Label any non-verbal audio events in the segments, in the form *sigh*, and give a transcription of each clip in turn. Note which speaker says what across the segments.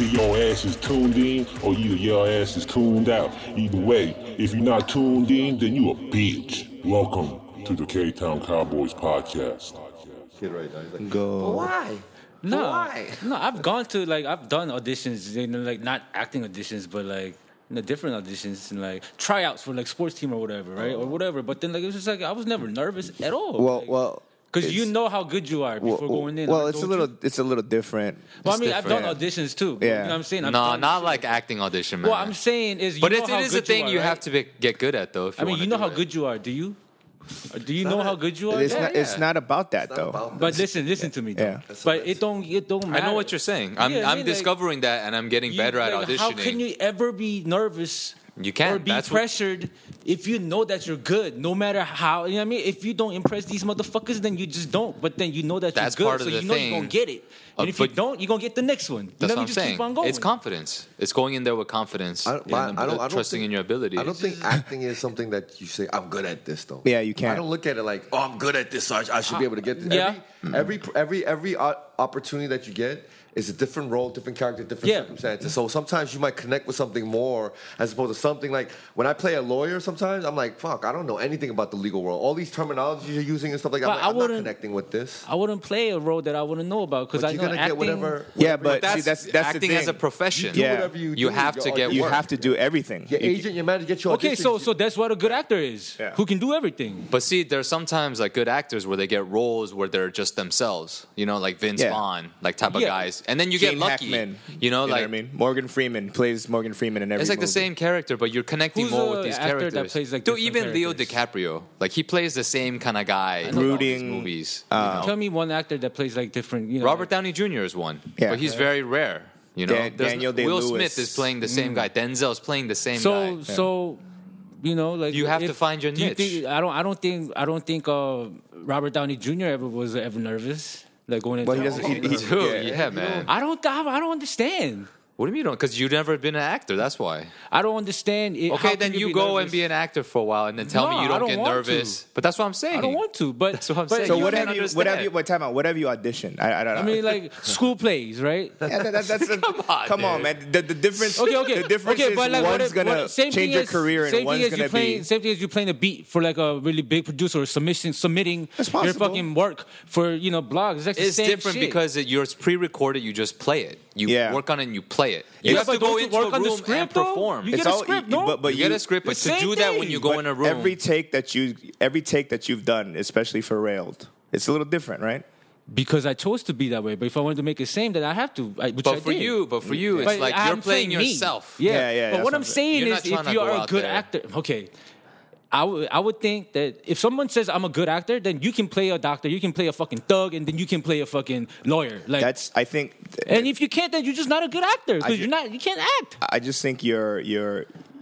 Speaker 1: ass is tuned in or either your ass is tuned out. Either way, if you're not tuned in, then you a bitch. Welcome to the K Town Cowboys podcast.
Speaker 2: Kid right now. He's like,
Speaker 3: Go.
Speaker 4: Why?
Speaker 5: No,
Speaker 4: Why?
Speaker 5: no. I've gone to like I've done auditions, you know, like not acting auditions, but like you know, different auditions and like tryouts for like sports team or whatever, right, or whatever. But then like it was just like I was never nervous at all.
Speaker 3: Well, well,
Speaker 5: because you
Speaker 3: it's-
Speaker 5: know how good you are
Speaker 3: well,
Speaker 5: before going in.
Speaker 3: Well,
Speaker 5: I
Speaker 3: it's a
Speaker 5: told
Speaker 3: little,
Speaker 5: you.
Speaker 3: it's a little different.
Speaker 5: Well, I
Speaker 3: It's
Speaker 5: mean, I've done
Speaker 3: different.
Speaker 5: auditions too.
Speaker 3: Yeah.
Speaker 5: You know what I'm saying?
Speaker 4: No,
Speaker 5: I've
Speaker 4: not
Speaker 5: done shit.
Speaker 4: like acting audition, man.
Speaker 5: Well, I'm saying is, you
Speaker 4: but
Speaker 5: know
Speaker 4: it,
Speaker 5: how
Speaker 4: it is
Speaker 5: good
Speaker 4: a thing
Speaker 5: are,
Speaker 4: you,
Speaker 5: right?
Speaker 4: have to be, get good at, though. If you
Speaker 5: I mean,
Speaker 4: wanna
Speaker 5: you know
Speaker 4: do
Speaker 5: how
Speaker 4: it.
Speaker 5: good you are. Do you? Or Do you know
Speaker 4: not-
Speaker 5: how good you are?
Speaker 3: It's
Speaker 4: Yeah,
Speaker 3: not, it's
Speaker 4: yeah.
Speaker 3: not about that
Speaker 2: not
Speaker 3: though.
Speaker 2: about
Speaker 5: But
Speaker 2: this.
Speaker 5: listen, listen to me. Though.
Speaker 3: Yeah.
Speaker 2: That's
Speaker 5: But
Speaker 2: the
Speaker 5: it don't. It don't
Speaker 4: I
Speaker 5: matter.
Speaker 4: know what you're saying. I'm,
Speaker 5: Yeah, I
Speaker 4: I'm
Speaker 5: mean, like,
Speaker 4: discovering that, and I'm getting
Speaker 5: You-
Speaker 4: better at
Speaker 5: like,
Speaker 4: auditioning.
Speaker 5: How can you ever be nervous?
Speaker 4: You can't.
Speaker 5: Or be
Speaker 4: That's what-
Speaker 5: pressured if you know that you're good, no matter how. You know what I mean? If you don't impress these motherfuckers, then you just don't. But then you know that
Speaker 4: That's
Speaker 5: you're good,
Speaker 4: part of
Speaker 5: so
Speaker 4: the
Speaker 5: you know
Speaker 4: thing.
Speaker 5: you're gonna get it.
Speaker 4: Uh,
Speaker 5: And if you
Speaker 4: but-
Speaker 5: don't, you're gonna get the next one. You
Speaker 4: That's
Speaker 5: know,
Speaker 4: what
Speaker 5: you
Speaker 4: I'm
Speaker 5: just
Speaker 4: saying.
Speaker 5: keep on going.
Speaker 4: It's confidence. It's going in there with confidence.
Speaker 2: I don't,
Speaker 4: you know,
Speaker 2: but I don't, I don't
Speaker 4: trusting
Speaker 2: think,
Speaker 4: in your abilities.
Speaker 2: I don't think acting is something that you say I'm good at this though.
Speaker 3: Yeah, you can't.
Speaker 2: I don't look at it like, oh, I'm good at this. So I, I should be able to get this.
Speaker 5: yeah.
Speaker 2: Every every every every o- opportunity that you get is a different role, different character, different
Speaker 5: Yeah.
Speaker 2: circumstances. So sometimes you might connect with something more as opposed to something like when I play a lawyer. Sometimes I'm like, fuck, I don't know anything about the legal world. All these terminologies you're using and stuff like that.
Speaker 5: But
Speaker 2: I'm, like,
Speaker 5: I
Speaker 2: I'm not
Speaker 5: wouldn't-
Speaker 2: connecting with this.
Speaker 5: I wouldn't play a role that I wouldn't know about because
Speaker 2: But
Speaker 5: I
Speaker 2: you're
Speaker 5: know
Speaker 2: gonna
Speaker 5: acting.
Speaker 2: get whatever.
Speaker 3: Yeah,
Speaker 2: whatever-
Speaker 3: but see, that's that's the
Speaker 4: acting
Speaker 3: thing.
Speaker 4: as a profession.
Speaker 2: do
Speaker 3: Yeah.
Speaker 2: whatever you,
Speaker 4: You
Speaker 2: do,
Speaker 4: have
Speaker 2: your-
Speaker 4: to get
Speaker 3: you
Speaker 4: work.
Speaker 3: have to do everything.
Speaker 2: Your
Speaker 3: You-
Speaker 2: agent, your manager, get your
Speaker 5: Okay, so
Speaker 2: auditions,
Speaker 5: so that's what a good actor is.
Speaker 3: Yeah.
Speaker 5: Who can do everything.
Speaker 4: But see, there's sometimes like good actors where they get roles where they're just themselves, you know, like Vince
Speaker 3: Yeah.
Speaker 4: Vaughn, like type of
Speaker 5: Yeah.
Speaker 4: guys, and then you
Speaker 3: Gene
Speaker 4: get lucky,
Speaker 3: Hackman,
Speaker 4: you know,
Speaker 3: what
Speaker 4: like
Speaker 3: I mean, Morgan Freeman plays Morgan Freeman in every.
Speaker 4: it's like the
Speaker 3: movie.
Speaker 4: same character, but you're connecting
Speaker 5: Who's
Speaker 4: more
Speaker 5: a
Speaker 4: with these
Speaker 5: actor that
Speaker 4: characters.
Speaker 5: plays, like,
Speaker 4: Dude,
Speaker 5: different
Speaker 4: even Leo
Speaker 5: characters?
Speaker 4: DiCaprio, like he plays the same kind of guy in all these
Speaker 3: Brooding, uh,
Speaker 4: movies. you know?
Speaker 5: Tell me one actor that plays like different. You know,
Speaker 4: Robert Downey Jr. is one,
Speaker 3: Yeah.
Speaker 4: but he's very rare. You know,
Speaker 3: Dan-
Speaker 4: There's-
Speaker 3: Daniel
Speaker 4: Will
Speaker 3: Day-Lewis.
Speaker 4: Smith is playing the same guy. Denzel's playing the same
Speaker 5: Mm. so
Speaker 4: guy.
Speaker 5: so you know like
Speaker 4: You have to find your
Speaker 5: do you
Speaker 4: niche.
Speaker 5: think- i don't i don't think i don't think uh robert downey jr ever was ever nervous like going into
Speaker 3: Well, *laughs* he doesn't. He, he,
Speaker 4: Dude, yeah,
Speaker 3: yeah.
Speaker 4: man.
Speaker 5: i don't i don't understand
Speaker 4: What do you mean? Because you've never been an actor. That's why.
Speaker 5: i don't understand it. How
Speaker 4: Okay,
Speaker 5: can
Speaker 4: then you
Speaker 5: be
Speaker 4: go
Speaker 5: nervous?
Speaker 4: and be an actor for a while, and then tell
Speaker 5: No,
Speaker 4: me
Speaker 5: I
Speaker 4: you don't,
Speaker 5: don't
Speaker 4: get
Speaker 5: want to.
Speaker 4: nervous. But that's what I'm saying.
Speaker 5: i don't want to but
Speaker 4: *laughs* That's what I'm
Speaker 5: but
Speaker 4: saying.
Speaker 3: So
Speaker 4: You
Speaker 3: what
Speaker 4: can't
Speaker 3: have you? What
Speaker 4: understand.
Speaker 3: have you? What time out? What have you auditioned? I, I don't know.
Speaker 5: i mean like school plays right
Speaker 3: Yeah, *laughs* that- that- *laughs*
Speaker 5: *laughs*
Speaker 3: that's a-
Speaker 4: Come on,
Speaker 3: come on,
Speaker 4: dude.
Speaker 3: man. The, the difference.
Speaker 5: Okay, okay.
Speaker 3: The difference
Speaker 5: okay,
Speaker 3: is
Speaker 5: but like,
Speaker 3: one's
Speaker 5: what if,
Speaker 3: gonna
Speaker 5: what, same
Speaker 3: change
Speaker 5: thing
Speaker 3: your
Speaker 5: as-
Speaker 3: career
Speaker 5: same
Speaker 3: and
Speaker 5: thing
Speaker 3: one's
Speaker 5: as
Speaker 3: gonna
Speaker 5: you playing,
Speaker 3: be.
Speaker 5: Same thing as you playing a beat for like a really big producer or submission, submitting
Speaker 3: That's
Speaker 5: your
Speaker 3: possible.
Speaker 5: fucking work for you know blogs. It's, like the
Speaker 4: It's
Speaker 5: same
Speaker 4: different
Speaker 5: shit.
Speaker 4: because it, yours pre-recorded. You just play it. You
Speaker 3: Yeah.
Speaker 4: work on it and you play it. You
Speaker 5: Yeah,
Speaker 4: have
Speaker 5: but
Speaker 4: to go
Speaker 5: don't you
Speaker 4: into
Speaker 5: work
Speaker 4: a
Speaker 5: on the
Speaker 4: room and
Speaker 5: script, though?
Speaker 4: perform.
Speaker 5: You
Speaker 4: You
Speaker 5: get
Speaker 3: It's
Speaker 5: a
Speaker 3: all-
Speaker 5: script,
Speaker 3: you-
Speaker 5: no?
Speaker 3: but- but
Speaker 4: get
Speaker 3: you-
Speaker 4: a script, e- but
Speaker 5: the
Speaker 4: to
Speaker 5: same
Speaker 4: do that when
Speaker 5: thing.
Speaker 4: you go
Speaker 3: but
Speaker 4: in a room,
Speaker 3: Every take that you, every take that you've done, especially for railed, it's a little different, right?
Speaker 5: Because I chose to be that way. But if I wanted to make it same, then I have to. I, which I
Speaker 4: but for
Speaker 5: did.
Speaker 4: you, but for you, it's
Speaker 5: But
Speaker 4: like
Speaker 5: I'm
Speaker 4: you're playing
Speaker 5: saying me.
Speaker 4: yourself.
Speaker 5: Yeah,
Speaker 3: Yeah, yeah,
Speaker 5: But
Speaker 3: that's
Speaker 5: what
Speaker 3: what
Speaker 5: I'm
Speaker 3: I'm
Speaker 5: saying
Speaker 4: You're
Speaker 5: is,
Speaker 4: not trying
Speaker 5: if
Speaker 4: to
Speaker 5: you
Speaker 4: go
Speaker 5: are a
Speaker 4: out
Speaker 5: good
Speaker 4: there.
Speaker 5: actor, okay. I would- I would think that if someone says I'm a good actor, then you can play a doctor, you can play a fucking thug, and then you can play a fucking lawyer. Like
Speaker 3: That's. I think.
Speaker 5: and if you can't, then you're just not a good actor because
Speaker 3: ju-
Speaker 5: you're not you can't act.
Speaker 3: I just think you're you're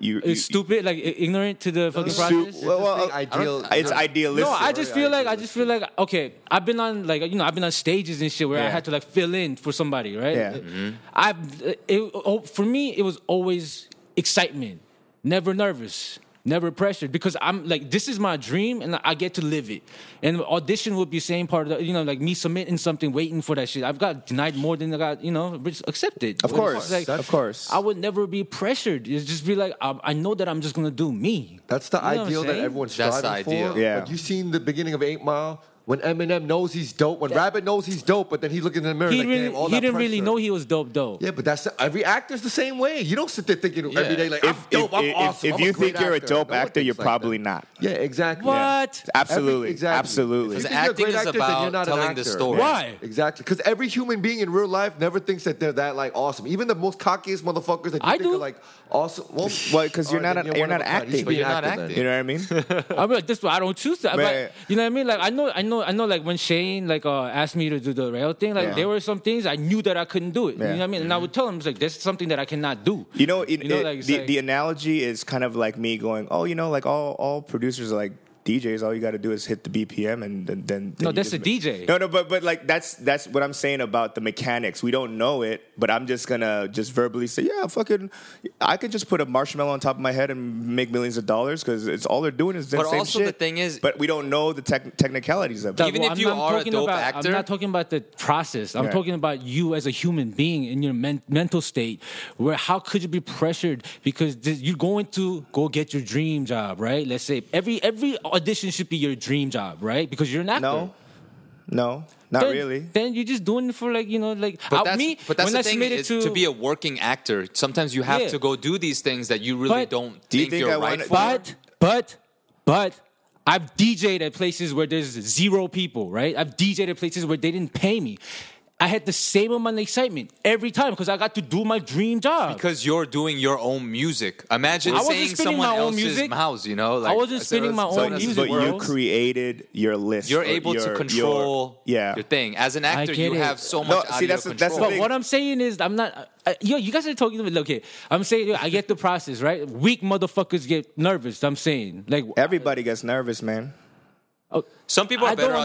Speaker 3: you. you-
Speaker 5: It's stupid, like i- ignorant to the fucking
Speaker 3: stu-
Speaker 5: process.
Speaker 3: well, well,
Speaker 2: Just being
Speaker 3: I
Speaker 2: ideal-
Speaker 3: don't- It's idealistic.
Speaker 5: No, I just feel like I just feel like okay, I've been on like you know I've been on stages and shit where I
Speaker 3: Yeah.
Speaker 5: had to like fill in for somebody, right? Uh,
Speaker 3: Yeah.
Speaker 5: I've it, oh, for me it was always excitement, never nervous. Never pressured because I'm like this is my dream and I get to live it. And audition would be same part of the, you know like me submitting something, waiting for that shit. I've got denied more than I got you know just accepted.
Speaker 3: Of
Speaker 5: But it's
Speaker 3: course,
Speaker 5: just like,
Speaker 3: of course.
Speaker 5: I would never be pressured. It's just be like I, I know that I'm just gonna do me.
Speaker 2: That's the
Speaker 5: You know what I'm
Speaker 2: ideal that
Speaker 5: saying?
Speaker 2: everyone's
Speaker 4: That's the
Speaker 2: striving
Speaker 4: ideal.
Speaker 2: for.
Speaker 3: Yeah.
Speaker 2: Like you seen the beginning of Eight Mile when Eminem knows he's dope, when Rabbit knows he's dope, but then he's looking in the mirror
Speaker 5: He,
Speaker 2: like,
Speaker 5: really,
Speaker 2: damn, all
Speaker 5: he
Speaker 2: that
Speaker 5: didn't really
Speaker 2: pressure.
Speaker 5: know he was dope though.
Speaker 2: Yeah, but that's every actor's the same way. You don't sit there thinking every
Speaker 4: Yeah.
Speaker 2: day like,
Speaker 3: if
Speaker 2: I'm
Speaker 3: if,
Speaker 2: dope, I'm
Speaker 3: if,
Speaker 2: awesome.
Speaker 3: if
Speaker 2: I'm
Speaker 3: you
Speaker 2: a great
Speaker 3: think you're a
Speaker 2: actor."
Speaker 3: dope
Speaker 2: No one
Speaker 3: actor, you're
Speaker 2: thinks like that.
Speaker 3: probably not.
Speaker 2: Yeah, exactly.
Speaker 5: What?
Speaker 3: Absolutely,
Speaker 2: Every- exactly.
Speaker 3: absolutely.
Speaker 2: If you
Speaker 4: Because
Speaker 2: think you're a
Speaker 4: acting
Speaker 2: great
Speaker 4: is
Speaker 2: actor, then
Speaker 4: about
Speaker 2: you're not an
Speaker 4: telling the
Speaker 2: actor.
Speaker 4: story.
Speaker 5: Why?
Speaker 2: Exactly, because every human being in real life never thinks that they're that like awesome. Even the most cockiest motherfuckers that you
Speaker 5: I
Speaker 2: think
Speaker 5: do.
Speaker 2: are like awesome. Well,
Speaker 3: Well, 'cause you're
Speaker 2: all right,
Speaker 3: not
Speaker 2: then
Speaker 3: an- you're
Speaker 2: one of
Speaker 3: not
Speaker 2: a kind.
Speaker 3: acting.
Speaker 2: You should be
Speaker 4: But
Speaker 2: an
Speaker 4: you're not
Speaker 2: actor then.
Speaker 4: acting.
Speaker 3: You know what I mean?
Speaker 5: I'm like this, but I don't choose that.
Speaker 3: Man.
Speaker 5: But you know what I mean? Like I know, I know, I know. Like when Shane like uh, asked me to do the rail thing, like
Speaker 3: Yeah.
Speaker 5: there were some things I knew that I couldn't do it. You
Speaker 3: Yeah. Mm-hmm.
Speaker 5: know what I mean? And I would tell him, it's like this is something that I cannot do.
Speaker 3: You know, it, it-
Speaker 5: like, it's
Speaker 3: the,
Speaker 5: like-
Speaker 3: the analogy is kind of like me going, oh, you know, like all all producers are like DJs, all you got to do is hit the BPM, and then, then
Speaker 5: No,
Speaker 3: you
Speaker 5: that's
Speaker 3: just
Speaker 5: the
Speaker 3: ma-
Speaker 5: DJ.
Speaker 3: No, no, but but like that's that's what I'm saying about the mechanics. We don't know it, but I'm just gonna just verbally say, yeah, fucking, I could just put a marshmallow on top of my head and make millions of dollars because it's all they're doing is the
Speaker 4: But
Speaker 3: same
Speaker 4: also
Speaker 3: shit.
Speaker 4: the thing is-
Speaker 3: but we don't know the tech technicalities of it.
Speaker 4: Even if
Speaker 5: I'm
Speaker 4: you
Speaker 5: not
Speaker 4: are a
Speaker 5: talking
Speaker 4: dope
Speaker 5: about,
Speaker 4: actor-
Speaker 5: I'm not talking about the process. I'm
Speaker 3: Right.
Speaker 5: talking about you as a human being in your men- mental state. Where how could you be pressured because this, you're going to go get your dream job, right? Let's say every every audition should be your dream job, right? Because you're an actor.
Speaker 3: No, no, not
Speaker 5: Then-
Speaker 3: really.
Speaker 5: Then you're just doing it for like you know like
Speaker 4: But
Speaker 5: I-
Speaker 4: that's,
Speaker 5: me.
Speaker 4: but that's
Speaker 5: when
Speaker 4: the
Speaker 5: I
Speaker 4: thing
Speaker 5: submitted
Speaker 4: is to, be a working actor. Sometimes you have
Speaker 5: Yeah.
Speaker 4: to go do these things that you really
Speaker 5: But-
Speaker 4: don't
Speaker 3: Do you
Speaker 4: think,
Speaker 3: think
Speaker 4: are
Speaker 3: I
Speaker 4: right
Speaker 3: wanna-
Speaker 4: for.
Speaker 5: But but but I've DJ'd at places where there's zero people, right? I've DJ'd at places where they didn't pay me. I had the same amount of excitement every time because I got to do my dream job.
Speaker 4: because you're doing your own music. Imagine
Speaker 5: I wasn't
Speaker 4: saying
Speaker 5: spinning
Speaker 4: someone
Speaker 5: my own
Speaker 4: else's
Speaker 5: music.
Speaker 4: house, you know? Like,
Speaker 5: wasn't
Speaker 4: so
Speaker 5: spinning my
Speaker 4: that's-
Speaker 5: own
Speaker 4: so that's-
Speaker 3: but
Speaker 5: music, bro.
Speaker 3: you created your list.
Speaker 4: You're
Speaker 3: or
Speaker 4: able to
Speaker 3: your-
Speaker 4: control
Speaker 3: your- yeah.
Speaker 4: your thing. As an actor,
Speaker 5: get
Speaker 4: you
Speaker 5: it.
Speaker 4: have so much
Speaker 3: No, see,
Speaker 4: audio
Speaker 3: that's the-
Speaker 4: control.
Speaker 3: that's the
Speaker 5: But
Speaker 3: thing.
Speaker 5: what I'm saying is, I'm not. I, yo, you guys are talking about. Okay, I'm saying yo, I get the process, right? Weak motherfuckers get nervous. I'm saying, like,
Speaker 3: Everybody gets nervous, man.
Speaker 4: Some people
Speaker 5: I
Speaker 4: are
Speaker 5: don't
Speaker 4: better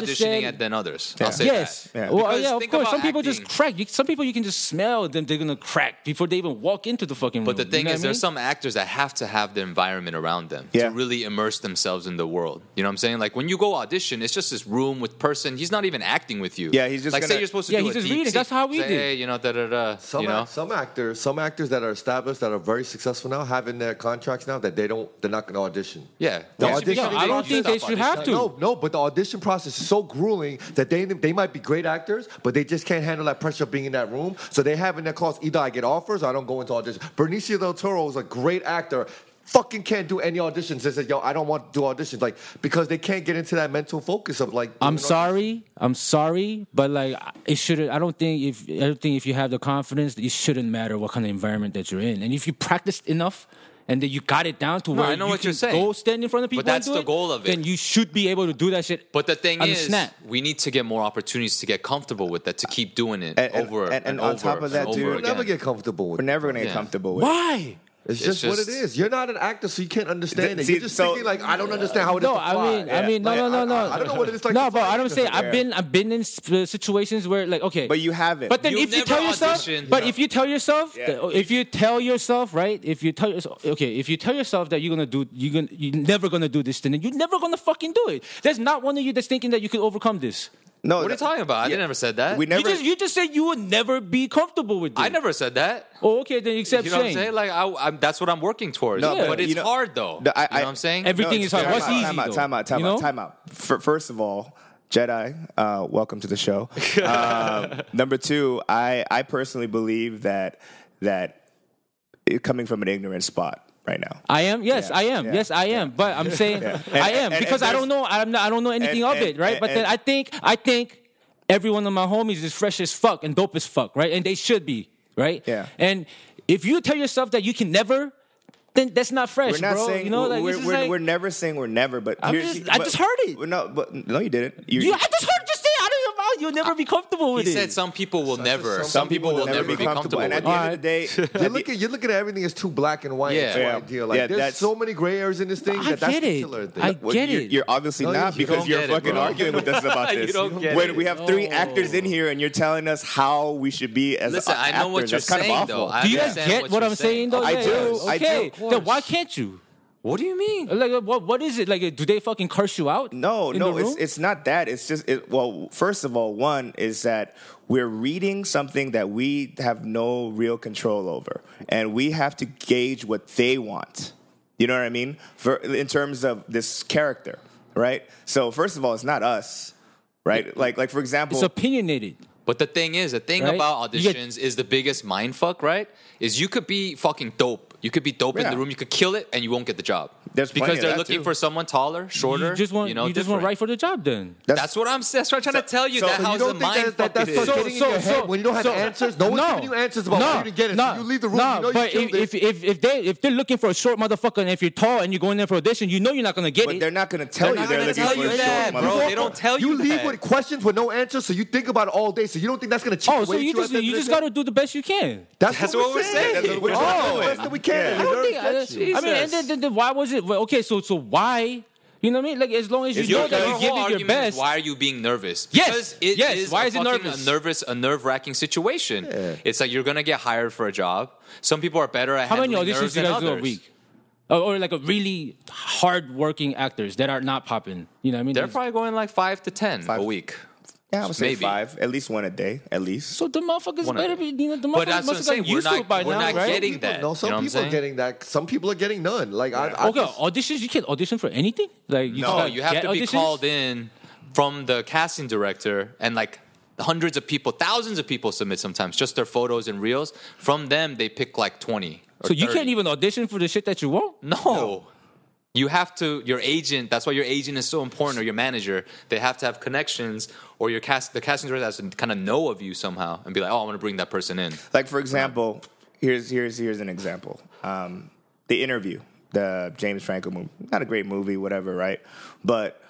Speaker 5: understand-
Speaker 4: auditioning at than others.
Speaker 3: Yeah.
Speaker 4: I'll say
Speaker 5: yes.
Speaker 4: that.
Speaker 3: Yeah.
Speaker 5: Well,
Speaker 4: Because
Speaker 5: yeah, of
Speaker 4: think
Speaker 5: course.
Speaker 4: about
Speaker 5: Some people just
Speaker 4: acting.
Speaker 5: crack. You, some people you can just smell them. They're gonna crack before they even walk into the fucking
Speaker 3: Hmm,
Speaker 5: room.
Speaker 4: But the
Speaker 5: you
Speaker 4: thing
Speaker 5: know
Speaker 4: is,
Speaker 5: what I
Speaker 4: there's
Speaker 5: mean?
Speaker 4: some actors that have to have the environment around them
Speaker 3: Yeah.
Speaker 4: to really immerse themselves in the world. You know what I'm saying? Like when you go audition, it's just this room with person. He's not even acting with you.
Speaker 3: Yeah, he's just
Speaker 4: like say
Speaker 3: gonna-
Speaker 4: you're supposed to
Speaker 5: Yeah,
Speaker 4: do
Speaker 5: he's
Speaker 4: a
Speaker 5: just
Speaker 4: deep
Speaker 5: reading.
Speaker 4: scene.
Speaker 5: That's how we
Speaker 4: Say,
Speaker 5: did.
Speaker 4: Hey, you know, da da da.
Speaker 2: Some,
Speaker 4: you know,
Speaker 2: act- some actors, some actors that are established that are very successful now have in their contracts now that they don't, they're not going to audition.
Speaker 4: yeah.
Speaker 2: The
Speaker 4: Yeah,
Speaker 2: audition-
Speaker 4: you
Speaker 2: Yo, I don't
Speaker 4: stop
Speaker 5: think they should
Speaker 4: auditioning.
Speaker 5: have to.
Speaker 2: No, no, but the audition process is so grueling that they they might be great actors, but they just can't handle that pressure of being in that room. So they have in their clause either I get offers or I don't go into audition. Benicio del Toro is a great actor. Fucking can't do any auditions. They said, "Yo, I don't want to do auditions," like because they can't get into that mental focus of like.
Speaker 5: I'm
Speaker 2: doing auditions.
Speaker 5: sorry. I'm sorry, but like it shouldn't. I don't think if I don't think if you have the confidence, it shouldn't matter what kind of environment that you're in. And if you practiced enough, and then you got it down to
Speaker 4: No,
Speaker 5: where
Speaker 4: I know
Speaker 5: you
Speaker 4: what you're
Speaker 5: can
Speaker 4: saying.
Speaker 5: Go stand in front of people. and
Speaker 4: that's
Speaker 5: do
Speaker 4: the goal of it.
Speaker 5: Then you should be able to do that shit.
Speaker 4: But the thing
Speaker 5: on
Speaker 4: is,
Speaker 5: the snap.
Speaker 4: we need to get more opportunities to get comfortable with that, to keep doing it
Speaker 3: And- and-
Speaker 4: over
Speaker 3: and-
Speaker 4: and,
Speaker 3: and
Speaker 4: over
Speaker 3: on top of
Speaker 4: and
Speaker 3: that,
Speaker 4: over
Speaker 3: dude-
Speaker 2: You'll never
Speaker 4: again.
Speaker 2: get comfortable with.
Speaker 3: We're
Speaker 2: it.
Speaker 3: never gonna
Speaker 4: Yeah.
Speaker 3: get comfortable with. it.
Speaker 5: why?
Speaker 2: It's,
Speaker 4: It's
Speaker 2: just, what it
Speaker 4: just-
Speaker 2: is. You're not an actor, so you can't understand
Speaker 3: Th-
Speaker 2: it.
Speaker 3: see,
Speaker 2: You're just
Speaker 3: so-
Speaker 2: thinking like, I don't understand how it is.
Speaker 5: No,
Speaker 2: to
Speaker 5: I
Speaker 2: fly.
Speaker 5: mean, I mean, no,
Speaker 2: Like,
Speaker 5: no, no,
Speaker 2: I-
Speaker 5: no.
Speaker 2: I, I don't know what it is like.
Speaker 5: no,
Speaker 2: to
Speaker 5: but
Speaker 2: fly.
Speaker 5: I don't say I've been, I've been in sp- situations where, like, okay,
Speaker 3: But you have it.
Speaker 5: But then,
Speaker 4: You
Speaker 5: if you
Speaker 4: never
Speaker 5: tell yourself,
Speaker 4: auditioned.
Speaker 5: but
Speaker 4: No.
Speaker 5: if you tell yourself,
Speaker 3: Yeah.
Speaker 5: that- if you tell yourself, right, if you tell yourself, okay, if you tell yourself that you're gonna do, you're gonna, you're never gonna do this thing, and you're never gonna fucking do it. There's not one of you that's thinking that you could overcome this.
Speaker 3: no,
Speaker 4: What are you
Speaker 3: that-
Speaker 4: talking about? I never said that.
Speaker 3: We never.
Speaker 5: you just, you just said you would never be comfortable with this.
Speaker 4: I never said that.
Speaker 5: Oh, okay, then except
Speaker 4: You know what I'm
Speaker 5: Shane.
Speaker 4: saying? Like I, am that's what I'm working towards.
Speaker 3: No,
Speaker 5: Yeah.
Speaker 4: but
Speaker 5: but
Speaker 4: it's
Speaker 3: you know-
Speaker 4: hard though.
Speaker 3: No, I-
Speaker 4: you know
Speaker 3: I-
Speaker 4: what I'm saying?
Speaker 5: Every- Everything
Speaker 3: it's
Speaker 5: is hard.
Speaker 3: Time
Speaker 5: What's
Speaker 3: out,
Speaker 5: easy,
Speaker 3: Time out,
Speaker 5: though?
Speaker 3: time out, time
Speaker 5: You
Speaker 3: out,
Speaker 5: know?
Speaker 3: time out. Fir- first of all, Jedi, uh, welcome to the
Speaker 4: *laughs*
Speaker 3: show. Um, number two, I, I personally believe that that it, coming from an ignorant spot right now.
Speaker 5: I am. Yes,
Speaker 3: Yeah,
Speaker 5: I am.
Speaker 3: yeah,
Speaker 5: Yes, I am. But I'm saying
Speaker 3: And-
Speaker 5: I am
Speaker 3: and- and
Speaker 5: because I don't know. I'm not, I don't know anything
Speaker 3: and-
Speaker 5: of it,
Speaker 3: and-
Speaker 5: right? but then
Speaker 3: and-
Speaker 5: I think I think every one of my homies is fresh as fuck and dope as fuck, right? And they should be, right?
Speaker 3: Yeah.
Speaker 5: And if you tell yourself that you can never, then that's not fresh,
Speaker 3: We're not
Speaker 5: bro.
Speaker 3: saying
Speaker 5: you know, like,
Speaker 3: we're,
Speaker 5: this is
Speaker 3: we're,
Speaker 5: like-
Speaker 3: we're never saying we're never, but
Speaker 5: I'm
Speaker 3: here's-
Speaker 5: just- I
Speaker 3: but-
Speaker 5: just heard it.
Speaker 3: No, but no, you didn't. You-
Speaker 5: you, I just heard you say out of your mouth. You'll never be comfortable
Speaker 4: he
Speaker 5: with it.
Speaker 4: said some people will never. Some, people will never be comfortable.
Speaker 3: And at
Speaker 4: with
Speaker 3: the
Speaker 4: it.
Speaker 3: end of the
Speaker 4: *laughs*
Speaker 3: day, at
Speaker 2: You're
Speaker 3: the-
Speaker 2: looking, you're looking at everything as too black and white.
Speaker 4: Yeah.
Speaker 2: Yeah,
Speaker 4: Yeah.
Speaker 2: Ideal. Like,
Speaker 3: Yeah,
Speaker 2: there's
Speaker 3: that's-
Speaker 2: so many gray areas in this thing
Speaker 5: I
Speaker 2: that that's
Speaker 5: get
Speaker 2: the
Speaker 5: it.
Speaker 2: killer thing.
Speaker 5: I
Speaker 3: Well,
Speaker 5: get
Speaker 3: you're,
Speaker 5: it.
Speaker 3: You're obviously
Speaker 2: No,
Speaker 3: not
Speaker 2: you
Speaker 3: because
Speaker 4: don't
Speaker 3: you're
Speaker 4: get it,
Speaker 3: fucking
Speaker 4: bro.
Speaker 3: arguing with us about
Speaker 4: *laughs* You
Speaker 3: this.
Speaker 4: don't get
Speaker 3: when
Speaker 4: it.
Speaker 3: we have three actors in here and you're telling us how we should be as
Speaker 4: Listen,
Speaker 3: a-
Speaker 4: I know what
Speaker 3: actors,
Speaker 4: you're
Speaker 3: that's kind of
Speaker 4: saying
Speaker 3: awful.
Speaker 4: though. I
Speaker 5: do you guys
Speaker 4: understand
Speaker 5: get what,
Speaker 4: you're
Speaker 5: I'm saying, though?
Speaker 3: I
Speaker 5: Yeah,
Speaker 3: do. I do,
Speaker 5: Okay,
Speaker 3: of
Speaker 5: then why can't you?
Speaker 4: What do you mean?
Speaker 5: Like, what, what is it? Like, do they fucking curse you out?
Speaker 3: No,
Speaker 5: in
Speaker 3: no,
Speaker 5: the
Speaker 3: it's
Speaker 5: room?
Speaker 3: it's not that. It's just it, well, first of all, one is that we're reading something that we have no real control over, and we have to gauge what they want. You know what I mean? For, in terms of this character, right? So first of all, it's not us, right? Like like for example,
Speaker 5: it's opinionated.
Speaker 4: But the thing is, the thing
Speaker 5: Right?
Speaker 4: about
Speaker 5: You get-
Speaker 4: auditions is the biggest mind fuck, right? Is you could be fucking dope. You could be dope in
Speaker 3: Yeah.
Speaker 4: the room. You could kill it, and you won't get the job.
Speaker 3: There's plenty
Speaker 4: because
Speaker 3: of
Speaker 4: they're
Speaker 3: that,
Speaker 4: looking
Speaker 3: too.
Speaker 4: for someone taller, shorter.
Speaker 5: You just want
Speaker 4: you know,
Speaker 5: you just want
Speaker 4: different.
Speaker 5: right for the job then.
Speaker 4: That's what I'm. That's what I'm trying to tell you.
Speaker 3: so-
Speaker 4: that
Speaker 3: so you
Speaker 4: how's
Speaker 2: don't
Speaker 4: the
Speaker 2: think
Speaker 4: mind
Speaker 2: that- that-
Speaker 4: fuck it
Speaker 2: that's
Speaker 4: is.
Speaker 2: so- getting in your head when you don't have answers? No one's giving you answers about where you didn't get it, so you leave the room,
Speaker 5: No,
Speaker 2: you know you
Speaker 5: but
Speaker 2: killed
Speaker 5: if, if
Speaker 2: it.
Speaker 5: if if they if they're looking for a short motherfucker and if you're tall and you're going there for audition, you know you're not gonna get
Speaker 3: but
Speaker 5: it.
Speaker 3: they're not going to tell
Speaker 4: not
Speaker 3: you they're
Speaker 4: gonna
Speaker 3: looking
Speaker 4: tell
Speaker 3: for
Speaker 4: you
Speaker 3: a
Speaker 4: that,
Speaker 3: short
Speaker 4: bro.
Speaker 3: motherfucker.
Speaker 4: They don't tell you
Speaker 2: leave
Speaker 4: that.
Speaker 2: with questions with no answers, so you think about it all day. So you don't think that's gonna cheat
Speaker 5: oh, so
Speaker 2: away
Speaker 5: you
Speaker 2: at
Speaker 5: just
Speaker 2: the end
Speaker 5: you
Speaker 2: of
Speaker 5: just
Speaker 2: the
Speaker 5: gotta
Speaker 2: day?
Speaker 5: do the best you can.
Speaker 2: That's,
Speaker 4: That's
Speaker 2: what
Speaker 4: what we're
Speaker 2: we're
Speaker 4: saying.
Speaker 2: saying.
Speaker 4: That's what
Speaker 2: We're
Speaker 4: we're
Speaker 2: trying to do
Speaker 3: doing.
Speaker 2: the best that we can.
Speaker 3: Yeah.
Speaker 5: I don't
Speaker 2: You're
Speaker 5: think. I,
Speaker 2: catchy.
Speaker 5: I mean, and then, then, then why was it well, okay? So so why? You know what I mean? Like as long as you
Speaker 4: Your,
Speaker 5: know that
Speaker 4: your
Speaker 5: you're
Speaker 4: whole
Speaker 5: giving your
Speaker 4: argument is
Speaker 5: best.
Speaker 4: why are you being nervous?
Speaker 5: Yes,
Speaker 4: Because it
Speaker 5: yes,
Speaker 4: is
Speaker 5: why
Speaker 4: a
Speaker 5: is it
Speaker 4: fucking
Speaker 5: nervous?
Speaker 4: A nervous, a nerve-wracking situation. It's like you're gonna get hired for a job. Some people are better at
Speaker 5: How many
Speaker 4: handling nerves
Speaker 5: auditions you
Speaker 4: than
Speaker 5: guys do a
Speaker 4: others.
Speaker 5: week? Or, or like a really hard-working actors that are not popping. You know what I mean?
Speaker 4: They're
Speaker 5: There's-
Speaker 4: probably going like five to ten a week.
Speaker 3: Yeah, I would say
Speaker 4: Maybe.
Speaker 3: five, at least one a day, at least.
Speaker 5: so the motherfuckers
Speaker 4: One of
Speaker 5: better be.
Speaker 4: them.
Speaker 5: You know, the
Speaker 4: But
Speaker 5: motherfuckers
Speaker 4: that's what
Speaker 5: must
Speaker 4: I'm
Speaker 5: have
Speaker 4: saying.
Speaker 5: got
Speaker 4: We're
Speaker 5: used to it
Speaker 4: not,
Speaker 5: by
Speaker 4: we're
Speaker 5: now,
Speaker 4: not
Speaker 5: right?
Speaker 4: getting that.
Speaker 2: No, some
Speaker 4: you know what I'm
Speaker 2: people are
Speaker 4: saying?
Speaker 2: getting that. Some people are getting none. Like I, I
Speaker 5: Okay,
Speaker 2: just-
Speaker 5: auditions. You can't audition for anything. Like Oh, you
Speaker 4: No,
Speaker 5: cannot
Speaker 4: you have
Speaker 5: get
Speaker 4: to be
Speaker 5: auditions?
Speaker 4: called in from the casting director and like hundreds of people, thousands of people submit sometimes just their photos and reels. From them, they pick like 20. or
Speaker 5: So you
Speaker 4: 30.
Speaker 5: can't e- even audition for the shit that you want.
Speaker 4: No. You have to, your agent, that's why your agent is so important or your manager. They have to have connections or your cast, the casting director has to kind of know of you somehow and be like, oh, I'm going to bring that person in. *laughs*
Speaker 3: Like for example, here's here's here's an example. Um, the interview, the James Franco movie, not a great movie, whatever, right? But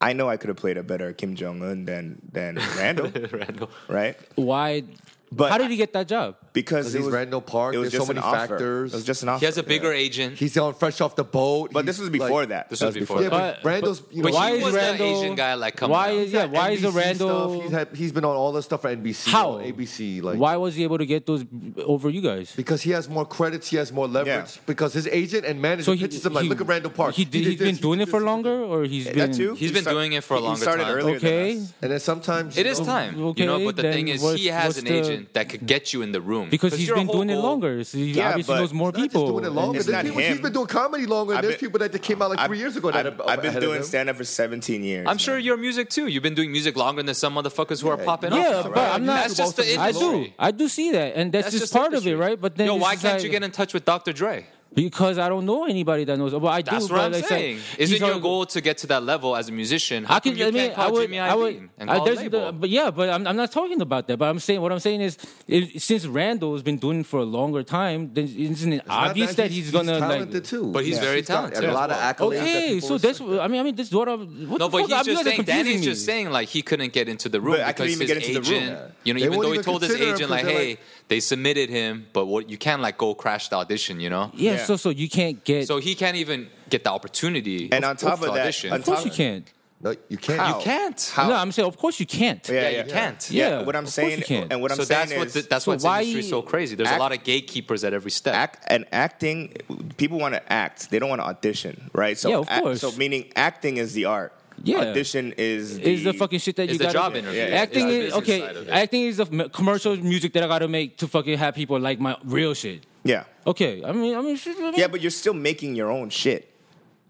Speaker 3: I know I could have played a better Kim Jong Un than than
Speaker 4: *laughs*
Speaker 3: Randall,
Speaker 4: Randall.
Speaker 3: right?
Speaker 5: Why?
Speaker 3: But-
Speaker 5: how did he get that job?
Speaker 3: Because it
Speaker 2: he's
Speaker 3: was,
Speaker 2: Randall Park,
Speaker 3: It was
Speaker 2: there's
Speaker 3: just
Speaker 2: so many
Speaker 3: an offer.
Speaker 2: factors.
Speaker 3: It was just an offer.
Speaker 4: He has a bigger
Speaker 3: yeah.
Speaker 4: agent.
Speaker 2: he's on fresh off the boat.
Speaker 3: But
Speaker 2: He's,
Speaker 3: this was before
Speaker 2: like-
Speaker 3: that.
Speaker 4: This
Speaker 3: That
Speaker 4: was before
Speaker 2: Yeah, but,
Speaker 5: But-
Speaker 2: Randall's.
Speaker 5: but-
Speaker 2: you
Speaker 5: but
Speaker 2: know,
Speaker 5: why
Speaker 4: he
Speaker 5: is
Speaker 4: was the
Speaker 5: Randall
Speaker 4: Asian guy, like, coming
Speaker 5: why
Speaker 4: out.
Speaker 5: is yeah? Why is the
Speaker 2: NBC
Speaker 5: Randall?
Speaker 2: Stuff. He's, had, he's been on all the stuff for NBC.
Speaker 5: How?
Speaker 2: on ABC? Like
Speaker 5: why was he able to get those over you guys?
Speaker 2: Because he has more credits, he has more leverage.
Speaker 3: Yeah.
Speaker 2: Because his agent and manager pitches him like, look at Randall Park.
Speaker 5: He, did,
Speaker 2: did
Speaker 5: he's been
Speaker 2: this,
Speaker 5: doing
Speaker 2: he
Speaker 5: it
Speaker 2: did
Speaker 5: for
Speaker 2: this."
Speaker 5: longer, or he's been
Speaker 3: That too.
Speaker 4: He's been doing it for a
Speaker 3: he
Speaker 4: longer
Speaker 3: started
Speaker 4: time.
Speaker 3: Earlier than
Speaker 5: okay.
Speaker 3: us.
Speaker 2: And then sometimes
Speaker 4: It is
Speaker 2: you know,
Speaker 4: time,
Speaker 5: okay,
Speaker 4: you know. But the
Speaker 5: then
Speaker 4: thing is,
Speaker 5: what's-
Speaker 4: he has
Speaker 5: what's
Speaker 4: an
Speaker 5: the-
Speaker 4: agent that could get you in the room
Speaker 5: Because he's
Speaker 4: your
Speaker 5: been
Speaker 4: whole
Speaker 5: doing it
Speaker 4: goal-
Speaker 5: longer, so he
Speaker 3: Yeah,
Speaker 5: obviously
Speaker 3: but
Speaker 5: knows more
Speaker 2: Not
Speaker 5: people.
Speaker 2: just doing it longer.
Speaker 3: It's
Speaker 2: There's
Speaker 3: not
Speaker 2: people-
Speaker 3: him.
Speaker 2: He's been doing comedy longer.
Speaker 3: I've
Speaker 2: There's
Speaker 3: been-
Speaker 2: people that that came out like
Speaker 3: I've-
Speaker 2: three years ago. That
Speaker 3: I've,
Speaker 2: are
Speaker 3: I've been
Speaker 2: ahead of
Speaker 3: doing
Speaker 2: him.
Speaker 3: stand up for 17 years.
Speaker 4: I'm sure
Speaker 3: man.
Speaker 4: you're music too. You've been doing music longer than some motherfuckers who are popping up.
Speaker 5: yeah, but
Speaker 2: right?
Speaker 5: I'm not.
Speaker 4: That's just the
Speaker 5: I do.
Speaker 4: industry.
Speaker 5: I do see that, and that's, just,
Speaker 4: the
Speaker 5: part of it,
Speaker 4: industry.
Speaker 5: right? But then
Speaker 4: yo,
Speaker 5: it's
Speaker 4: why
Speaker 5: just
Speaker 4: can't
Speaker 5: like-
Speaker 4: you get in touch with Dr. Dre?
Speaker 5: Because I don't know anybody that knows. Well, I do.
Speaker 4: That's
Speaker 5: but
Speaker 4: what I'm
Speaker 5: like, it's like,
Speaker 4: saying. Isn't
Speaker 5: he's
Speaker 4: your
Speaker 5: already-
Speaker 4: goal to get to that level as a musician? How
Speaker 5: I can.
Speaker 4: come you
Speaker 5: I mean,
Speaker 4: can't call
Speaker 5: I would.
Speaker 4: Jimmy
Speaker 5: I would.
Speaker 4: Iovine and
Speaker 5: I-
Speaker 4: call a
Speaker 5: there's
Speaker 4: label?
Speaker 5: the- but yeah, but I'm, I'm not talking about that. But I'm saying what I'm saying is, it, since Randall's been doing it for a longer time, then isn't it
Speaker 2: Not
Speaker 5: obvious that he's, gonna
Speaker 2: talented
Speaker 5: like?
Speaker 2: too.
Speaker 4: But he's very
Speaker 2: got
Speaker 4: talented
Speaker 2: A
Speaker 4: as
Speaker 2: lot of
Speaker 4: well.
Speaker 2: accolades. that
Speaker 5: Okay,
Speaker 2: people
Speaker 5: so
Speaker 2: respect.
Speaker 5: that's. what- I mean, I mean, this is what I'm. What the
Speaker 4: no, but
Speaker 5: fuck?
Speaker 4: he's
Speaker 5: I'm
Speaker 4: just saying. Danny's
Speaker 5: me.
Speaker 4: just saying like he couldn't get into the room
Speaker 3: But I couldn't
Speaker 4: because
Speaker 3: even
Speaker 4: his
Speaker 3: get into
Speaker 4: agent.
Speaker 3: the room.
Speaker 4: You know,
Speaker 2: They
Speaker 4: even
Speaker 2: won't
Speaker 4: though he
Speaker 2: even
Speaker 4: told his
Speaker 2: consider him
Speaker 4: agent
Speaker 2: 'cause
Speaker 4: like,
Speaker 2: they're
Speaker 4: "Hey,
Speaker 2: like-
Speaker 4: they submitted him, but what you can't like go crash the audition," you know.
Speaker 5: Yeah,
Speaker 3: Yeah.
Speaker 5: So so you can't get.
Speaker 4: So he can't even get the opportunity.
Speaker 3: And on top
Speaker 4: to
Speaker 3: of that-
Speaker 4: audition.
Speaker 3: on
Speaker 5: of course you
Speaker 3: Tyler.
Speaker 5: can't.
Speaker 2: No, you can't.
Speaker 3: How?
Speaker 2: You can't.
Speaker 4: can't.
Speaker 3: How?
Speaker 5: No, I'm saying of course you can't.
Speaker 4: Yeah, you can't.
Speaker 3: Yeah,
Speaker 5: Yeah,
Speaker 3: what I'm
Speaker 5: of course
Speaker 3: saying,
Speaker 5: you can't.
Speaker 3: and what I'm
Speaker 4: so
Speaker 3: saying
Speaker 4: that's what
Speaker 3: is,
Speaker 4: the, that's
Speaker 5: So
Speaker 4: why this
Speaker 5: why-
Speaker 4: industry is so crazy. There's
Speaker 3: Act-
Speaker 4: a lot of gatekeepers at every step.
Speaker 3: act and acting people want to act they don't want to audition right so
Speaker 5: Yeah, of
Speaker 3: act-
Speaker 5: course.
Speaker 3: so meaning acting is the art
Speaker 5: Yeah.
Speaker 3: audition is the,
Speaker 5: is the fucking shit that
Speaker 4: It's
Speaker 5: you
Speaker 4: the
Speaker 5: got
Speaker 4: job interview.
Speaker 3: Yeah.
Speaker 5: Acting
Speaker 4: It's the
Speaker 5: is
Speaker 4: business
Speaker 5: okay.
Speaker 4: side of it.
Speaker 5: Acting is the m- commercial music that I got to make to fucking have people like my real shit.
Speaker 3: yeah
Speaker 5: Okay, I mean, I mean, shit, I mean
Speaker 3: yeah but you're still making your own shit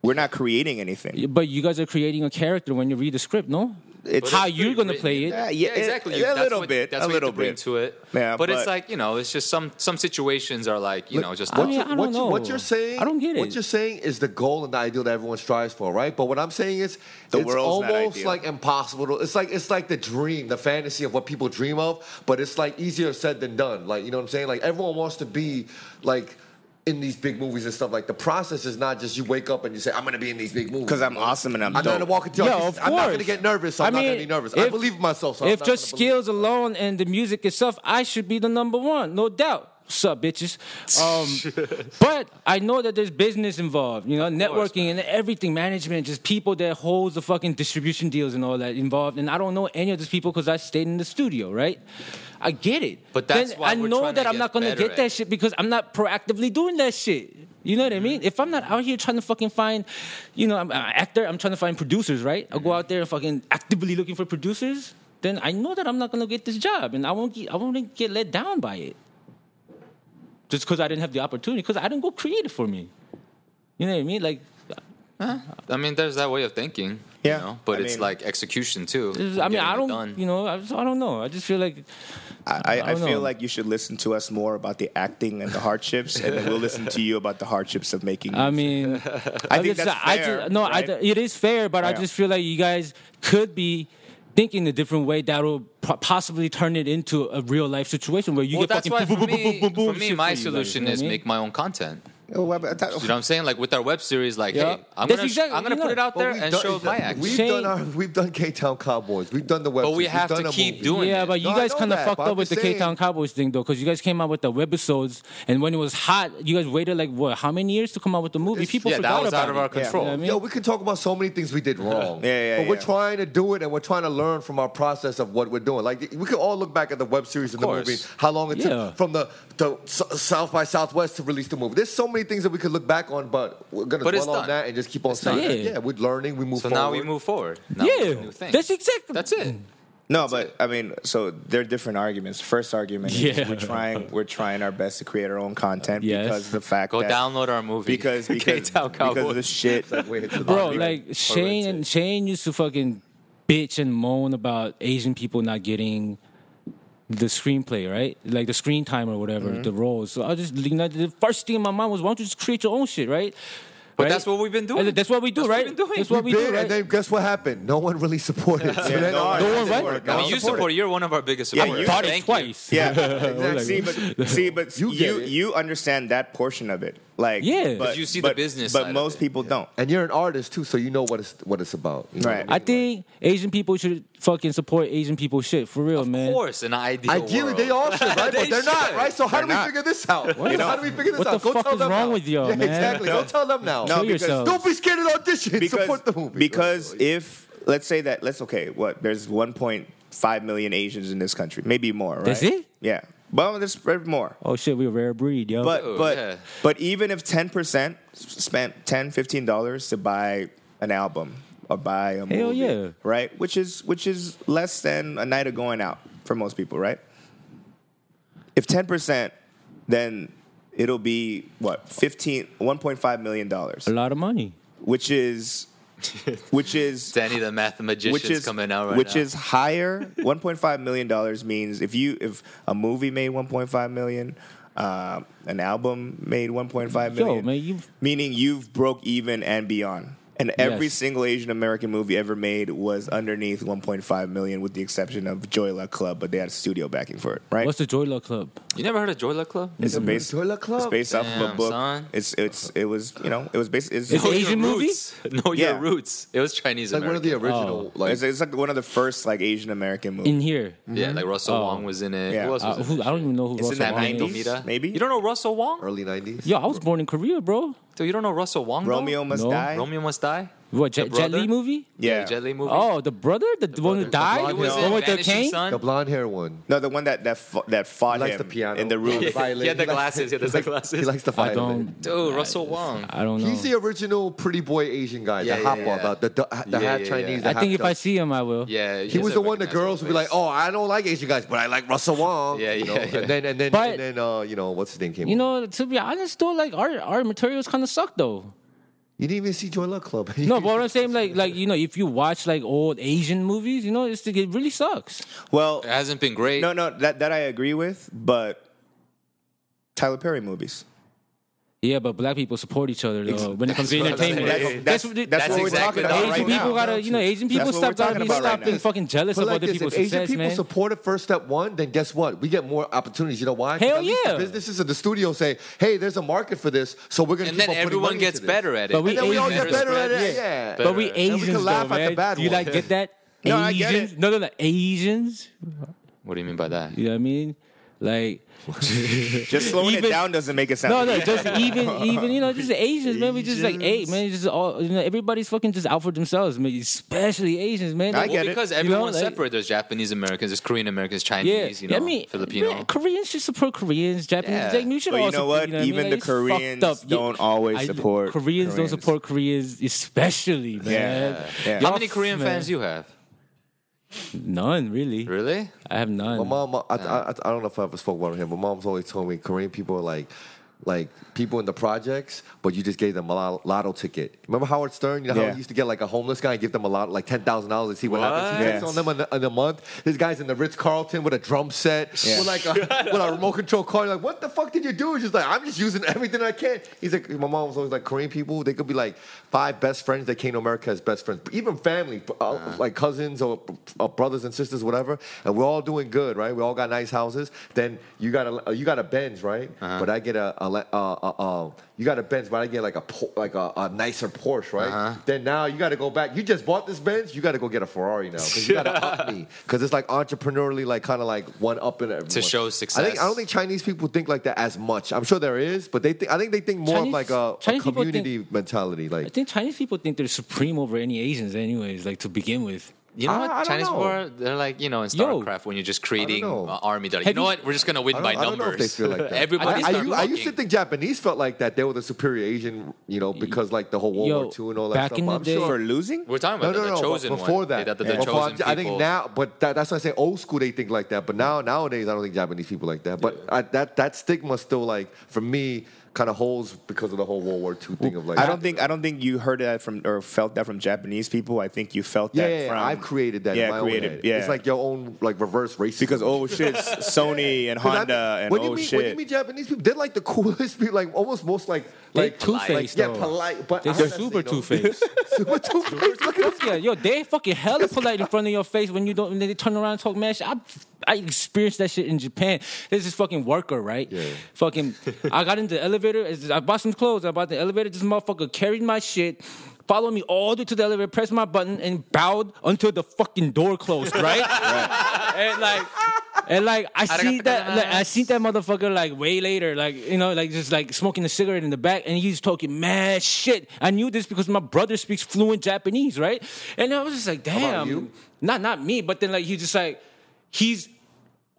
Speaker 3: we're not creating anything
Speaker 5: But you guys are creating a character when you read the script, no?
Speaker 3: it's
Speaker 5: How
Speaker 4: It's
Speaker 5: you're
Speaker 4: pretty
Speaker 5: gonna
Speaker 4: written
Speaker 5: play
Speaker 4: in
Speaker 5: it?
Speaker 3: Yeah,
Speaker 4: there. Yeah,
Speaker 3: yeah,
Speaker 4: exactly.
Speaker 3: it-
Speaker 4: You-
Speaker 3: a
Speaker 4: that's
Speaker 3: little
Speaker 4: what-
Speaker 3: bit,
Speaker 4: That's
Speaker 3: a
Speaker 4: what you have
Speaker 3: little
Speaker 4: to bring
Speaker 3: bit.
Speaker 4: to it.
Speaker 3: Yeah,
Speaker 4: but, it's
Speaker 3: but-
Speaker 4: like you know, it's just some some situations are like you know, just
Speaker 5: I
Speaker 4: not
Speaker 5: mean,
Speaker 2: you-
Speaker 5: I don't
Speaker 2: what,
Speaker 5: know.
Speaker 2: You, what you're saying,
Speaker 5: I don't get
Speaker 2: What
Speaker 5: it.
Speaker 2: you're saying is the goal and the ideal that everyone strives for, right? But what I'm saying is,
Speaker 3: The
Speaker 2: it's
Speaker 3: world's not
Speaker 2: almost
Speaker 3: ideal.
Speaker 2: like impossible. To, it's like it's like the dream, the fantasy of what people dream of, but it's like easier said than done. Like you know what I'm saying? Like everyone wants to be like. In these big movies and stuff like the process is not just you wake up and you say I'm gonna be in these big movies
Speaker 3: because I'm awesome and I'm,
Speaker 2: I'm
Speaker 3: dope.
Speaker 2: not gonna walk into
Speaker 5: Yeah,
Speaker 2: auditions.
Speaker 5: of
Speaker 2: I'm not gonna
Speaker 5: course.
Speaker 2: get nervous. So I'm
Speaker 5: I
Speaker 2: not
Speaker 5: mean,
Speaker 2: gonna be nervous. I
Speaker 5: if-
Speaker 2: believe in myself. So I'm
Speaker 5: if
Speaker 2: not
Speaker 5: just
Speaker 2: gonna believe-
Speaker 5: skills alone and the music itself, I should be the number one, no doubt. Sup, bitches.
Speaker 2: *laughs*
Speaker 5: Um, but I know that there's business involved, you know,
Speaker 4: course,
Speaker 5: networking and everything, management, just people that holds the fucking distribution deals and all that involved. And I don't know any of these people because I stayed in the studio, right? I get it.
Speaker 4: But that's
Speaker 5: then
Speaker 4: why
Speaker 5: I
Speaker 4: we're
Speaker 5: know
Speaker 4: trying
Speaker 5: that
Speaker 4: to
Speaker 5: I'm not
Speaker 4: get
Speaker 5: gonna
Speaker 4: better
Speaker 5: get
Speaker 4: at
Speaker 5: that
Speaker 4: it. Mm-hmm.
Speaker 5: shit because I'm not proactively doing that shit. You know what I mean? If I'm not out here trying to fucking find, you know, I'm an actor, I'm trying to find producers, right? I'll
Speaker 4: Mm-hmm.
Speaker 5: go out there and fucking actively looking for producers, then I know that I'm not gonna get this job and I won't get, I won't get let down by it. Just because I didn't have the opportunity, because I didn't go create it for me. You know what I mean? Like,
Speaker 4: I mean, there's that way of thinking.
Speaker 3: Yeah.
Speaker 4: You know? But
Speaker 3: I
Speaker 4: it's
Speaker 3: mean-
Speaker 4: like execution too.
Speaker 5: this is- I mean,
Speaker 4: Getting
Speaker 5: I
Speaker 4: it
Speaker 5: don't,
Speaker 4: done.
Speaker 5: you know, I, just, I don't know. I just feel like
Speaker 3: I, I,
Speaker 5: I don't
Speaker 3: feel
Speaker 5: know.
Speaker 3: like you should listen to us more about the acting and the hardships, and then we'll listen to you about the hardships of making.
Speaker 5: I
Speaker 2: *laughs*
Speaker 3: music.
Speaker 5: mean,
Speaker 3: I think that's
Speaker 5: Um, I
Speaker 3: fair,
Speaker 5: just, no, I
Speaker 3: right?
Speaker 5: ju- it is fair, but I
Speaker 3: Yeah.
Speaker 5: just feel like you guys could be thinking a different way that will po- possibly turn it into a real life situation where you
Speaker 4: well,
Speaker 5: get
Speaker 4: that's
Speaker 5: fucking boom,
Speaker 4: why for
Speaker 5: boom, boom,
Speaker 4: me,
Speaker 5: boom, boom,
Speaker 4: for
Speaker 5: shit
Speaker 4: me, my
Speaker 5: you guys, you
Speaker 4: solution
Speaker 5: know
Speaker 4: is
Speaker 5: what I mean?
Speaker 4: make my own content.
Speaker 3: Oh, well, but I thought-
Speaker 4: You know what I'm saying? Like with our web series, like,
Speaker 5: Yeah.
Speaker 4: hey, I'm
Speaker 5: That's
Speaker 4: gonna,
Speaker 5: exactly-
Speaker 4: I'm gonna
Speaker 5: you
Speaker 4: put
Speaker 5: know.
Speaker 4: it out
Speaker 2: What
Speaker 4: there
Speaker 2: we've
Speaker 4: and
Speaker 2: done
Speaker 4: show
Speaker 2: is
Speaker 4: my
Speaker 2: that
Speaker 4: action.
Speaker 2: We've
Speaker 5: Shane-
Speaker 2: done our, we've done K Town Cowboys. We've done the web.
Speaker 4: But we
Speaker 2: series,
Speaker 4: have
Speaker 2: we've
Speaker 4: to
Speaker 2: done a
Speaker 4: keep
Speaker 2: movie.
Speaker 4: doing
Speaker 5: Yeah,
Speaker 4: it.
Speaker 5: but you
Speaker 2: No, I
Speaker 5: guys
Speaker 2: know
Speaker 5: kind of
Speaker 2: that,
Speaker 5: fucked
Speaker 2: but I'm
Speaker 5: up with the
Speaker 2: just
Speaker 5: K Town
Speaker 2: saying-
Speaker 5: Cowboys thing though, because you guys came out with the webisodes, and when it was hot, you guys waited like what? How many years to come out with the movie? People
Speaker 4: yeah,
Speaker 5: forgot
Speaker 4: that was
Speaker 5: about
Speaker 4: out of
Speaker 5: it.
Speaker 4: our
Speaker 5: You
Speaker 4: control.
Speaker 5: know what I mean?
Speaker 2: Yo, we can talk about so many things we did wrong.
Speaker 3: Yeah, yeah,
Speaker 2: But we're
Speaker 3: yeah.
Speaker 2: trying to do it, and we're trying to learn from our process of what we're doing. Like we can all look back at the web series and the
Speaker 4: course.
Speaker 2: movie, how long it
Speaker 5: Yeah.
Speaker 2: took from the, the S- South by Southwest to release the movie. There's so many things that we could look back on, but we're gonna
Speaker 4: But it's
Speaker 2: dwell on
Speaker 4: done.
Speaker 2: that and just keep on
Speaker 5: done.
Speaker 2: saying, yeah.
Speaker 5: Yeah.
Speaker 2: we're learning, we move
Speaker 4: So
Speaker 2: forward.
Speaker 4: now we move forward. Now we do new
Speaker 5: yeah,
Speaker 4: things.
Speaker 5: that's exactly
Speaker 4: That's it.
Speaker 3: No, but I mean, so they're different arguments. First argument is
Speaker 5: Yeah.
Speaker 3: we're trying we're trying our best to create our own content
Speaker 5: Yes.
Speaker 3: because of the fact
Speaker 4: Go
Speaker 3: that
Speaker 4: download our movie *laughs*
Speaker 3: because because,
Speaker 4: K-Town
Speaker 3: because
Speaker 4: Cowboys.
Speaker 3: of the shit. *laughs*
Speaker 2: Wait, it's a
Speaker 5: bro.
Speaker 2: lot.
Speaker 5: Like
Speaker 4: it's
Speaker 5: Shane
Speaker 4: it.
Speaker 5: and Shane used to fucking bitch and moan about Asian people not getting the screenplay, right? Like the screen time or whatever,
Speaker 4: Mm-hmm.
Speaker 5: the roles. So I just you know, the first thing in my mind was, why don't you just create your own shit, right?
Speaker 4: But
Speaker 5: Right?
Speaker 4: that's what we've been doing.
Speaker 5: And That's what we do,
Speaker 4: That's what
Speaker 5: right?
Speaker 4: we've been doing.
Speaker 5: That's what we,
Speaker 2: did,
Speaker 5: do, right?
Speaker 2: and then guess what happened? No one really supported. *laughs* So then-
Speaker 3: no one-
Speaker 5: no one, right?
Speaker 3: supported,
Speaker 4: I
Speaker 3: no
Speaker 4: mean,
Speaker 3: one
Speaker 4: you
Speaker 3: supported.
Speaker 4: support. You're one of our biggest
Speaker 3: Yeah,
Speaker 4: supporters.
Speaker 3: you-
Speaker 5: Thought it
Speaker 4: Thank you.
Speaker 5: twice. *laughs*
Speaker 3: Yeah,
Speaker 5: Like,
Speaker 3: exactly. see, but see, but
Speaker 2: You
Speaker 3: you
Speaker 2: get
Speaker 3: you,
Speaker 2: it.
Speaker 3: understand that portion of it, like
Speaker 5: Yeah.
Speaker 3: but,
Speaker 4: You see the
Speaker 3: but,
Speaker 4: business side
Speaker 3: but
Speaker 4: of
Speaker 3: most
Speaker 4: it.
Speaker 3: people don't.
Speaker 2: And you're an artist too, so you know what it's what it's about. You know
Speaker 3: Right.
Speaker 2: what I
Speaker 5: I
Speaker 2: mean?
Speaker 5: think Asian people should fucking support Asian people shit for real, man.
Speaker 4: Of course, in an ideal
Speaker 2: Ideally,
Speaker 4: world.
Speaker 2: they all should, right?
Speaker 4: They
Speaker 2: but they're not,
Speaker 4: should.
Speaker 2: right? So how
Speaker 3: They're
Speaker 2: do we
Speaker 3: not.
Speaker 2: figure this out?
Speaker 5: What
Speaker 2: how
Speaker 3: the-
Speaker 2: do we figure this
Speaker 5: what
Speaker 2: out?
Speaker 5: the
Speaker 2: Go
Speaker 5: fuck
Speaker 2: tell
Speaker 5: is
Speaker 2: them
Speaker 5: wrong
Speaker 2: now.
Speaker 5: with y'all,
Speaker 2: yeah,
Speaker 5: man?
Speaker 2: Exactly. Go tell them now.
Speaker 5: Kill
Speaker 3: No, because-
Speaker 5: yourselves.
Speaker 2: Don't be scared of audition.
Speaker 3: because
Speaker 2: Support the movie.
Speaker 3: because if let's say that let's okay, what there's 1.5 million Asians in this country, maybe more. Right?
Speaker 5: That's it?
Speaker 3: Yeah, but there's probably more.
Speaker 5: Oh shit, we a rare breed, yo.
Speaker 3: But
Speaker 4: Ooh,
Speaker 3: but
Speaker 4: yeah.
Speaker 3: but even if ten percent spent 10 dollars to buy an album or buy a
Speaker 5: Hell
Speaker 3: movie,
Speaker 5: yeah.
Speaker 3: right? Which is which is less than a night of going out for most people, right? If ten percent, then it'll be what 15 1.5 million dollars,
Speaker 5: a lot of money.
Speaker 3: which
Speaker 5: *laughs*
Speaker 3: is which is
Speaker 4: Danny the mathematician
Speaker 3: which is
Speaker 4: coming out right
Speaker 3: which
Speaker 4: now.
Speaker 3: is higher.
Speaker 4: *laughs*
Speaker 3: 1.5 million dollars means if you if a movie made 1.5 million, um, an album made 1.5 million.
Speaker 5: Yo, man, you
Speaker 3: meaning you've broke even and beyond. And every
Speaker 5: Yes.
Speaker 3: single Asian American movie ever made was underneath 1.5 million, with the exception of Joy Luck Club, but they had a studio backing for it, right?
Speaker 5: what's the Joy Luck Club?
Speaker 4: you never heard of Joy Luck Club?
Speaker 3: it's a base.
Speaker 2: Joy Luck Club?
Speaker 3: It's based off of a
Speaker 4: Damn,
Speaker 3: book.
Speaker 4: son.
Speaker 3: It's it's it was you know it was based. It's,
Speaker 5: It's
Speaker 4: Know
Speaker 5: Asian
Speaker 4: your
Speaker 5: movie?
Speaker 4: roots. Know your
Speaker 3: Yeah.
Speaker 4: roots. It was Chinese.
Speaker 2: It's like one of the original, like
Speaker 3: it's, it's like one of the first like Asian American movies.
Speaker 5: In here.
Speaker 4: Yeah, like Russell Wong was in it.
Speaker 3: Yeah.
Speaker 4: Who else was
Speaker 5: Uh,
Speaker 4: in
Speaker 5: who,
Speaker 4: it?
Speaker 5: I don't even know who
Speaker 3: It's in
Speaker 5: Russell
Speaker 3: that
Speaker 5: Wong
Speaker 3: 90s?
Speaker 5: is.
Speaker 4: Tomita?
Speaker 3: maybe?
Speaker 4: You don't know Russell Wong?
Speaker 2: early '90s.
Speaker 5: Yo, I was born in Korea, bro.
Speaker 4: Dude, you don't know Russell Wong? though?
Speaker 3: Romeo Must
Speaker 5: No.
Speaker 3: Die.
Speaker 4: Romeo Must Die?
Speaker 5: What
Speaker 4: The
Speaker 5: Jet, Jet Li
Speaker 4: brother?
Speaker 5: movie?
Speaker 3: Yeah.
Speaker 4: Jet Li movie.
Speaker 5: Oh, the brother, the, one who
Speaker 2: brother.
Speaker 5: died,
Speaker 4: It
Speaker 2: Blonde
Speaker 5: the
Speaker 4: was
Speaker 2: hair.
Speaker 5: one
Speaker 4: in
Speaker 5: with the
Speaker 4: Vanishing
Speaker 5: cane.
Speaker 4: Son.
Speaker 2: The blonde hair one.
Speaker 3: No, the one that that fought, that fought
Speaker 2: likes
Speaker 3: him
Speaker 2: the piano.
Speaker 3: in the room.
Speaker 2: *laughs* Yeah. violin.
Speaker 4: He had the
Speaker 2: He likes-
Speaker 4: glasses. He had the
Speaker 2: He
Speaker 4: glasses.
Speaker 2: likes the
Speaker 5: I
Speaker 2: fight. of
Speaker 5: don't.
Speaker 2: it.
Speaker 4: Dude, Russell Wong.
Speaker 5: I don't know.
Speaker 2: He's the original pretty boy Asian guy,
Speaker 4: Yeah,
Speaker 2: the
Speaker 4: yeah,
Speaker 2: hop
Speaker 4: yeah.
Speaker 2: about the the, the
Speaker 4: Yeah,
Speaker 2: half
Speaker 4: yeah,
Speaker 2: Chinese.
Speaker 4: yeah.
Speaker 2: the
Speaker 5: I think
Speaker 2: half
Speaker 5: if I
Speaker 2: Dutch.
Speaker 5: see him, I will.
Speaker 4: Yeah,
Speaker 2: He was the one the girls would be like, "Oh, I don't like Asian guys, but I like Russell Wong."
Speaker 4: Yeah,
Speaker 2: you
Speaker 4: yeah,
Speaker 2: know?
Speaker 4: yeah.
Speaker 2: And then and then
Speaker 5: But-
Speaker 2: and then uh, you know what's his name came.
Speaker 5: You
Speaker 2: up.
Speaker 5: know, to be honest though, like our our materials kind of suck though.
Speaker 2: you didn't even see Joy Luck Club. *laughs*
Speaker 5: No, but what I'm saying, like, like you know, if you watch like old Asian movies, you know, it's, it really sucks.
Speaker 3: Well,
Speaker 4: It hasn't been great.
Speaker 3: no, no, that that I agree with, but Tyler Perry movies.
Speaker 5: Yeah, but black people support each other though when it comes to
Speaker 4: That's what I'm
Speaker 5: entertainment.
Speaker 3: saying. That's-
Speaker 5: the-
Speaker 3: that's
Speaker 4: what we're talking about
Speaker 5: Asian
Speaker 4: right
Speaker 5: people
Speaker 3: now.
Speaker 5: gotta, you know, Asian
Speaker 3: That's
Speaker 5: people
Speaker 3: what
Speaker 5: stop
Speaker 3: we're talking
Speaker 5: gotta be
Speaker 3: about right
Speaker 5: stop
Speaker 3: now.
Speaker 5: being fucking jealous
Speaker 2: But
Speaker 5: of
Speaker 2: like
Speaker 5: other
Speaker 2: this,
Speaker 5: people's
Speaker 2: if Asian
Speaker 5: success,
Speaker 2: people
Speaker 5: man.
Speaker 2: supported First Step One, then guess what? We get more opportunities. You know why? 'Cause
Speaker 5: Hell
Speaker 2: at least
Speaker 5: yeah.
Speaker 2: The businesses of the studio say, "Hey, there's a market for this, so we're gonna."
Speaker 4: and
Speaker 2: keep
Speaker 4: then
Speaker 2: on putting
Speaker 4: everyone
Speaker 2: money
Speaker 4: gets
Speaker 2: into this."
Speaker 4: better at it.
Speaker 5: But we
Speaker 2: And then we all
Speaker 5: Asians
Speaker 2: get better at it. Yeah.
Speaker 5: But we
Speaker 4: Better.
Speaker 2: we
Speaker 5: Asians,
Speaker 2: can laugh
Speaker 5: though,
Speaker 2: at the
Speaker 5: man.
Speaker 2: bad
Speaker 5: Do you
Speaker 2: ones.
Speaker 5: like get that?
Speaker 3: No, I
Speaker 5: Asians?
Speaker 3: get it.
Speaker 5: No, no, no, Asians.
Speaker 4: What do you mean by that?
Speaker 5: You know what I mean? Like,
Speaker 3: Just slowing
Speaker 5: Even-
Speaker 3: it down doesn't make it sound.
Speaker 5: no, no, just even, even you know, just Asians, man. We just like, hey, man, just all, you know, everybody's fucking just out for themselves, man. Especially Asians, man.
Speaker 3: I
Speaker 5: Like,
Speaker 4: Well,
Speaker 3: get it.
Speaker 4: because
Speaker 5: You know,
Speaker 4: everyone's
Speaker 5: like-
Speaker 4: separate. There's Japanese Americans, there's Korean Americans,
Speaker 5: yeah,
Speaker 4: Chinese, you
Speaker 5: I
Speaker 4: know,
Speaker 5: mean,
Speaker 4: Filipino.
Speaker 5: man, Koreans should support Koreans. Japanese,
Speaker 4: Yeah.
Speaker 5: like, we should
Speaker 3: But you
Speaker 5: all
Speaker 3: know
Speaker 5: support-
Speaker 3: what?
Speaker 5: You know what I mean?
Speaker 3: Even
Speaker 5: Like,
Speaker 3: the
Speaker 5: it's fucked
Speaker 3: Koreans
Speaker 5: up. Yeah.
Speaker 3: don't always
Speaker 5: I-
Speaker 3: support
Speaker 5: Koreans. Don't
Speaker 3: Koreans.
Speaker 5: support Koreans, especially, man.
Speaker 3: yeah.
Speaker 4: How
Speaker 5: Y'all
Speaker 4: many
Speaker 5: f-
Speaker 4: Korean
Speaker 5: man.
Speaker 4: fans do you have?
Speaker 5: None, really.
Speaker 4: Really?
Speaker 5: I have none.
Speaker 2: My mom, I, I, I don't know if I ever spoke about him. My mom's always told me Korean people are like, like people in the projects, but you just gave them a lot, lotto ticket. Remember Howard Stern? You know how
Speaker 3: Yeah.
Speaker 2: he used to get like a homeless guy and give them a lot, like ten thousand dollars to see what, happens. He
Speaker 4: What?
Speaker 2: takes on them in a, in a month. This guy's in the Ritz Carlton with a drum set,
Speaker 3: Yeah.
Speaker 2: with like a, with a remote control car. You're like, what the fuck did you do? He's just like, I'm just using everything I can. He's like, my mom was always like, Korean people, they could be like five best friends that came to America as best friends, even family, uh, like cousins or uh, brothers and sisters, whatever. And
Speaker 4: Uh-huh.
Speaker 2: we're all doing good, right? We all got nice houses. Then you got a you got a Benz, right? But I get a, a uh, uh, uh, you got a Benz, but I get like a Por- like a, a nicer Porsche, right?
Speaker 4: Uh-huh.
Speaker 2: Then now you got to go back. You just bought this Benz, you got to go get a Ferrari now because you got to
Speaker 4: *laughs*
Speaker 2: up me because it's like entrepreneurially, like kind of like one up in everyone.
Speaker 4: show
Speaker 2: I think I
Speaker 4: success.
Speaker 2: don't think Chinese people think like that as much. I'm sure there is, but they think I think they think more
Speaker 5: Chinese-
Speaker 2: of like a, a
Speaker 5: Chinese people think-
Speaker 2: community mentality. Like
Speaker 5: I think Chinese people think they're supreme over any Asians, anyways. Like to begin with.
Speaker 4: You know
Speaker 2: I- I
Speaker 4: what?
Speaker 2: don't
Speaker 4: Chinese
Speaker 2: know.
Speaker 4: people are, they're like, you know, in
Speaker 5: Yo.
Speaker 4: StarCraft when you're just creating
Speaker 2: know.
Speaker 4: uh, army. That, you
Speaker 5: Have
Speaker 4: know
Speaker 5: you-
Speaker 4: what? We're just going to win
Speaker 2: I
Speaker 4: by
Speaker 2: don't- I don't
Speaker 4: numbers.
Speaker 2: know if they feel like that.
Speaker 4: *laughs* Everybody
Speaker 2: I, I,
Speaker 4: start
Speaker 2: u- I used to
Speaker 4: walking.
Speaker 2: think Japanese felt like that. They were the superior Asian, you know, because like the whole World
Speaker 5: Yo,
Speaker 2: War II and all that
Speaker 5: back
Speaker 2: stuff.
Speaker 5: in
Speaker 2: but
Speaker 5: the
Speaker 2: I'm
Speaker 5: day-
Speaker 2: sure
Speaker 3: For losing?
Speaker 4: We're talking
Speaker 2: No,
Speaker 4: about
Speaker 2: no,
Speaker 4: the,
Speaker 2: no.
Speaker 4: the
Speaker 2: but
Speaker 4: chosen one.
Speaker 2: before that,
Speaker 4: the, the,
Speaker 2: Yeah. Before-
Speaker 4: chosen
Speaker 2: I think
Speaker 4: people.
Speaker 2: now, but that, that's why I say old school. They think like that, but now nowadays, I don't think Japanese people like that. But I, that that stigma still like for me kind of holds because of the whole World War II thing of like.
Speaker 3: I don't think I don't think you heard that from or felt that from Japanese people. I think you felt
Speaker 2: Yeah,
Speaker 3: that
Speaker 2: yeah,
Speaker 3: from
Speaker 2: yeah. I've created that.
Speaker 3: Yeah,
Speaker 2: in my
Speaker 3: created.
Speaker 2: Own head.
Speaker 3: Yeah,
Speaker 2: it's like your own like reverse racism.
Speaker 3: because oh
Speaker 2: *laughs*
Speaker 3: shit, Sony and
Speaker 2: 'Cause I
Speaker 3: Honda
Speaker 2: mean,
Speaker 3: and
Speaker 2: when
Speaker 3: oh
Speaker 2: you meet,
Speaker 3: shit.
Speaker 2: When you meet Japanese people, they're like the *laughs* coolest people, like almost most like
Speaker 5: They
Speaker 2: like
Speaker 5: two-faced,
Speaker 2: like,
Speaker 5: though.
Speaker 2: yeah, polite, but
Speaker 5: They're
Speaker 2: I don't
Speaker 5: super
Speaker 2: know.
Speaker 5: two-faced.
Speaker 2: *laughs* super two faced. Look at this.
Speaker 5: yeah, yo, they fucking hella polite in front of your face when you don't. When they turn around and talk mad shit. I, I experienced that shit in Japan. There's this fucking worker, right?
Speaker 2: Yeah.
Speaker 5: Fucking, I got into the elevator. it's- I bought some clothes. I bought the elevator. This motherfucker carried my shit. Followed me all the way to the elevator, pressed my button, and bowed until the fucking door closed,
Speaker 2: *laughs*
Speaker 5: right? And like, and like, I see that, like, I see that motherfucker like way later, like you know, like just like smoking a cigarette in the back, and he's talking mad shit. I knew this because my brother speaks fluent Japanese, right? And I was just like,
Speaker 2: about
Speaker 5: damn,
Speaker 2: you?
Speaker 5: not not me, but then like he just like he's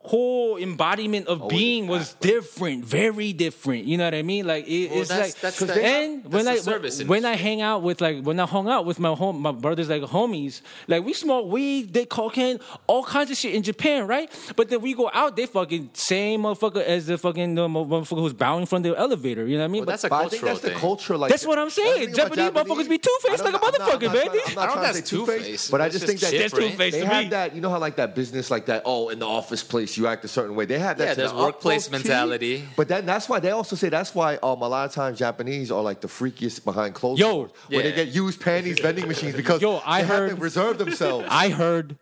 Speaker 5: whole embodiment
Speaker 4: Oh,
Speaker 5: of being was different, very different. You know what I mean? Like it,
Speaker 4: Well,
Speaker 5: it's
Speaker 4: that's-
Speaker 5: like
Speaker 4: that's
Speaker 5: 'cause
Speaker 4: the-
Speaker 5: and
Speaker 4: that's
Speaker 5: when
Speaker 4: the
Speaker 5: I
Speaker 4: service
Speaker 5: when I
Speaker 4: industry.
Speaker 5: hang out with like when I hung out with my home my brothers like homies, like we smoke weed, they cocaine, all kinds of shit in Japan, right? But then we go out, they fucking same motherfucker as the fucking uh, motherfucker who's bowing from the elevator. You know what I mean?
Speaker 4: Well, that's a
Speaker 2: But I think
Speaker 4: cultural
Speaker 2: that's the
Speaker 4: thing.
Speaker 2: culture. Like
Speaker 5: That's what I'm saying.
Speaker 2: That's the thing about
Speaker 5: Japanese motherfuckers be two-faced
Speaker 2: I don't-
Speaker 5: like a
Speaker 2: I'm not- I'm
Speaker 5: motherfucker,
Speaker 2: not
Speaker 5: man.
Speaker 2: trying- I'm
Speaker 4: I don't
Speaker 2: not trying
Speaker 4: think
Speaker 2: to say
Speaker 4: that's
Speaker 2: two-faced,
Speaker 4: two-faced.
Speaker 2: but I
Speaker 4: That's
Speaker 2: just think
Speaker 4: just
Speaker 2: that
Speaker 4: That's different.
Speaker 5: two-faced
Speaker 2: They
Speaker 5: to me.
Speaker 2: have that. You know how like that business like that. Oh, in the office place, you act a certain way. They have that.
Speaker 4: Yeah,
Speaker 2: to
Speaker 4: there's
Speaker 2: the utmost
Speaker 4: workplace
Speaker 2: T.
Speaker 4: mentality.
Speaker 2: But then that's why they also say that's why um, a lot of times Japanese are like the freakiest behind closed
Speaker 5: Yo.
Speaker 2: doors where they
Speaker 4: Yeah.
Speaker 2: get used panties vending machines because
Speaker 5: Yo, I
Speaker 2: they
Speaker 5: heard-
Speaker 2: have to
Speaker 5: *laughs*
Speaker 2: reserve themselves.
Speaker 5: I
Speaker 4: *laughs*
Speaker 5: heard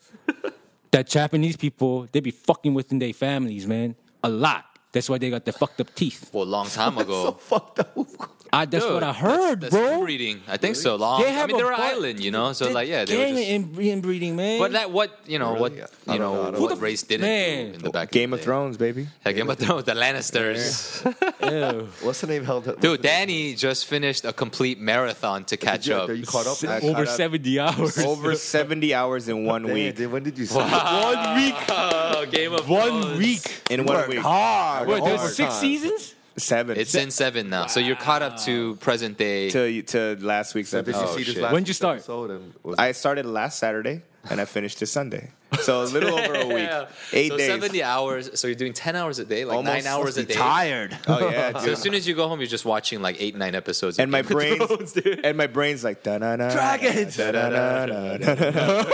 Speaker 5: that Japanese people they be fucking within their families, man, a lot. That's why they got the fucked up teeth.
Speaker 4: Well, a long time ago.
Speaker 2: so fucked up.
Speaker 5: I, that's
Speaker 4: Dude,
Speaker 5: what I
Speaker 4: that's-
Speaker 5: heard,
Speaker 4: that's
Speaker 5: bro.
Speaker 4: Inbreeding. I think so. Long.
Speaker 5: They have
Speaker 4: I mean,
Speaker 5: a
Speaker 4: they're an
Speaker 5: bu-
Speaker 4: island, you know. So
Speaker 5: They-
Speaker 4: like, yeah, they
Speaker 5: gang
Speaker 4: were just.
Speaker 5: in- inbreeding, man.
Speaker 4: But that what you know what
Speaker 2: Really? I
Speaker 4: you
Speaker 2: don't know. I
Speaker 4: know
Speaker 2: don't
Speaker 4: what
Speaker 2: know.
Speaker 4: race didn't
Speaker 5: Man.
Speaker 4: do in the back.
Speaker 3: Game
Speaker 4: the
Speaker 3: of
Speaker 4: day.
Speaker 3: Thrones, baby.
Speaker 4: Yeah, Game of Thrones, the Lannisters.
Speaker 5: Ew.
Speaker 2: What's the name held? up?
Speaker 4: Dude, Danny just finished a complete marathon to catch
Speaker 2: yeah,
Speaker 4: up.
Speaker 2: You caught up.
Speaker 3: I
Speaker 5: over
Speaker 3: caught up
Speaker 5: seventy hours.
Speaker 2: *laughs*
Speaker 3: Over 70 hours in one
Speaker 2: Damn,
Speaker 3: week.
Speaker 2: dude, when did you?
Speaker 4: One week. Oh, Game of
Speaker 5: One
Speaker 4: Thrones.
Speaker 5: week.
Speaker 3: In one week.
Speaker 2: Hard.
Speaker 5: Wait, there's
Speaker 2: hard
Speaker 5: six
Speaker 2: time.
Speaker 5: seasons.
Speaker 3: Seven.
Speaker 4: It's in seven now, so you're caught up to present day.
Speaker 3: to, to last week's
Speaker 2: Did you
Speaker 3: episode.
Speaker 2: see this
Speaker 4: shit.
Speaker 2: last
Speaker 5: When'd you
Speaker 2: week's
Speaker 5: start?
Speaker 2: episode and was-
Speaker 3: I started last Saturday and I finished this Sunday. So a little over a
Speaker 4: *laughs* *laughs* Yeah.
Speaker 3: week. Eight
Speaker 4: so
Speaker 3: days.
Speaker 4: 70 hours. So you're doing 10 hours a day, like
Speaker 3: Almost
Speaker 4: nine hours a day.
Speaker 3: tired. Oh *laughs* yeah,
Speaker 4: So
Speaker 3: dude.
Speaker 4: as soon as you go home, you're just watching like eight, nine episodes. of
Speaker 3: and my
Speaker 4: Game *laughs* of
Speaker 3: brain
Speaker 4: Thrones, dude. Oh,
Speaker 3: and my brain's like da na na
Speaker 2: Dragons!
Speaker 3: da
Speaker 4: *laughs*
Speaker 3: na na na na.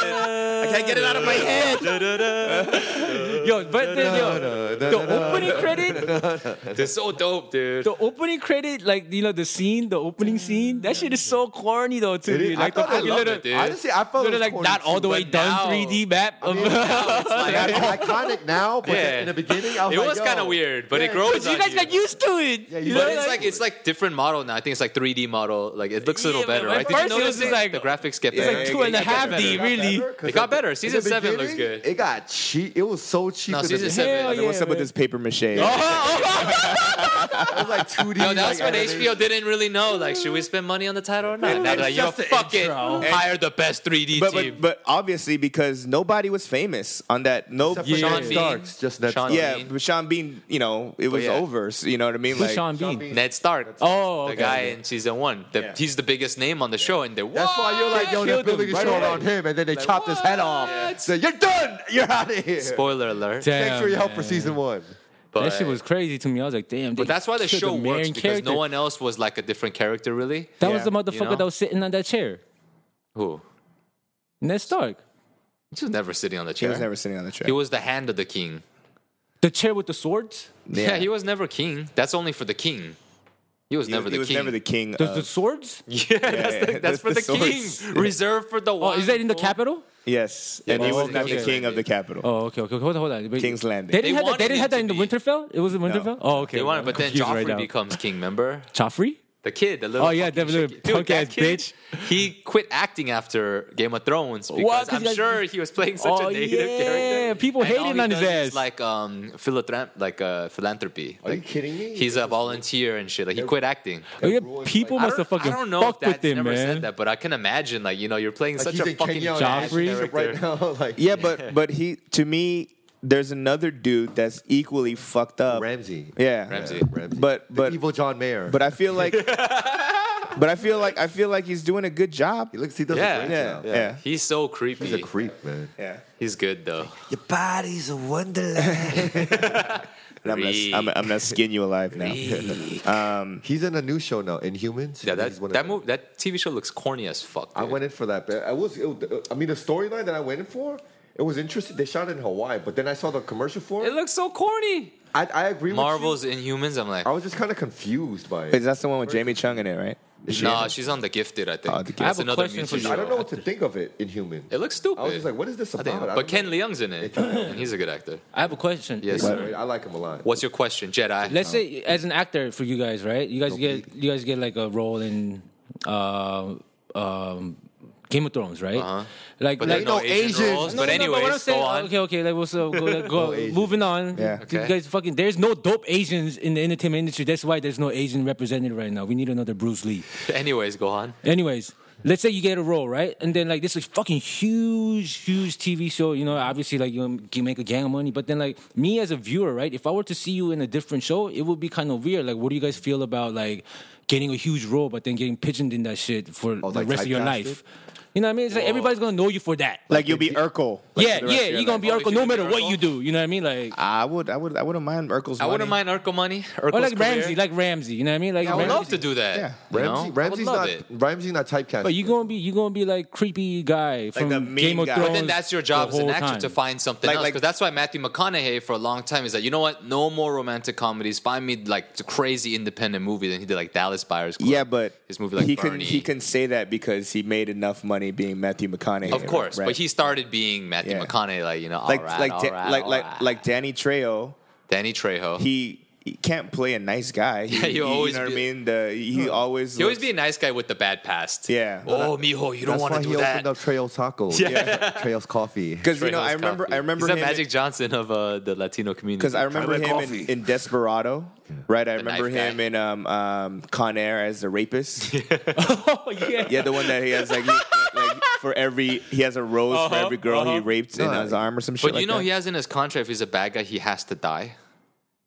Speaker 3: I can't get it out of my head.
Speaker 4: *laughs*
Speaker 5: Yo, but then, yo, the opening credit,
Speaker 4: They're so dope, dude.
Speaker 5: the opening credit, like you know, the scene, the opening scene, that shit is so corny though. To
Speaker 2: It
Speaker 5: me,
Speaker 2: is- I
Speaker 5: like the
Speaker 2: thought I
Speaker 5: fucking
Speaker 4: loved
Speaker 5: little,
Speaker 4: it, dude.
Speaker 2: Honestly, I felt
Speaker 5: little
Speaker 2: it was
Speaker 5: like
Speaker 2: corny
Speaker 5: not all the
Speaker 2: too.
Speaker 5: way
Speaker 4: but
Speaker 5: done
Speaker 4: now-
Speaker 5: 3D map of. *laughs*
Speaker 4: Now it's like-
Speaker 2: It's iconic now, but
Speaker 4: Yeah.
Speaker 2: in the beginning, I was
Speaker 4: it
Speaker 2: like,
Speaker 4: was
Speaker 2: yo.
Speaker 4: kind of weird, but
Speaker 2: Yeah,
Speaker 4: it grows.
Speaker 5: you
Speaker 4: on
Speaker 5: guys got used to it.
Speaker 2: Yeah,
Speaker 5: you
Speaker 2: you
Speaker 5: know,
Speaker 4: But it's like it's like different model now. I think it's like 3D model. Like it looks a little
Speaker 5: Yeah, but
Speaker 4: better,
Speaker 5: at
Speaker 4: right? Did you
Speaker 5: first it was
Speaker 4: notice
Speaker 5: just
Speaker 4: it?
Speaker 5: like-
Speaker 4: the graphics get
Speaker 5: it's
Speaker 4: better?
Speaker 5: like two and a
Speaker 4: It got
Speaker 5: half
Speaker 4: better.
Speaker 5: D, really.
Speaker 2: 'Cause
Speaker 4: It got better.
Speaker 2: in the
Speaker 4: Season seven looks
Speaker 2: beginning,
Speaker 4: good.
Speaker 2: It got cheap. It was so cheap.
Speaker 4: No,
Speaker 2: in the
Speaker 4: season
Speaker 2: beginning.
Speaker 4: seven.
Speaker 5: Hell
Speaker 3: What's
Speaker 5: Yeah,
Speaker 3: up with
Speaker 5: man.
Speaker 3: this paper mache?
Speaker 2: It was like 2D.
Speaker 4: No, that's
Speaker 2: like,
Speaker 4: when HBO didn't really know. Like, should we spend money on the title or not? Now they're like, yo,
Speaker 2: just the
Speaker 4: fuck it.
Speaker 5: intro.
Speaker 4: Hire the best 3D
Speaker 3: But,
Speaker 4: team.
Speaker 3: but but obviously because nobody was famous on that. No,
Speaker 2: Except for
Speaker 5: Yeah.
Speaker 2: Sean
Speaker 5: Sean
Speaker 2: Starks. Just Ned
Speaker 4: Sean
Speaker 2: Stark.
Speaker 3: yeah,
Speaker 4: Bean. Oh,
Speaker 3: but Sean Bean, you know, it was
Speaker 4: yeah.
Speaker 3: over. So, you know what I mean?
Speaker 5: Who's
Speaker 3: Like
Speaker 5: Sean
Speaker 2: Sean
Speaker 5: Bean?
Speaker 2: Bean.
Speaker 4: Ned Stark.
Speaker 5: Oh, okay.
Speaker 4: the guy in season one. The,
Speaker 3: Yeah.
Speaker 4: He's the biggest name on the show, and they're
Speaker 2: That's why you're like, yo, they're
Speaker 5: Killed him
Speaker 2: building a
Speaker 5: right
Speaker 2: show
Speaker 5: away.
Speaker 2: around him, and then they chopped his head off.
Speaker 4: what?
Speaker 2: So you're done. You're out of here.
Speaker 4: Spoiler alert.
Speaker 2: Thanks
Speaker 5: Damn,
Speaker 2: for your help for
Speaker 5: man.
Speaker 2: season one.
Speaker 4: But,
Speaker 5: That shit was crazy to me. I was like, damn.
Speaker 4: But that's why the show
Speaker 5: the
Speaker 4: works
Speaker 5: main
Speaker 4: because
Speaker 5: character.
Speaker 4: no one else was like a different character, really.
Speaker 5: That
Speaker 3: Yeah,
Speaker 5: was the motherfucker
Speaker 4: you know?
Speaker 5: that was sitting on that chair.
Speaker 4: Who?
Speaker 5: Ned Stark.
Speaker 4: He was never sitting on the
Speaker 3: he
Speaker 4: chair.
Speaker 3: was never sitting on the chair.
Speaker 4: He was the hand of the king.
Speaker 5: The chair with the swords?
Speaker 4: *laughs* Yeah, he was never king. That's only for the king. He was
Speaker 3: He,
Speaker 4: never
Speaker 3: he
Speaker 4: the
Speaker 3: was
Speaker 4: king.
Speaker 3: never the king.
Speaker 5: The,
Speaker 3: of-
Speaker 4: Uh,
Speaker 5: the swords?
Speaker 4: Yes,
Speaker 3: yeah,
Speaker 4: that's,
Speaker 3: that's
Speaker 4: for
Speaker 3: the
Speaker 4: the,
Speaker 3: swords.
Speaker 4: *laughs* king. Reserved for the
Speaker 5: Oh,
Speaker 4: wise.
Speaker 5: is that in the
Speaker 4: people.
Speaker 5: capital?
Speaker 3: yes, and
Speaker 4: Yeah,
Speaker 3: he
Speaker 4: oh,
Speaker 3: was
Speaker 4: okay,
Speaker 3: not the
Speaker 4: okay.
Speaker 3: king of the capital.
Speaker 5: Oh, okay, okay. Hold on, hold on. Wait.
Speaker 3: King's Landing.
Speaker 5: They
Speaker 4: They
Speaker 5: didn't have that. They
Speaker 4: wanted
Speaker 5: didn't
Speaker 4: it
Speaker 5: have that in
Speaker 4: to
Speaker 5: the
Speaker 4: be.
Speaker 5: Winterfell. It was in Winterfell. Oh, okay.
Speaker 4: They wanted,
Speaker 5: I'm
Speaker 4: but then
Speaker 5: confused right
Speaker 4: Joffrey
Speaker 5: now.
Speaker 4: becomes king. Remember
Speaker 5: Joffrey.
Speaker 4: the kid, the little.
Speaker 5: Oh, yeah,
Speaker 4: fucking
Speaker 5: that little
Speaker 4: shit kid. Dude,
Speaker 5: punk
Speaker 4: that
Speaker 5: ass
Speaker 4: kid,
Speaker 5: bitch.
Speaker 4: He quit acting after Game of Thrones because
Speaker 5: What? 'Cause
Speaker 4: I'm
Speaker 5: he-
Speaker 4: sure he was playing such
Speaker 5: Oh,
Speaker 4: a negative
Speaker 5: yeah,
Speaker 4: character.
Speaker 5: people
Speaker 4: And all
Speaker 5: hating
Speaker 4: he
Speaker 5: on his
Speaker 4: does is,
Speaker 5: ass.
Speaker 4: Like um, philanthrop- like uh, philanthropy.
Speaker 2: Are you
Speaker 4: Like,
Speaker 2: kidding me?
Speaker 4: He's a volunteer and shit. Like he quit acting.
Speaker 5: Oh, yeah,
Speaker 2: ruined,
Speaker 5: people
Speaker 2: like-
Speaker 5: must have fucking
Speaker 4: I don't know
Speaker 5: fucked
Speaker 4: if
Speaker 5: with
Speaker 4: that's
Speaker 5: him,
Speaker 4: never
Speaker 5: man.
Speaker 4: said that, but I can imagine, like, you know, you're playing
Speaker 2: Like
Speaker 4: such
Speaker 2: he's
Speaker 4: a
Speaker 2: in
Speaker 4: fucking
Speaker 2: Kenya
Speaker 4: trash
Speaker 5: Joffrey?
Speaker 4: character.
Speaker 2: right now. *laughs* Like
Speaker 3: Yeah, but but he to me, there's another dude that's equally fucked up.
Speaker 2: Ramsey.
Speaker 3: Yeah,
Speaker 4: Ramsey.
Speaker 2: Ramsey.
Speaker 3: But
Speaker 2: The
Speaker 3: but
Speaker 2: evil John Mayer.
Speaker 3: but I feel like, but I feel like I feel like he's doing a good job.
Speaker 2: he looks he does a
Speaker 4: Yeah,
Speaker 2: great
Speaker 4: yeah,
Speaker 2: job.
Speaker 3: yeah.
Speaker 4: He's so creepy.
Speaker 2: He's a creep, man.
Speaker 3: Yeah,
Speaker 4: He's good though.
Speaker 2: Your body's a wonderland.
Speaker 3: and I'm gonna,
Speaker 4: Reek.
Speaker 3: I'm, I'm gonna skin you alive now.
Speaker 4: Reek.
Speaker 2: He's in a new show now, Inhumans.
Speaker 4: Yeah,
Speaker 2: He's
Speaker 4: that
Speaker 2: one of
Speaker 4: that
Speaker 2: the-
Speaker 4: movie, that TV show looks corny as fuck.
Speaker 2: I
Speaker 4: dude.
Speaker 2: went in for that. But I was. It, I mean, the storyline that I went in for. It was interesting. They shot it in Hawaii, but then I saw the commercial for
Speaker 4: It
Speaker 2: it.
Speaker 4: looks so corny.
Speaker 2: I, I agree.
Speaker 4: Marvel's Inhumans. I'm like,
Speaker 2: With you. I was just kind of confused by
Speaker 3: Is
Speaker 2: it.
Speaker 3: that the one with Jamie Chung in it, right?
Speaker 4: no, nah, she's on The Gifted. I think.
Speaker 3: Oh, The Gifted. I
Speaker 4: That's
Speaker 3: have
Speaker 5: a
Speaker 4: another
Speaker 5: question for
Speaker 4: YouTube
Speaker 5: you.
Speaker 2: Ah, I don't know
Speaker 4: show.
Speaker 2: what to think of it. Inhuman.
Speaker 4: It looks stupid.
Speaker 2: I was just like, what is this
Speaker 4: I think-
Speaker 2: about? I
Speaker 4: But
Speaker 2: don't
Speaker 4: Ken
Speaker 2: know.
Speaker 4: Leung's in
Speaker 2: *laughs*
Speaker 4: it, and he's a good actor.
Speaker 5: I have a question.
Speaker 4: Yes.
Speaker 2: But
Speaker 4: sir.
Speaker 2: I like him a lot.
Speaker 4: What's your question, Jedi?
Speaker 5: Let's say as an actor for you guys, right? You guys get you guys get like a role in uh, um, Game of Thrones, right?
Speaker 4: Uh-huh.
Speaker 5: Like,
Speaker 4: But
Speaker 5: like
Speaker 4: there's no Asian roles. But
Speaker 5: what I'm
Speaker 4: anyways,
Speaker 5: saying,
Speaker 4: go on.
Speaker 5: okay, okay, like what's up?
Speaker 4: *laughs*
Speaker 5: Go, like, go,
Speaker 2: Asians.
Speaker 5: moving on.
Speaker 3: Yeah.
Speaker 5: You
Speaker 4: Okay.
Speaker 5: guys fucking there's no dope Asians in the entertainment industry. That's why there's no Asian represented right now. We need another Bruce Lee.
Speaker 4: Anyways, go on.
Speaker 5: Anyways, let's say you get a role, right? And then like this is fucking huge, huge TV show. You know, obviously like you know, you make a gang of money, but then like me as a viewer, right? If I were to see you in a different show, it would be kind of weird. Like, what do you guys feel about like getting a huge role, but then getting pigeoned in that shit for
Speaker 2: Oh,
Speaker 5: the
Speaker 2: like
Speaker 5: rest of your
Speaker 2: typecasted?
Speaker 5: life? You know what I mean? It's like
Speaker 4: Whoa.
Speaker 5: everybody's gonna know you for that.
Speaker 3: Like you'll be Urkel. like,
Speaker 5: yeah,
Speaker 3: for the rest
Speaker 5: yeah,
Speaker 3: of your
Speaker 5: you're gonna
Speaker 3: life.
Speaker 5: be
Speaker 4: Oh, if
Speaker 5: Urkel
Speaker 4: you
Speaker 5: no
Speaker 4: could be
Speaker 5: matter what
Speaker 4: Urkel?
Speaker 5: you do. You know what I mean? Like,
Speaker 3: I would, I would, I wouldn't mind Urkel's.
Speaker 4: I wouldn't
Speaker 3: money.
Speaker 4: mind Urkel money.
Speaker 5: or
Speaker 4: Urkel's
Speaker 5: like
Speaker 4: career.
Speaker 5: Ramsey, like Ramsey. You know what I mean? Like,
Speaker 4: I would
Speaker 5: Ramsey.
Speaker 4: love to do that.
Speaker 3: Yeah.
Speaker 4: you know?
Speaker 2: Ramsey,
Speaker 4: I would
Speaker 2: Ramsey's
Speaker 4: love
Speaker 2: not
Speaker 4: it.
Speaker 2: Ramsey's not typecast.
Speaker 5: But you gonna be you gonna be like creepy guy from
Speaker 3: the mean
Speaker 5: Game of
Speaker 3: guy.
Speaker 5: Thrones.
Speaker 3: But
Speaker 4: But then that's your job
Speaker 5: the
Speaker 4: as an
Speaker 5: whole
Speaker 4: actor
Speaker 5: time.
Speaker 4: to find something
Speaker 3: Like-
Speaker 4: else.
Speaker 3: like-
Speaker 4: Because that's why Matthew McConaughey for a long time is like, you know what? No more romantic comedies. Find me like the crazy independent movie. Then he did like Dallas Buyers Club.
Speaker 3: Yeah, but
Speaker 4: his movie like
Speaker 3: he
Speaker 4: Bernie.
Speaker 3: can he can say that because he made enough money being Matthew McConaughey.
Speaker 4: of course,
Speaker 3: right?
Speaker 4: but he started being Matthew
Speaker 3: Yeah.
Speaker 4: McConaughey, like you know,
Speaker 3: like
Speaker 4: all right,
Speaker 3: like
Speaker 4: all
Speaker 3: Da-
Speaker 4: right,
Speaker 3: like
Speaker 4: all
Speaker 3: like
Speaker 4: right.
Speaker 3: like Danny Trejo.
Speaker 4: Danny Trejo. He,
Speaker 3: He, he can't play a nice guy. He,
Speaker 4: Yeah,
Speaker 3: he-
Speaker 4: he'll always
Speaker 3: you know
Speaker 4: be-
Speaker 3: what I mean. The he always
Speaker 4: he
Speaker 3: looks-
Speaker 4: always be a nice guy with the bad past.
Speaker 3: Yeah.
Speaker 4: Oh, mijo, you don't want
Speaker 2: That's why
Speaker 4: to
Speaker 2: he
Speaker 4: do
Speaker 2: opened
Speaker 4: that.
Speaker 2: up Trails Taco. Yeah, Trails *laughs* Coffee.
Speaker 3: Because you know, I
Speaker 4: Trejo's
Speaker 3: remember,
Speaker 4: coffee.
Speaker 3: I remember
Speaker 4: He's
Speaker 3: him
Speaker 4: the Magic Johnson of uh, the Latino community.
Speaker 3: Because I remember
Speaker 2: Kinda
Speaker 3: him
Speaker 2: coffee.
Speaker 3: in, in Desperado, right? I remember
Speaker 4: knife
Speaker 3: him
Speaker 4: guy.
Speaker 3: in um, um, Con Air as the
Speaker 4: *laughs*
Speaker 3: rapist.
Speaker 5: oh yeah.
Speaker 3: yeah, the one that he has like, he- like for every he has a rose for every girl he raped in
Speaker 2: No,
Speaker 3: his arm or some shit.
Speaker 4: Uh-huh, But you
Speaker 3: like
Speaker 4: know,
Speaker 3: that.
Speaker 4: he has in his contract, if he's a bad guy, he has to die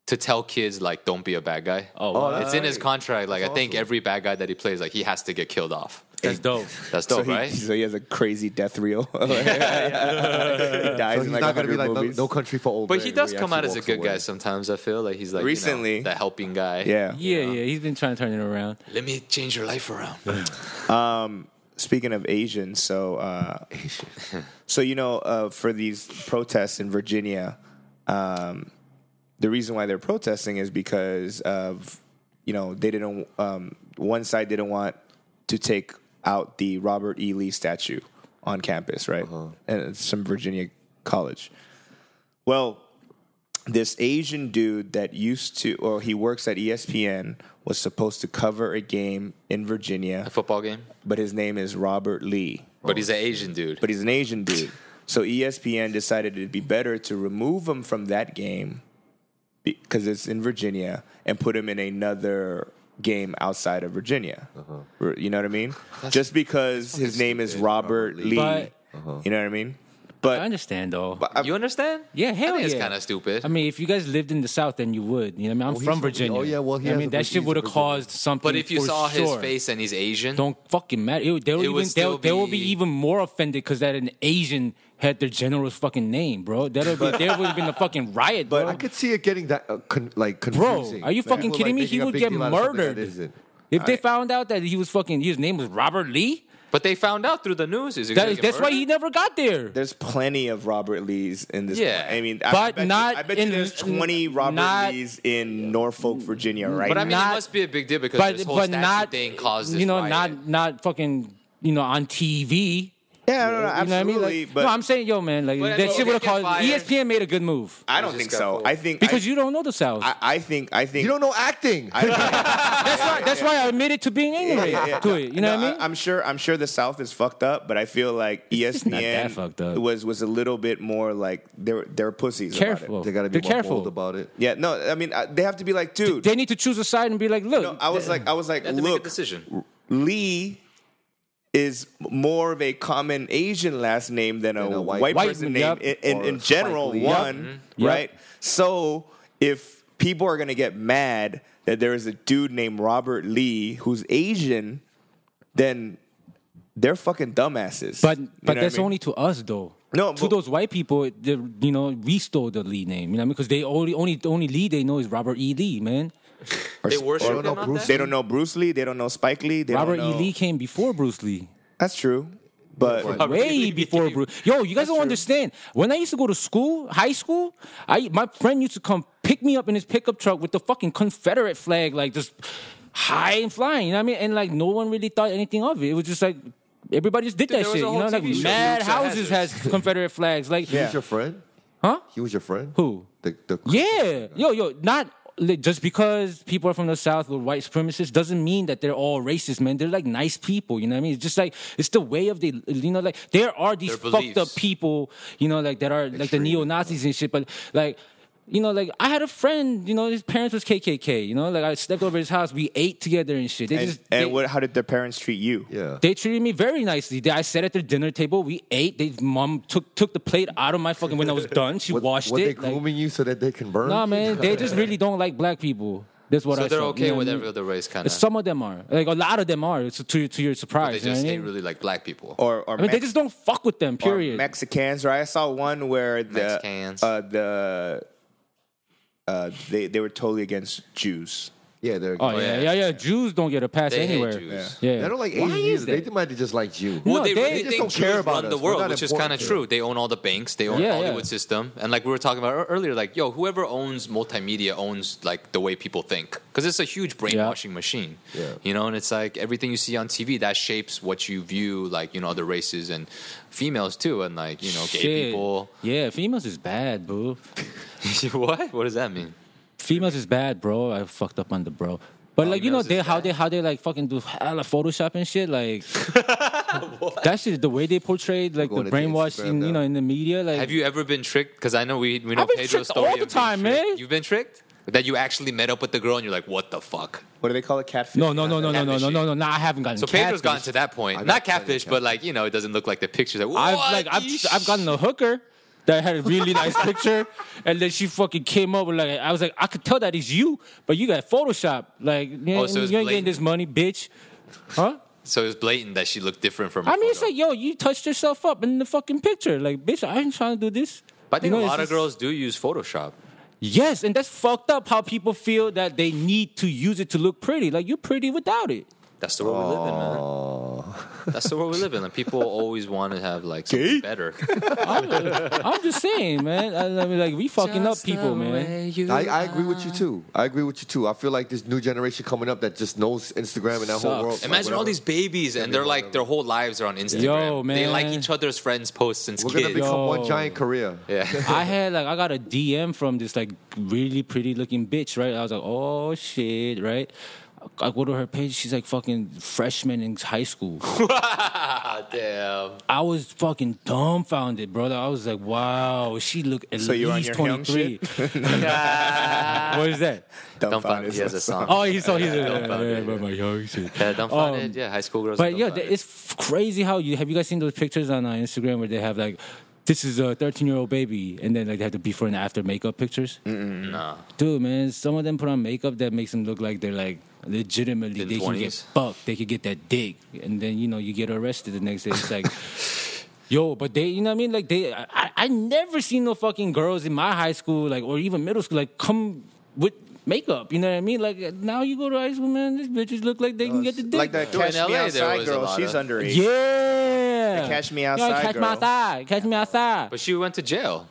Speaker 4: to tell kids like, don't be a bad guy.
Speaker 5: Oh, wow.
Speaker 4: it's in his contract. Like, I think
Speaker 2: awesome.
Speaker 4: every bad guy that he plays, like, he has to get killed off.
Speaker 5: that's dope.
Speaker 4: That's
Speaker 3: so
Speaker 4: dope,
Speaker 3: he,
Speaker 4: right?
Speaker 3: so he has a crazy death
Speaker 4: *laughs*
Speaker 3: reel. *laughs* he dies
Speaker 2: So
Speaker 3: in
Speaker 2: he's
Speaker 3: like
Speaker 2: not gonna
Speaker 3: 100
Speaker 2: be like no,
Speaker 3: movies.
Speaker 2: no country for old.
Speaker 4: but he
Speaker 2: Men,
Speaker 4: does
Speaker 2: where
Speaker 4: come out
Speaker 2: actually
Speaker 4: as a
Speaker 2: walks
Speaker 4: good
Speaker 2: away.
Speaker 4: guy sometimes. I feel like he's like you know,
Speaker 3: Recently.
Speaker 4: the helping guy.
Speaker 3: yeah.
Speaker 5: Yeah, yeah, he's been trying to turn it around.
Speaker 4: Let me change your life around.
Speaker 3: Speaking of Asians, so uh, so you know, uh, for these protests in Virginia, um, the reason why they're protesting is because of you know they didn't um, one side didn't want to take out the Robert E. Lee statue on campus, right? And it's some Virginia college. Well, this Asian dude that used to, or he works at E ESPN, was supposed to cover a game in Virginia
Speaker 4: A football game.
Speaker 3: but his name is Robert Lee.
Speaker 4: But he's an Asian dude.
Speaker 3: But he's an Asian dude. So E ESPN decided it'd be better to remove him from that game because it's in Virginia and put him in another game outside of Virginia.
Speaker 5: Uh-huh.
Speaker 3: R- You know what I mean? Just because his name is Robert Lee.
Speaker 5: But-
Speaker 3: You know what I mean?
Speaker 5: I
Speaker 3: But
Speaker 5: understand though.
Speaker 4: you understand?
Speaker 5: yeah,
Speaker 4: I
Speaker 5: hell
Speaker 4: think
Speaker 5: yeah.
Speaker 4: it's kind of stupid.
Speaker 5: I mean, if you guys lived in the South, then you would. You know, what I mean, I'm
Speaker 2: he's
Speaker 5: from
Speaker 2: from-
Speaker 5: Virginia.
Speaker 2: oh, yeah, well, he
Speaker 5: I
Speaker 2: has
Speaker 5: mean,
Speaker 2: a
Speaker 5: that
Speaker 2: Virginia-
Speaker 5: shit would have
Speaker 2: he's a
Speaker 5: caused something.
Speaker 4: but if you
Speaker 5: for
Speaker 4: saw
Speaker 5: sure.
Speaker 4: his face and he's Asian,
Speaker 5: don't fucking matter. It, they, would
Speaker 4: It would
Speaker 5: even, they'll,
Speaker 4: still
Speaker 5: they will be
Speaker 4: be-
Speaker 5: even more offended because that an Asian had their general's fucking name, bro. That'll be there would have been a fucking riot, bro.
Speaker 2: I could see it getting that uh, con- like
Speaker 5: Bro,
Speaker 2: confusing.
Speaker 5: are you
Speaker 2: People,
Speaker 5: fucking
Speaker 2: like,
Speaker 5: kidding me?
Speaker 2: making
Speaker 5: He
Speaker 2: a
Speaker 5: would
Speaker 2: big
Speaker 5: get
Speaker 2: deal out of something that
Speaker 5: murdered.
Speaker 2: isn't.
Speaker 5: If they found out that he was fucking, his name was Robert Lee,
Speaker 4: But they found out through the news. Is
Speaker 5: That is, that's why he never got there.
Speaker 3: There's plenty of Robert Lees in this.
Speaker 4: Yeah.
Speaker 3: I mean, I
Speaker 5: But
Speaker 3: bet you-
Speaker 5: not
Speaker 3: I bet
Speaker 5: in-
Speaker 3: you there's 20 Robert
Speaker 5: not-
Speaker 3: Lees in Norfolk, Virginia, right?
Speaker 4: But I mean,
Speaker 5: Not-
Speaker 4: it must be a big deal because
Speaker 5: But
Speaker 4: this whole
Speaker 5: but
Speaker 4: statue
Speaker 5: not
Speaker 4: thing caused this.
Speaker 5: you know
Speaker 4: riot.
Speaker 5: not not fucking you know on TV.
Speaker 3: yeah, no, no,
Speaker 5: You know what I
Speaker 3: absolutely.
Speaker 5: mean? Like,
Speaker 3: but
Speaker 5: no, I'm saying, yo, man, like
Speaker 4: But I
Speaker 5: that
Speaker 4: mean,
Speaker 5: shit E would have
Speaker 4: they get
Speaker 5: caused.
Speaker 4: fired.
Speaker 5: ESPN made a good move
Speaker 3: I don't
Speaker 4: Just
Speaker 3: think
Speaker 4: got
Speaker 3: so.
Speaker 4: pulled.
Speaker 3: I think
Speaker 5: because
Speaker 3: I,
Speaker 5: you don't know the South.
Speaker 3: I, I think I think
Speaker 2: You don't know acting.
Speaker 5: that's why. That's why I admitted to being ignorant to it. You know
Speaker 3: No,
Speaker 5: what I mean?
Speaker 3: I'm sure. I'm sure the South is fucked up, but I feel
Speaker 5: *laughs*
Speaker 3: like E ESPN
Speaker 5: not that fucked up.
Speaker 3: was was a little bit more like they're they're pussies. about it.
Speaker 5: Careful.
Speaker 2: they gotta be
Speaker 5: Be
Speaker 2: more
Speaker 5: careful.
Speaker 2: bold about it.
Speaker 3: Yeah. No. I mean, I, they have to be like, dude.
Speaker 5: they need to choose a side and be like, look,
Speaker 3: no, I was like, I was like,
Speaker 4: They have to make a
Speaker 3: look,
Speaker 4: decision.
Speaker 3: Lee is more of a common Asian last name than a,
Speaker 2: Than a
Speaker 3: white,
Speaker 2: white-
Speaker 5: White,
Speaker 3: person
Speaker 5: yup.
Speaker 3: name in, in,
Speaker 2: Or
Speaker 3: in
Speaker 2: Spike
Speaker 3: general.
Speaker 2: Lee. Mm-hmm. Yup.
Speaker 3: One,
Speaker 5: Yup.
Speaker 3: right? So if people are gonna get mad that there is a dude named Robert Lee who's Asian, then they're fucking dumbasses.
Speaker 5: but
Speaker 3: You know
Speaker 5: but
Speaker 3: what I
Speaker 5: that's
Speaker 3: mean?
Speaker 5: only to us though.
Speaker 3: No,
Speaker 5: to
Speaker 3: but-
Speaker 5: those white people, the- you know, we stole the Lee name. You know what I mean? Because they only only the only Lee they know is Robert E. Lee, man.
Speaker 4: They worship
Speaker 2: or-
Speaker 4: him
Speaker 2: or
Speaker 4: out
Speaker 2: Bruce-
Speaker 3: They
Speaker 4: there?
Speaker 3: don't know Bruce Lee. They don't know Spike Lee. They
Speaker 5: Robert
Speaker 3: don't
Speaker 5: E.
Speaker 3: know-
Speaker 5: Lee came before Bruce Lee.
Speaker 3: That's true. But
Speaker 4: Robert
Speaker 5: way
Speaker 4: *laughs* E. Lee.
Speaker 5: before Bruce. Yo, you guys don't understand. When I used to go to school, high school, I my friend used to come pick me up in his pickup truck with the fucking Confederate flag, like just high and flying. You know what I mean? And like no one really thought anything of it. It was just like everybody just did
Speaker 4: Dude,
Speaker 5: that
Speaker 4: there was
Speaker 5: shit.
Speaker 4: a
Speaker 5: You know,
Speaker 4: whole
Speaker 5: like
Speaker 4: TV show,
Speaker 5: mad
Speaker 4: Dukes of
Speaker 5: houses has
Speaker 4: Hazzard. *laughs*
Speaker 5: Confederate flags. Like
Speaker 2: He
Speaker 3: Yeah.
Speaker 2: was your friend?
Speaker 5: Huh?
Speaker 2: He was your friend?
Speaker 5: Who?
Speaker 2: The, the
Speaker 5: Yeah. Yo, yo, not li- just because people are from the South with white supremacists doesn't mean that they're all racist, man. They're like nice people, you know what I mean? It's just like it's the way of the you know, like there are these
Speaker 4: Their
Speaker 5: fucked up
Speaker 4: beliefs.
Speaker 5: people, you know, like that are like the neo Nazis and shit, but like you know, like I had a friend. You know, his parents was KKK. You know, like I stepped over his house. We ate together and shit. They
Speaker 3: and,
Speaker 5: just
Speaker 3: and
Speaker 5: they-
Speaker 3: what, how did their parents treat you?
Speaker 2: Yeah.
Speaker 5: they treated me very nicely. They- I sat at their dinner table. We ate. They mom took took the plate out of my fucking when I was done. She
Speaker 2: What-
Speaker 5: washed
Speaker 2: were
Speaker 5: it.
Speaker 2: they
Speaker 5: like-
Speaker 2: grooming you so that they can burn?
Speaker 5: Nah,
Speaker 2: you?
Speaker 5: man, they just really don't like black people. That's what
Speaker 4: So
Speaker 5: I.
Speaker 4: they're
Speaker 5: saw,
Speaker 4: okay
Speaker 5: what
Speaker 4: with
Speaker 5: I mean?
Speaker 4: every other race, kinda.
Speaker 5: Some of them are. Like a lot of them are. It's to to your
Speaker 4: They
Speaker 5: surprise. you know
Speaker 4: just
Speaker 5: what I
Speaker 4: hate
Speaker 5: mean?
Speaker 4: really like black people.
Speaker 3: Or, or
Speaker 5: I mean, they
Speaker 3: Mex-
Speaker 5: just don't fuck with them.
Speaker 3: or
Speaker 5: Period.
Speaker 3: Mexicans, right? I saw one where the
Speaker 4: Mexicans.
Speaker 3: uh, the uh, they they were totally against Jews.
Speaker 2: Yeah, they're.
Speaker 5: oh yeah, yeah,
Speaker 4: yeah.
Speaker 5: yeah, Jews don't get a pass
Speaker 4: They hate
Speaker 5: anywhere.
Speaker 4: Jews.
Speaker 5: Yeah.
Speaker 2: They don't like
Speaker 5: Why
Speaker 2: Asians.
Speaker 5: is
Speaker 2: They
Speaker 5: that?
Speaker 2: might have just liked you.
Speaker 5: Well,
Speaker 4: Well, they,
Speaker 5: they-
Speaker 4: really
Speaker 5: they
Speaker 4: think
Speaker 2: just don't
Speaker 4: Jews
Speaker 2: care about
Speaker 4: run the
Speaker 2: us. We're
Speaker 4: world,
Speaker 2: not
Speaker 4: which is kind of
Speaker 2: important to
Speaker 4: true. They own all the banks. They own
Speaker 5: Yeah,
Speaker 4: the Hollywood
Speaker 5: yeah.
Speaker 4: system, and like we were talking about ear- earlier, like yo, whoever owns multimedia owns like the way people think, because it's a huge brainwashing machine.
Speaker 2: Yeah.
Speaker 4: You know, and it's like everything you see on TV that shapes what you view, like you know, other races and females too, and like you know, gay
Speaker 5: Shit.
Speaker 4: people. *laughs*
Speaker 5: Yeah, females is bad, bro.
Speaker 4: what? What does that mean?
Speaker 5: Females is bad, bro. I fucked up on the bro. But like you know,
Speaker 4: Females
Speaker 5: they
Speaker 4: is
Speaker 5: how
Speaker 4: bad?
Speaker 5: they how they like fucking do hella Photoshop and shit.
Speaker 4: *laughs*
Speaker 5: Like that shit, the way they portrayed like the
Speaker 2: We're going into Instagram
Speaker 5: brainwashing, you
Speaker 2: now.
Speaker 5: know, in the media. Like
Speaker 4: Have you ever been tricked? Because I know we we know
Speaker 5: I've been
Speaker 4: Pedro's
Speaker 5: tricked
Speaker 4: story
Speaker 5: all the
Speaker 4: of being
Speaker 5: time,
Speaker 4: tricked.
Speaker 5: man.
Speaker 4: You've been tricked that you actually met up with the girl and you're like, what the fuck?
Speaker 3: What do they call it? Catfish.
Speaker 5: No, no, no, no, no, no, no,
Speaker 4: Catfishing.
Speaker 5: no, no, no. I haven't gotten.
Speaker 4: So
Speaker 5: catfish.
Speaker 4: Pedro's gotten to that point.
Speaker 2: got
Speaker 4: Not
Speaker 2: plenty of
Speaker 4: catfish, but like you know, it doesn't look like the pictures. Like,
Speaker 5: I've
Speaker 4: what?
Speaker 5: like I've
Speaker 4: Eesh.
Speaker 5: I've
Speaker 4: *laughs*
Speaker 5: gotten a hooker that had a really nice picture, and then she fucking came up with like I was like I could tell that is you, but you got Photoshop. Like you,
Speaker 4: Oh,
Speaker 5: ain't-
Speaker 4: so it's
Speaker 5: you ain't getting
Speaker 4: blatant.
Speaker 5: this money, bitch. Huh?
Speaker 4: So it was blatant that she looked different from. her
Speaker 5: I mean, it's
Speaker 4: photo.
Speaker 5: like yo, you touched yourself up in the fucking picture. Like, bitch, I ain't trying to do this.
Speaker 4: But I think
Speaker 5: You know,
Speaker 4: a
Speaker 5: it's
Speaker 4: lot of
Speaker 5: just-
Speaker 4: girls do use Photoshop.
Speaker 5: Yes, and that's fucked up. How people feel that they need to use it to look pretty. Like you're pretty without it.
Speaker 4: That's the world we live in, man.
Speaker 5: Oh.
Speaker 4: That's the world we live in. Like
Speaker 5: *laughs*
Speaker 4: people always want to have like something better.
Speaker 5: I'm just saying, man. I, I mean, like we fucking up people, man.
Speaker 2: I, I agree with you too. I agree with you too. I feel like this new generation coming up that just knows Instagram and that
Speaker 5: Sucks.
Speaker 2: whole world. like,
Speaker 4: Imagine all
Speaker 2: whatever.
Speaker 4: these babies and they're like their whole lives are on Instagram.
Speaker 5: Yo,
Speaker 4: They like
Speaker 5: man.
Speaker 4: each other's friends' posts since
Speaker 2: We're
Speaker 4: kids.
Speaker 2: gonna become one
Speaker 5: Yo.
Speaker 2: giant Korea.
Speaker 5: *laughs*
Speaker 4: yeah. *laughs*
Speaker 5: I had like I got a DM from this like really pretty looking bitch, right? I was like, oh shit, right? I go to her page. She's like fucking freshman in high school.
Speaker 4: Ah, damn.
Speaker 5: I was fucking dumbfounded, bro. Like, I was like, wow, she look at
Speaker 3: So you're on
Speaker 5: least
Speaker 3: your Hyung
Speaker 5: twenty three.
Speaker 3: *laughs*
Speaker 4: *laughs*
Speaker 5: what is that?
Speaker 4: Dumbfounded. He has a song.
Speaker 5: Oh, he's so he's yeah,
Speaker 4: Dumbfounded.
Speaker 5: but my young shit.
Speaker 4: Yeah, dumbfounded.
Speaker 5: Um,
Speaker 4: yeah, high school girls. are
Speaker 5: But yeah, th-
Speaker 4: dumbfounded.
Speaker 5: it's f- crazy how you have you guys seen those pictures on uh, Instagram where they have like. This is a 13 year old baby, and then like they have the before and after makeup pictures.
Speaker 4: nah.
Speaker 5: Dude, man, some of them put on makeup that makes them look like they're like legitimately
Speaker 4: In
Speaker 5: they can get
Speaker 4: 20s.
Speaker 5: fucked, they could get that dick, and then you know you get arrested the next day. It's like, *laughs* yo, but they, you know what I mean? Like they, I, I I never seen no fucking girls in my high school like or even middle school like come with makeup. You know what I mean? Like now you go to high school, man. These bitches look like they can get the dick.
Speaker 4: *laughs*
Speaker 3: Like that
Speaker 4: Dude, in
Speaker 3: Catch Me
Speaker 4: LA, there
Speaker 3: Outside
Speaker 4: was a
Speaker 3: girl,
Speaker 4: lot
Speaker 3: she's
Speaker 4: of-
Speaker 3: underage.
Speaker 5: Yeah.
Speaker 3: The Catch Me
Speaker 5: Yo,
Speaker 3: Outside
Speaker 5: catch
Speaker 3: girl.
Speaker 5: me outside. Catch me outside.
Speaker 4: But she went to jail.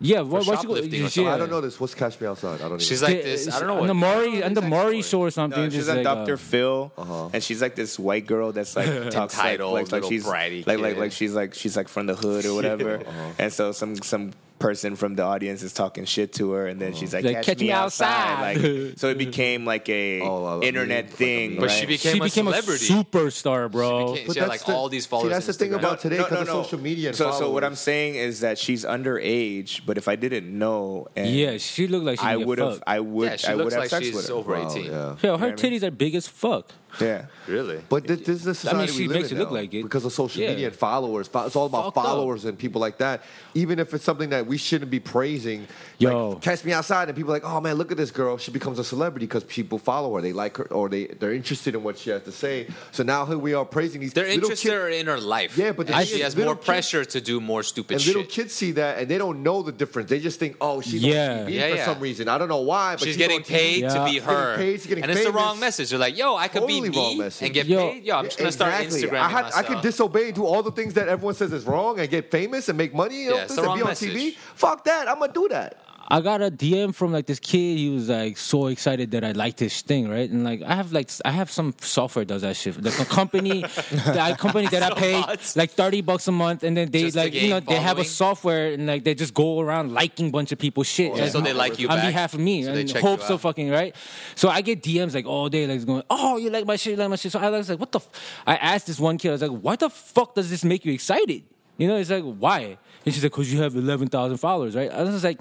Speaker 5: yeah. What,
Speaker 4: for
Speaker 5: what you go?
Speaker 4: shoplifting or
Speaker 5: Yeah.
Speaker 4: something.
Speaker 2: Oh, I don't know this. What's Catch Me Outside? I don't even
Speaker 4: She's like this. I don't know
Speaker 5: On
Speaker 4: what.
Speaker 5: the Maury, on the
Speaker 4: Exactly.
Speaker 5: Maury show or something.
Speaker 3: No, she's
Speaker 5: just
Speaker 3: on
Speaker 5: like,
Speaker 3: Dr.
Speaker 5: uh,
Speaker 3: Phil, and she's like this white girl that's
Speaker 4: *laughs*
Speaker 3: like talks like,
Speaker 4: Uh-huh. Entitled,
Speaker 3: like, like
Speaker 4: little
Speaker 3: she's
Speaker 4: bratty
Speaker 3: like like
Speaker 4: kid. Uh-huh.
Speaker 3: like she's like she's like from the hood or
Speaker 4: *laughs*
Speaker 3: whatever. And so some some person from the audience is talking shit to her, and then
Speaker 4: Uh-huh.
Speaker 3: she's like, "Catch, me outside." Like,
Speaker 5: *laughs*
Speaker 3: so it became like a
Speaker 2: Oh, well,
Speaker 3: internet
Speaker 2: like a
Speaker 3: thing.
Speaker 2: meme.
Speaker 4: But
Speaker 3: right?
Speaker 4: she
Speaker 5: she
Speaker 4: became a
Speaker 5: became a
Speaker 4: celebrity.
Speaker 5: superstar, bro.
Speaker 4: became- she had, like, all these
Speaker 2: See,
Speaker 4: followers
Speaker 2: that's
Speaker 4: on
Speaker 2: the thing
Speaker 4: Instagram.
Speaker 2: about today
Speaker 3: No,
Speaker 2: because
Speaker 3: no,
Speaker 2: of
Speaker 3: no.
Speaker 2: social media. And
Speaker 3: so, so what
Speaker 2: followers.
Speaker 3: I'm saying is that she's underage. But if I didn't know, and
Speaker 5: Yeah, she looked like she
Speaker 3: I
Speaker 5: can get
Speaker 3: would have,
Speaker 5: fucked.
Speaker 3: I would,
Speaker 4: Yeah, she
Speaker 3: I would
Speaker 4: looks
Speaker 3: have
Speaker 4: like
Speaker 3: sex with
Speaker 4: she's
Speaker 3: her.
Speaker 4: over
Speaker 2: Wow,
Speaker 4: 18.
Speaker 2: yeah.
Speaker 5: Yo, her
Speaker 3: You know what I mean?
Speaker 5: titties are big as fuck.
Speaker 3: Yeah.
Speaker 4: Really?
Speaker 2: But this, this is the society
Speaker 5: she
Speaker 2: we live
Speaker 5: makes
Speaker 2: in
Speaker 5: it look
Speaker 2: now.
Speaker 5: like it.
Speaker 2: because of social
Speaker 5: Yeah.
Speaker 2: media and followers. Fo- It's all about
Speaker 5: Fucked up.
Speaker 2: followers and people like that. Even if it's something that we shouldn't be praising,
Speaker 5: Yo.
Speaker 2: like catch me outside and people are like, oh man, look at this girl. She becomes a celebrity because people follow her. They like her or they they're interested in what she has to say. So now here we are praising these.
Speaker 4: They're
Speaker 2: little
Speaker 4: interested
Speaker 2: kids-
Speaker 4: in her life.
Speaker 2: Yeah, but the
Speaker 4: And
Speaker 2: thing
Speaker 4: she
Speaker 2: is,
Speaker 4: has
Speaker 2: little
Speaker 4: more
Speaker 2: kids-
Speaker 4: pressure to do more stupid
Speaker 2: And little
Speaker 4: shit.
Speaker 2: kids see that and they don't know the difference. They just think, oh, she's
Speaker 5: Yeah.
Speaker 2: on TV
Speaker 4: Yeah,
Speaker 2: for
Speaker 4: yeah.
Speaker 2: some reason. I don't know why, but
Speaker 4: she's, getting
Speaker 2: on TV.
Speaker 4: paid
Speaker 5: Yeah.
Speaker 4: to be
Speaker 5: She's
Speaker 2: getting
Speaker 4: her,
Speaker 2: paid, she's getting
Speaker 4: and it's the wrong
Speaker 2: famous.
Speaker 4: message. They're like, "Yo, I could
Speaker 2: Totally
Speaker 4: be
Speaker 2: wrong
Speaker 4: me
Speaker 2: message.
Speaker 4: and get
Speaker 5: Yo.
Speaker 4: paid. Yo, I'm just gonna start Instagramming
Speaker 2: I, had, I
Speaker 4: myself."
Speaker 2: could disobey and do all the things that everyone says is wrong and get famous and make money and,
Speaker 4: Yeah,
Speaker 2: all
Speaker 4: it's
Speaker 2: this
Speaker 4: the
Speaker 2: and
Speaker 4: wrong
Speaker 2: be on
Speaker 4: message.
Speaker 2: TV. Fuck that. I'm going to do that.
Speaker 5: I got a DM from like this kid. He was like so excited that I liked his thing, right? And like I have like s- I have some software does that shit. The co-
Speaker 4: *laughs*
Speaker 5: company, the I- company that I pay
Speaker 4: Robots.
Speaker 5: like thirty bucks a month, and then they
Speaker 4: Just to
Speaker 5: like you
Speaker 4: gain
Speaker 5: know they have a
Speaker 4: following?
Speaker 5: software and like they just go around liking bunch of people's shit.
Speaker 4: yeah. So they like you
Speaker 5: on
Speaker 4: back.
Speaker 5: behalf of me
Speaker 4: So they
Speaker 5: and
Speaker 4: check
Speaker 5: hope
Speaker 4: you
Speaker 5: so
Speaker 4: out.
Speaker 5: fucking right. So I get DMs like all day like going, oh you like my shit, you like my shit. So I was like, what the? F-? I asked this one kid, I was like, why the fuck does this make you excited? You know, it's like why? And she's like, cause you have eleven thousand followers, right? I was just like,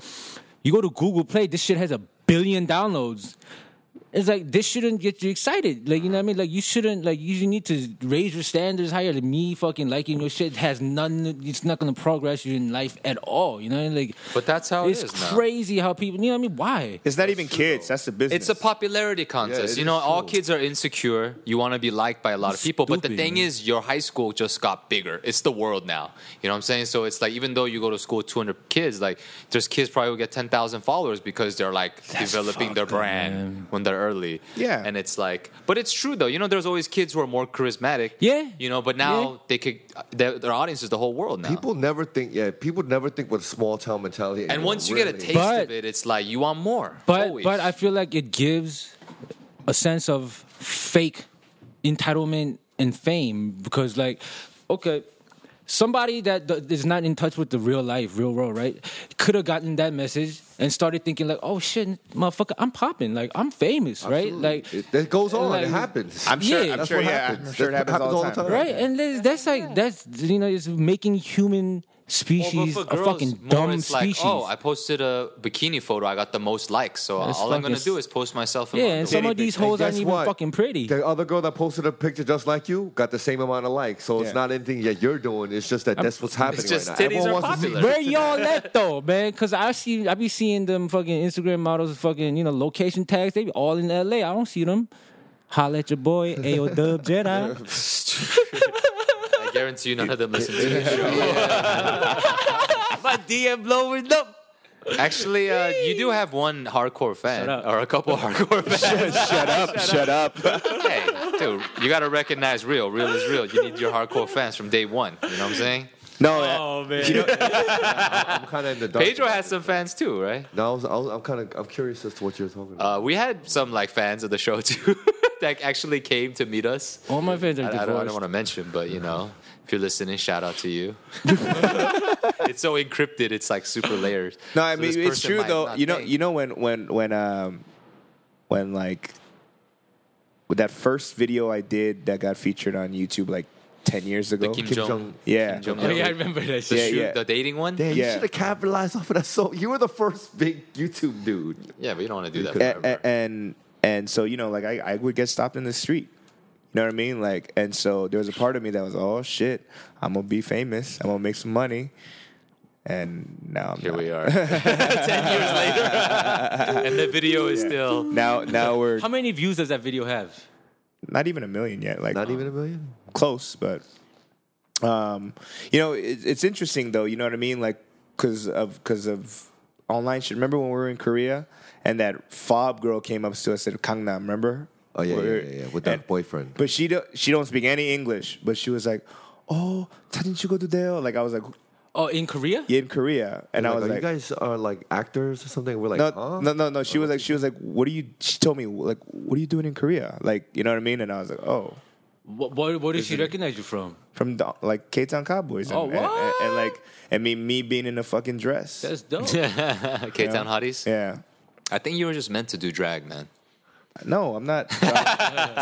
Speaker 5: you go to Google Play, this shit has a billion downloads. It's like this shouldn't get you excited. Like you know what I mean? Like you shouldn't like you should need to raise your standards higher than me fucking liking your shit has none it's not gonna progress you in life at all. You know what I mean? Like
Speaker 4: But that's how it
Speaker 5: it's
Speaker 4: is now.
Speaker 5: crazy how people you know what I mean? Why?
Speaker 3: It's not even kids. That's the business.
Speaker 4: It's a popularity
Speaker 2: Yeah,
Speaker 4: contest.
Speaker 2: it
Speaker 4: you know,
Speaker 2: is
Speaker 4: all
Speaker 2: true.
Speaker 4: kids are insecure. You want to be liked by a lot of people. but the
Speaker 5: Stupid,
Speaker 4: thing
Speaker 5: man.
Speaker 4: is, your high school just got bigger. It's the world now. You know what I'm saying? So it's like, even though you go to school with 200 kids, like, there's kids probably will get 10,000 followers because they're like developing their brand when they're early.
Speaker 3: Yeah.
Speaker 4: And it's like, but it's true though. You know, there's always kids who are more charismatic.
Speaker 5: Yeah.
Speaker 4: You know, but now
Speaker 5: Yeah.
Speaker 4: they could, their, their audience is the whole world now.
Speaker 2: People never think, yeah, people never think with small town mentality.
Speaker 4: and
Speaker 2: anymore,
Speaker 4: once you get a
Speaker 2: really.
Speaker 4: taste of
Speaker 5: But-
Speaker 4: it, it's like, you want more.
Speaker 5: But
Speaker 4: Always.
Speaker 5: but I feel like it gives a sense of fake entitlement and fame because like okay somebody that th- is not in touch with the real life real world right could have gotten that message and started thinking like oh shit motherfucker i'm popping like i'm famous right
Speaker 2: Absolutely.
Speaker 5: like
Speaker 2: it, that goes on. it
Speaker 5: like-
Speaker 2: happens.
Speaker 3: I'm sure.
Speaker 5: Yeah.
Speaker 3: I'm
Speaker 5: That's
Speaker 3: sure.
Speaker 2: what
Speaker 3: Yeah,
Speaker 2: happens.
Speaker 3: I'm sure it
Speaker 2: That's what
Speaker 3: happens, all the
Speaker 2: happens
Speaker 3: time.
Speaker 2: all the
Speaker 5: right and that's, that's like that's you know it's making human
Speaker 4: Well, but
Speaker 5: species
Speaker 4: for
Speaker 5: a
Speaker 4: girls,
Speaker 5: fucking
Speaker 4: more
Speaker 5: dumb
Speaker 4: it's like,
Speaker 5: species
Speaker 4: oh, I posted a bikini photo. I got the most likes, so
Speaker 5: That's
Speaker 4: all I'm gonna
Speaker 5: fucking-
Speaker 4: do is post myself. In
Speaker 5: yeah
Speaker 4: my
Speaker 5: and
Speaker 4: underwear.
Speaker 5: some of these
Speaker 2: And
Speaker 5: hoes aren't
Speaker 2: guess
Speaker 5: even
Speaker 2: what?
Speaker 5: fucking pretty
Speaker 2: The other girl that posted a picture just like you got the same amount of likes. So
Speaker 3: Yeah.
Speaker 2: it's not anything that you're doing. It's just that that's what's happening
Speaker 4: just
Speaker 2: right
Speaker 4: titties
Speaker 2: now. Everyone
Speaker 4: are
Speaker 2: wants to see-
Speaker 4: popular.
Speaker 5: Where y'all
Speaker 3: *laughs*
Speaker 5: at though, man? Cause I see I be seeing them fucking Instagram models, fucking you know location tags. They be all in L.A. I don't see them. Holla at your boy Ao
Speaker 3: *laughs*
Speaker 5: Dub Jedi.
Speaker 4: I guarantee you, none of them listen to
Speaker 5: *laughs*
Speaker 4: this show. My DM blowing up. Actually, uh, you do have one hardcore fan
Speaker 5: up.
Speaker 4: or a couple *laughs* hardcore fans.
Speaker 3: Shut up! Shut up!
Speaker 4: hey, dude, you gotta recognize real. Real is real. You need your hardcore fans from day one. You know what I'm saying?
Speaker 3: No. Oh man.
Speaker 2: I'm kind of in the dark.
Speaker 4: Pedro has some fans too, right?
Speaker 2: No, I was, I was, I'm kind of I'm curious as to what you're talking about.
Speaker 4: Uh, we had some like fans of the show too *laughs* that actually came to meet us.
Speaker 5: All my fans are
Speaker 4: I, I don't, want
Speaker 5: divorced.
Speaker 4: to mention, but you know, if you're listening, shout out
Speaker 3: *laughs*
Speaker 4: to you. it's so encrypted; it's like super layers.
Speaker 3: No, I
Speaker 4: So
Speaker 3: mean
Speaker 4: this
Speaker 3: it's
Speaker 4: person
Speaker 3: true
Speaker 4: might
Speaker 3: though.
Speaker 4: not
Speaker 3: You know,
Speaker 4: think.
Speaker 3: you know when when when um when like with that first video I did that got featured on YouTube like ten years ago.
Speaker 4: Kim,
Speaker 2: Kim
Speaker 4: Jong.
Speaker 2: Jong-
Speaker 3: yeah.
Speaker 4: Kim Jong.
Speaker 5: Oh *laughs* yeah, I remember that
Speaker 4: The,
Speaker 5: shit.
Speaker 3: Yeah,
Speaker 4: shoot-
Speaker 3: yeah.
Speaker 4: the dating one.
Speaker 2: Damn,
Speaker 3: Yeah.
Speaker 2: you should have capitalized off of that. So you were the first big YouTube dude.
Speaker 4: Yeah, but you don't want to do that.
Speaker 3: A- a-
Speaker 4: Forever.
Speaker 3: and, and so you know, like I, I would get stopped in the street. You know what I mean? Like, and so there was a part of me that was, oh shit, I'm gonna be famous. I'm gonna make some money. And now I'm
Speaker 4: Here
Speaker 3: not. *laughs*
Speaker 4: we are, ten years later, and the video is still. *laughs*
Speaker 3: Now, now we're
Speaker 5: How many views does that video have?
Speaker 3: not even a million yet. Like,
Speaker 2: Not even a million.
Speaker 3: close, but um, you know, it, it's interesting though. You know what I mean? Like, because of because of online shit. Remember when we were in Korea and that fob girl came up to us at Gangnam? Remember?
Speaker 2: Oh, yeah, yeah,
Speaker 3: Where-
Speaker 2: yeah, yeah, with that
Speaker 3: and-
Speaker 2: boyfriend.
Speaker 3: But she don't, she don't speak any English. But she was like, "Oh, 사진 찍어도 돼요?" Like I was like,
Speaker 5: Oh, in Korea?
Speaker 3: "Yeah, in Korea," and I was
Speaker 2: are
Speaker 3: like,
Speaker 2: you guys are like actors or something? We're like,
Speaker 3: no,
Speaker 2: huh? *laughs* Oh,
Speaker 3: no, no, no. She was like, she was like, what are you? She told me, like, what are you doing in Korea? Like, you know what I mean? And I was like, oh,
Speaker 5: What, what, what did she recognize you from?
Speaker 3: from the, like K Town Cowboys. And,
Speaker 5: Oh,
Speaker 3: and- and-
Speaker 5: what?
Speaker 3: and, like, and me, me being in a fucking dress.
Speaker 5: That's dope.
Speaker 4: K Town Hotties.
Speaker 3: yeah.
Speaker 4: I think you were just meant to do drag, man.
Speaker 3: No, I'm
Speaker 4: *laughs*
Speaker 3: not.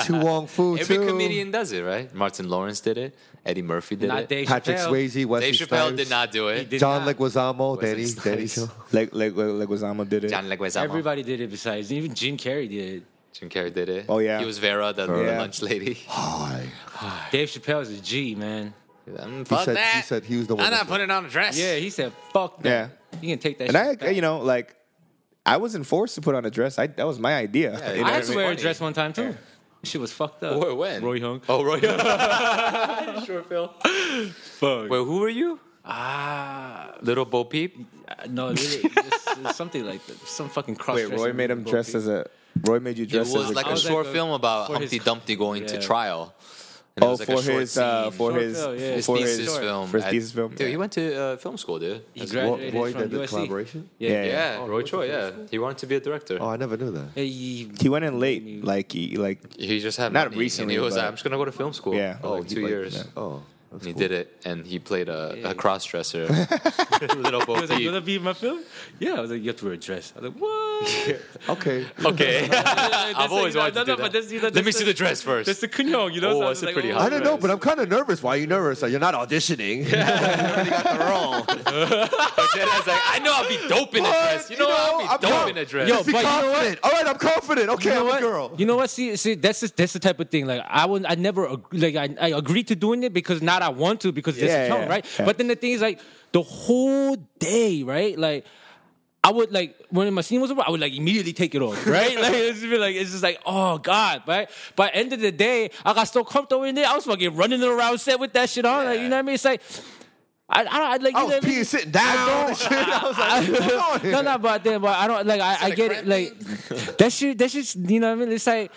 Speaker 2: Tu Wong Fu
Speaker 4: Every
Speaker 2: too.
Speaker 4: comedian does it, right? Martin Lawrence did it. Eddie Murphy did
Speaker 5: Not
Speaker 4: it.
Speaker 5: Dave
Speaker 2: Patrick
Speaker 5: Chappelle.
Speaker 2: Swayze, Wesley
Speaker 4: Dave Chappelle
Speaker 2: Snipes,
Speaker 4: did not do
Speaker 5: He
Speaker 4: it.
Speaker 5: did
Speaker 2: John
Speaker 5: not.
Speaker 2: Leguizamo, Danny,
Speaker 4: Wesley
Speaker 2: Danny.
Speaker 4: Snipes.
Speaker 3: like, like, like, like Leguizamo did it.
Speaker 4: John Leguizamo.
Speaker 5: Everybody did it besides. Even Jim Carrey did
Speaker 4: Jim Carrey did it.
Speaker 3: Oh, yeah.
Speaker 4: He was Vera, the, the
Speaker 3: Yeah. *laughs*
Speaker 4: lunch lady.
Speaker 2: Hi.
Speaker 5: it. Dave Chappelle's a G, man.
Speaker 4: Um, fuck
Speaker 2: said- he
Speaker 4: that.
Speaker 2: said he was the one
Speaker 4: I'm
Speaker 2: that
Speaker 4: not putting on a dress.
Speaker 5: Yeah, he said, fuck that. You can take that
Speaker 3: And
Speaker 5: shit.
Speaker 3: I,
Speaker 5: back.
Speaker 3: you know, like, I wasn't forced to put on a dress. I, that was my idea. *laughs*
Speaker 4: Yeah,
Speaker 3: you know
Speaker 5: I
Speaker 3: what
Speaker 5: had
Speaker 4: it's
Speaker 5: to wear a
Speaker 4: funny.
Speaker 5: dress one time, too. She was fucked up.
Speaker 4: Or when?
Speaker 5: Roy Hunk.
Speaker 4: Oh, Roy
Speaker 5: *laughs*
Speaker 4: Hunk.
Speaker 5: Short film. Fuck.
Speaker 4: Wait, who were you?
Speaker 5: Ah,
Speaker 4: Little Bo Peep?
Speaker 5: no, really, it's, it's something like that. Some fucking cross.
Speaker 3: Wait, Roy made him dress as a. Roy made you
Speaker 4: It
Speaker 3: dress as
Speaker 4: was
Speaker 3: a
Speaker 4: like
Speaker 5: I
Speaker 4: a
Speaker 5: was
Speaker 4: short
Speaker 5: like a-
Speaker 4: film about
Speaker 5: Oh, for his-
Speaker 4: Humpty Dumpty going to
Speaker 5: Yeah.
Speaker 4: trial. And it
Speaker 3: Oh,
Speaker 4: was like a
Speaker 3: for
Speaker 4: short
Speaker 3: his, uh,
Speaker 4: scene.
Speaker 3: for
Speaker 5: Short
Speaker 3: his,
Speaker 5: film, yeah.
Speaker 4: his
Speaker 3: for
Speaker 4: thesis
Speaker 3: his,
Speaker 4: film.
Speaker 3: for his
Speaker 4: at-
Speaker 3: thesis film.
Speaker 4: Dude, he went to uh, film school, dude.
Speaker 5: He
Speaker 2: Roy,
Speaker 5: graduated
Speaker 2: Roy
Speaker 5: from
Speaker 2: did the
Speaker 5: USC.
Speaker 2: collaboration.
Speaker 5: Yeah.
Speaker 3: Yeah.
Speaker 4: Yeah,
Speaker 5: Oh,
Speaker 4: Roy Choi, yeah. He wanted to be a director.
Speaker 2: Oh, I never knew that.
Speaker 5: Hey, he-
Speaker 3: He went in late, like he
Speaker 4: *laughs*
Speaker 3: like
Speaker 4: He just had
Speaker 3: Not
Speaker 4: money, and
Speaker 3: recently,
Speaker 4: He was
Speaker 3: but-
Speaker 4: like, I'm just gonna go to film school.
Speaker 3: Yeah.
Speaker 4: for
Speaker 3: Oh,
Speaker 4: like
Speaker 2: he
Speaker 4: two
Speaker 2: like-
Speaker 4: years.
Speaker 2: yeah. Oh,
Speaker 4: and
Speaker 2: that's
Speaker 4: he
Speaker 2: cool.
Speaker 4: did it, and he played a, a cross
Speaker 3: *laughs*
Speaker 4: dresser, little
Speaker 5: He
Speaker 4: Bo
Speaker 5: was like, "You
Speaker 4: Peep.
Speaker 5: wanna be in my film?" Yeah, I was like, "You have to wear a dress." I was like, "What?"
Speaker 2: Okay.
Speaker 4: *laughs* Okay, I've always
Speaker 5: you know, no,
Speaker 4: wanted to
Speaker 5: no,
Speaker 4: do
Speaker 5: but
Speaker 4: that.
Speaker 5: this, you know,
Speaker 4: Let me
Speaker 5: this
Speaker 4: see
Speaker 5: is-
Speaker 4: the *laughs* dress first.
Speaker 5: That's the kunyong, you know.
Speaker 4: Oh,
Speaker 5: I
Speaker 4: that's
Speaker 5: was
Speaker 4: a pretty
Speaker 5: oh,
Speaker 2: I
Speaker 4: hot
Speaker 2: don't know, but I'm kind of nervous. Why are you nervous? Like, you're not
Speaker 4: *laughs*
Speaker 2: auditioning.
Speaker 4: Then I was like, I know I'll be dope in a
Speaker 2: But,
Speaker 4: dress. You know, I'll be dope in a dress.
Speaker 5: Yo,
Speaker 2: Just be
Speaker 5: but you know what?
Speaker 2: confident. All right, I'm confident. Okay,
Speaker 5: You know
Speaker 2: I'm
Speaker 5: what?
Speaker 2: a girl.
Speaker 5: You know what? See, see, that's just, that's the type of thing. Like I would, I never ag- like I, I agreed to doing it because not I want to because this
Speaker 3: Yeah,
Speaker 5: is
Speaker 3: yeah,
Speaker 5: yeah, right.
Speaker 3: yeah.
Speaker 5: But then the thing is like the whole day, right? Like I would like when my scene was over, I would like immediately take it off, *laughs* right? like it's just be like it's just like oh god, right? But end of the day, I got so comfortable in there, I was fucking running around set with that shit on, like you know what I mean? It's like. I, I, don't- I
Speaker 3: Oh,
Speaker 5: like you
Speaker 2: I
Speaker 5: know
Speaker 2: was
Speaker 5: what I mean?
Speaker 2: peeing sitting down. and shit. *laughs* I was like, what's going on here?
Speaker 5: no, no, but then, but I don't like. I, I
Speaker 4: a
Speaker 5: get it.
Speaker 4: cramping?
Speaker 5: Like *laughs* that shit. That shit. You know what I mean? It's like.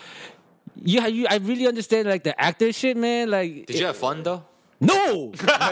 Speaker 5: Yeah, you. I really understand like the actor shit, man. Like,
Speaker 4: Did you have fun though?
Speaker 5: no, *laughs*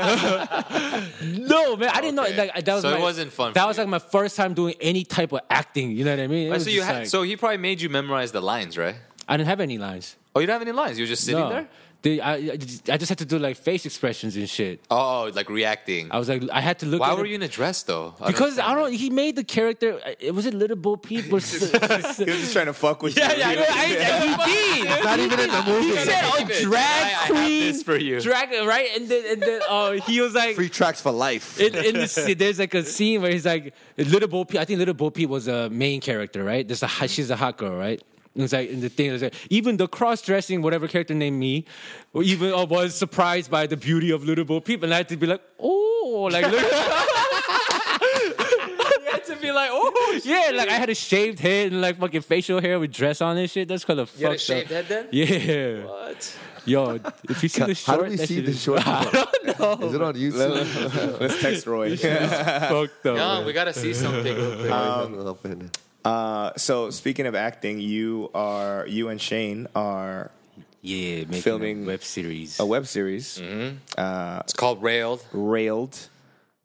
Speaker 5: no, man. I didn't
Speaker 4: Okay.
Speaker 5: know. Like, that was
Speaker 4: So it
Speaker 5: my-
Speaker 4: wasn't fun
Speaker 5: That
Speaker 4: for
Speaker 5: was
Speaker 4: you.
Speaker 5: like my first time doing any type of acting. You know what I mean? It was
Speaker 4: so you
Speaker 5: just
Speaker 4: had,
Speaker 5: like-
Speaker 4: so he probably made you memorize the lines, right?
Speaker 5: I didn't have any lines.
Speaker 4: Oh, you don't have any lines. You were just sitting
Speaker 5: No,
Speaker 4: there.
Speaker 5: The- I, I just- I just had to do like face expressions and shit.
Speaker 4: Oh, like reacting.
Speaker 5: I was like, I had to look.
Speaker 4: Why
Speaker 5: at
Speaker 4: were
Speaker 5: him-
Speaker 4: you in a dress though? I
Speaker 5: Because I
Speaker 4: *laughs*
Speaker 5: don't. He made the character. It was it Little Bo Peep *laughs*
Speaker 3: he
Speaker 5: or
Speaker 3: was just trying to fuck with you.
Speaker 5: yeah, yeah. He did.
Speaker 2: Not even in the movie.
Speaker 5: He said, "Oh,
Speaker 4: Even. I- I
Speaker 5: drag
Speaker 4: have
Speaker 5: queen,
Speaker 4: this for you."
Speaker 5: drag right." And then, and then, uh, he was like,
Speaker 2: Free tracks for life.
Speaker 5: in, in this, there's like a scene where he's like, "Little Bo Peep." I think Little Bo Peep was a main character, right? There's a hot- she's a hot girl, right? And It's like and the thing is like even the cross-dressing whatever character named me, or even uh, was surprised by the beauty of Little Bo Peep, and I had to be like, "Oh, like." *laughs* Little-
Speaker 4: had to be like, oh,
Speaker 5: Yeah, like I had a shaved head and like fucking facial hair with dress on and shit. That's kind of fucked
Speaker 4: you had a
Speaker 5: up.
Speaker 4: shaved head then.
Speaker 5: Yeah.
Speaker 4: What?
Speaker 5: Yo, if you see the
Speaker 2: *laughs* How
Speaker 5: short,
Speaker 2: do we
Speaker 5: that
Speaker 2: see
Speaker 5: shit
Speaker 2: the
Speaker 5: is-
Speaker 2: short? *laughs*
Speaker 5: I don't know.
Speaker 2: Is it on YouTube?
Speaker 3: Let's text
Speaker 4: *laughs*
Speaker 3: Roy.
Speaker 5: fucked up.
Speaker 4: No, we gotta see something. real quick.
Speaker 2: Um,
Speaker 3: Uh, so speaking of acting, you are you and Shane are
Speaker 5: Yeah, making
Speaker 3: Filming-
Speaker 5: a web series.
Speaker 2: Oh.
Speaker 3: a web series
Speaker 4: Mm-hmm. It's called Railed.
Speaker 3: railed.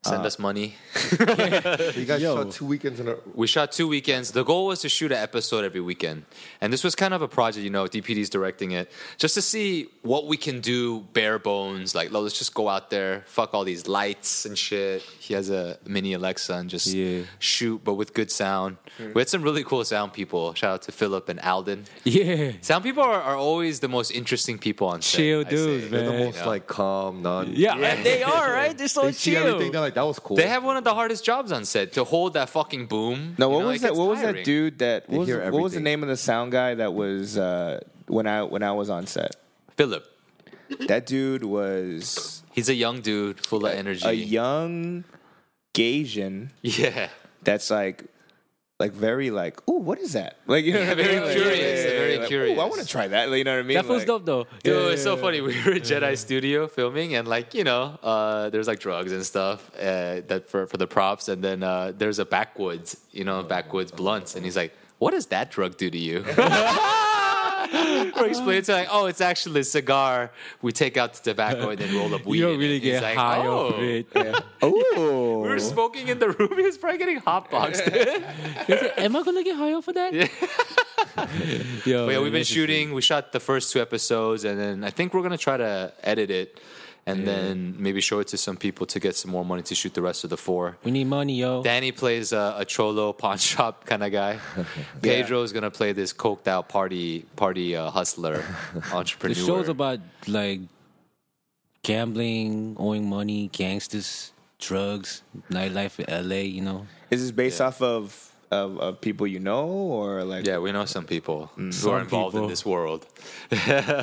Speaker 4: Send us money.
Speaker 2: you guys
Speaker 5: Yo.
Speaker 2: shot two weekends in a
Speaker 4: We shot two weekends. The goal was to shoot an episode every weekend. And this was kind of a project, you know, DPD's directing it, just to see what we can do bare bones. Like, let's just go out there, fuck all these lights and shit. He has a mini Alexa and just
Speaker 5: Yeah.
Speaker 4: shoot, but with good sound.
Speaker 3: Hmm.
Speaker 4: We had some really cool sound people. Shout out to Philip and Alden.
Speaker 5: yeah,
Speaker 4: Sound people are, are always the most interesting people on set.
Speaker 5: Chill
Speaker 4: I say.
Speaker 5: dudes,
Speaker 2: They're the
Speaker 5: Man.
Speaker 2: most like calm, non.
Speaker 5: yeah, they are right. They're so
Speaker 2: They see everything. They're
Speaker 5: chill.
Speaker 2: like, that was cool.
Speaker 4: They have one of the hardest jobs on set to hold that fucking boom.
Speaker 3: No,
Speaker 4: You
Speaker 3: what
Speaker 4: know,
Speaker 3: was
Speaker 4: like,
Speaker 3: that?
Speaker 4: it's
Speaker 3: What was
Speaker 4: tiring.
Speaker 3: that dude that? What was,
Speaker 2: hear
Speaker 3: the- what was the
Speaker 2: everything.
Speaker 3: name of the sound guy that was uh, when I when I was on set?
Speaker 4: Philip.
Speaker 3: That dude was
Speaker 4: He's a young dude, full of energy.
Speaker 3: a young Gaijin
Speaker 4: yeah.
Speaker 3: that's like like very like, ooh, what is that? Like you know, what I mean?
Speaker 4: very
Speaker 3: Like,
Speaker 4: curious,
Speaker 3: yeah, yeah,
Speaker 4: very
Speaker 3: yeah,
Speaker 4: of curious.
Speaker 3: Ooh, I want to try that. You know what I mean?
Speaker 5: That feels
Speaker 3: Like-
Speaker 5: dope though.
Speaker 4: Dude,
Speaker 5: Yeah,
Speaker 4: it's
Speaker 5: yeah,
Speaker 4: so
Speaker 5: yeah.
Speaker 4: funny. We were at Jedi Studio filming, and like you know, uh, there's like drugs and stuff uh, that for for the props, and then uh, there's a backwoods, you know, backwoods blunts, and he's like, "What does that drug do to you?" *laughs* We're explaining to like, oh, it's actually a cigar. We take out the tobacco and then roll up weed.
Speaker 5: *laughs* You
Speaker 4: in
Speaker 5: don't
Speaker 4: it."
Speaker 5: really
Speaker 4: He's
Speaker 5: get
Speaker 4: like,
Speaker 5: high
Speaker 4: oh.
Speaker 5: off of it.
Speaker 3: Ooh.
Speaker 4: We were smoking in the room. *laughs* He was probably getting hotboxed.
Speaker 5: Am I gonna get high off of that? Yeah. *laughs* Yo,
Speaker 4: But Oh,
Speaker 5: man,
Speaker 4: yeah, we've been
Speaker 5: that's just-
Speaker 4: shooting. We shot the first two episodes, and then I think we're gonna try to edit it, and then maybe show it to some people to get some more money to shoot the rest of the four.
Speaker 5: We need money, yo.
Speaker 4: Danny plays a, a cholo pawn *laughs* shop kind of guy. Pedro is gonna play this coked out party party uh, hustler
Speaker 5: the
Speaker 4: entrepreneur.
Speaker 5: show's about like gambling, owing money, gangsters, drugs, nightlife in LA. You know,
Speaker 3: Is this based off of, of of people you know or like?
Speaker 4: yeah, we know some people who are
Speaker 5: Some
Speaker 4: involved in
Speaker 5: people.
Speaker 4: this world, *laughs*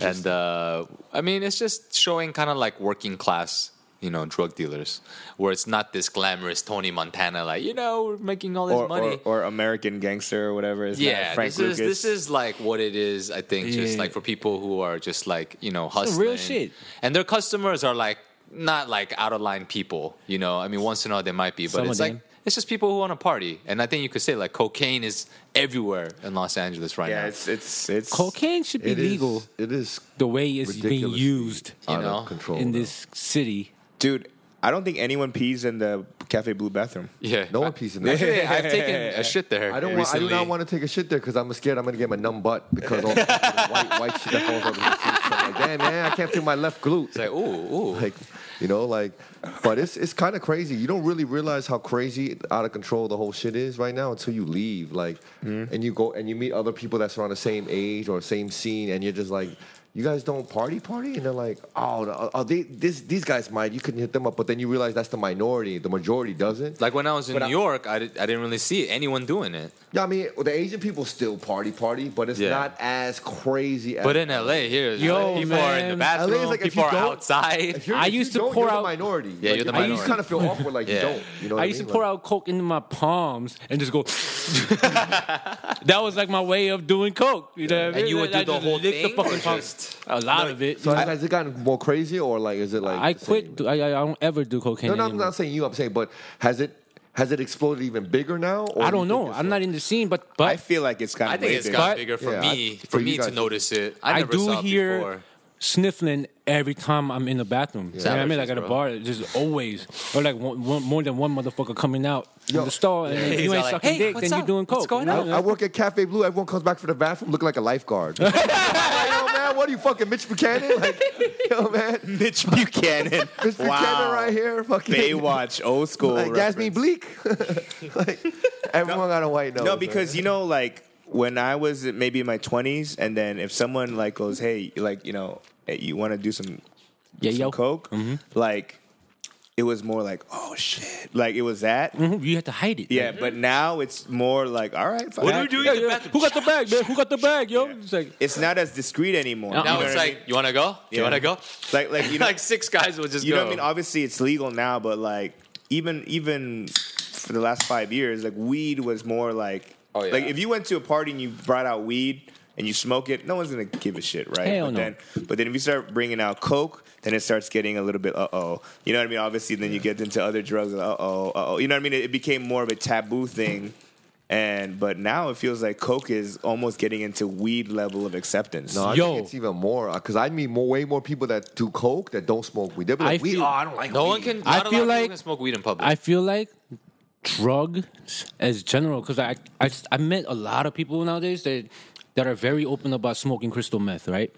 Speaker 4: and uh, I mean, it's just showing kind of like working class. You know, drug dealers, where it's not this glamorous Tony Montana, like you know, we're making all this
Speaker 3: Or,
Speaker 4: money.
Speaker 3: or or American gangster or whatever. It's
Speaker 4: yeah,
Speaker 3: not Frank
Speaker 4: this
Speaker 3: Lucas.
Speaker 4: is this is like what it is. I think just
Speaker 5: Yeah.
Speaker 4: like for people who are just like you know hustling,
Speaker 5: real shit.
Speaker 4: and their customers are like not like out of line people. You know, I mean, once in a while they might be, but
Speaker 5: Some of
Speaker 4: it's like
Speaker 5: them.
Speaker 4: it's just people who want to party. And I think you could say like cocaine is everywhere in Los Angeles right
Speaker 3: yeah,
Speaker 4: now.
Speaker 3: it's it's it's
Speaker 5: cocaine should be
Speaker 2: It is-
Speaker 5: legal.
Speaker 2: it is
Speaker 5: The way it's being
Speaker 2: ridiculously
Speaker 5: used
Speaker 4: You
Speaker 2: out
Speaker 4: know,
Speaker 2: of control
Speaker 5: in
Speaker 2: now.
Speaker 5: this city.
Speaker 3: dude. I don't think anyone pees in the Cafe Blue bathroom.
Speaker 4: *laughs* yeah,
Speaker 2: No one piece in *laughs*
Speaker 4: I,
Speaker 2: that.
Speaker 4: *laughs* actually, I've taken a shit there.
Speaker 2: I don't. Want, I do not
Speaker 4: recently.
Speaker 2: want to take a shit there because I'm scared I'm gonna get my numb butt because all the white white shit that falls out of the seat. I'm like, damn man, I can't feel my left glute.
Speaker 4: It's like ooh, ooh.
Speaker 2: like you know like but it's it's kind of crazy you don't really realize how crazy out of control the whole shit is right now until you leave like and you go and you meet other people that's around the same age or same scene and you're just like you guys don't party party and they're like oh, the- oh they, this, these guys might you can hit them up but then you realize that's the minority the majority doesn't
Speaker 4: like when I was in
Speaker 2: But
Speaker 4: New
Speaker 2: I-
Speaker 4: York, I, did, I didn't really see anyone doing it.
Speaker 2: yeah i mean the asian people still party party but it's
Speaker 4: Yeah.
Speaker 2: not as crazy as
Speaker 4: But in LA, here,
Speaker 5: Yo,
Speaker 4: people are in the
Speaker 5: man.
Speaker 4: bathroom,
Speaker 2: LA is like, if
Speaker 4: people
Speaker 2: you
Speaker 4: are
Speaker 2: don't-
Speaker 4: outside.
Speaker 2: *laughs* if you're,
Speaker 5: I
Speaker 2: if you
Speaker 5: used to
Speaker 2: don't,
Speaker 5: pour
Speaker 2: you're
Speaker 5: out-
Speaker 2: the minority
Speaker 4: Yeah,
Speaker 2: Like,
Speaker 4: you're the
Speaker 2: I used
Speaker 4: minority.
Speaker 2: to kind of feel awkward like
Speaker 4: Yeah.
Speaker 2: you don't you know what
Speaker 5: I used
Speaker 2: mean?
Speaker 5: to pour
Speaker 2: Like-
Speaker 5: out coke into my palms and just go. *laughs* that was like my way of doing coke. You know, what I mean?
Speaker 4: And you would do
Speaker 5: I
Speaker 4: the
Speaker 5: just
Speaker 4: whole
Speaker 5: lick
Speaker 4: thing,
Speaker 5: The fucking
Speaker 4: or
Speaker 5: palms.
Speaker 4: just-
Speaker 5: a lot of it.
Speaker 2: So has it gotten more crazy, or like is it like
Speaker 5: I
Speaker 2: the
Speaker 5: quit.
Speaker 2: same?
Speaker 5: do- I, I don't ever do cocaine.
Speaker 2: No, no, I'm
Speaker 5: anymore.
Speaker 2: not saying you. I'm saying, but has it has it exploded even bigger now? Or
Speaker 5: I
Speaker 2: do you
Speaker 5: don't know.
Speaker 2: think it's
Speaker 5: I'm
Speaker 2: like-
Speaker 5: not in the scene, but
Speaker 3: I
Speaker 5: but
Speaker 3: feel like it's kind
Speaker 4: I
Speaker 3: of
Speaker 4: think
Speaker 3: way
Speaker 4: it's
Speaker 3: bigger.
Speaker 4: gotten bigger for
Speaker 2: Yeah,
Speaker 4: me,
Speaker 2: I-
Speaker 4: for,
Speaker 2: for you
Speaker 4: me to
Speaker 2: guys.
Speaker 4: notice it. I,
Speaker 5: I
Speaker 4: never
Speaker 5: do
Speaker 4: saw it
Speaker 5: hear
Speaker 4: before.
Speaker 5: sniffling every time I'm in the bathroom. You know what I mean? Like at a
Speaker 4: Savages, bro.
Speaker 5: bar, just always or like one, one, more than one motherfucker coming out
Speaker 2: Yo.
Speaker 5: from the store, and if
Speaker 4: he's
Speaker 5: you
Speaker 4: all
Speaker 5: ain't
Speaker 4: like,
Speaker 5: sucking
Speaker 4: "Hey,
Speaker 5: dick,
Speaker 4: what's
Speaker 5: then
Speaker 4: up?
Speaker 5: you doing
Speaker 4: What's
Speaker 5: coke.
Speaker 4: going
Speaker 5: you
Speaker 4: on?
Speaker 5: know?
Speaker 2: I work at Cafe Blue. Everyone comes back from the bathroom looking like
Speaker 5: *laughs*
Speaker 2: a lifeguard. Like, yo, man, what are you fucking Mitch Buchanan? Like, yo, man,
Speaker 3: *laughs* Mitch
Speaker 2: *laughs*
Speaker 3: Buchanan.
Speaker 2: Mitch Buchanan right here. Fucking
Speaker 3: Baywatch, old school.
Speaker 2: Like Jasmine
Speaker 3: reference.
Speaker 2: Bleak. *laughs* like everyone got a white nose.
Speaker 3: No,
Speaker 2: man.
Speaker 3: because you know, like when I was maybe in my twenties, and then if someone like goes, "Hey, like you know, eh, you want to do some,
Speaker 5: Yeah,
Speaker 3: some
Speaker 5: yo.
Speaker 3: coke?"
Speaker 4: Mm-hmm.
Speaker 3: Like it was more like, "Oh shit!" Like it was that.
Speaker 4: Mm-hmm.
Speaker 5: Mhm, You had to hide it.
Speaker 3: Yeah, but now it's more like, "All right, fine."
Speaker 4: What are we doing
Speaker 5: Yeah,
Speaker 4: in the
Speaker 5: yeah.
Speaker 4: bathroom?
Speaker 5: Who got the bag, man? Who got the bag, yo? It's like
Speaker 3: It's not as discreet anymore.
Speaker 5: Uh-uh.
Speaker 3: You know
Speaker 4: Now
Speaker 3: what
Speaker 4: it's
Speaker 3: I
Speaker 4: like,
Speaker 3: mean?
Speaker 4: you want to go? You
Speaker 3: Yeah.
Speaker 4: want to go?
Speaker 3: like,
Speaker 4: *laughs*
Speaker 3: like you know,
Speaker 4: like six guys will just
Speaker 3: you
Speaker 4: go.
Speaker 3: know what I mean? Obviously, it's legal now, but like even even for the last five years, like weed was more like
Speaker 4: Oh, yeah.
Speaker 3: like if you went to a party and you brought out weed and you smoke it, no one's gonna give a shit, right?
Speaker 5: Hell
Speaker 3: but
Speaker 5: no.
Speaker 3: then but then if you start bringing out coke, then it starts getting a little bit uh oh, you know what I mean? Obviously, then you get into other drugs, uh oh, uh oh, you know what I mean? It, it became more of a taboo thing. And but now it feels like coke is almost getting into weed level of acceptance.
Speaker 2: No, I
Speaker 5: Yo.
Speaker 2: think it's even more because I meet more, way more people that do coke that don't smoke weed. They'll be
Speaker 5: I
Speaker 2: like, "We
Speaker 5: feel-
Speaker 2: oh, I don't like
Speaker 4: no
Speaker 2: weed."
Speaker 4: one can.
Speaker 5: I
Speaker 4: Not I
Speaker 5: feel
Speaker 4: feel
Speaker 5: like-
Speaker 4: like can smoke weed in public.
Speaker 5: I feel like drugs as general because I, I just- I met a lot of people nowadays that that are very open about smoking crystal meth, right?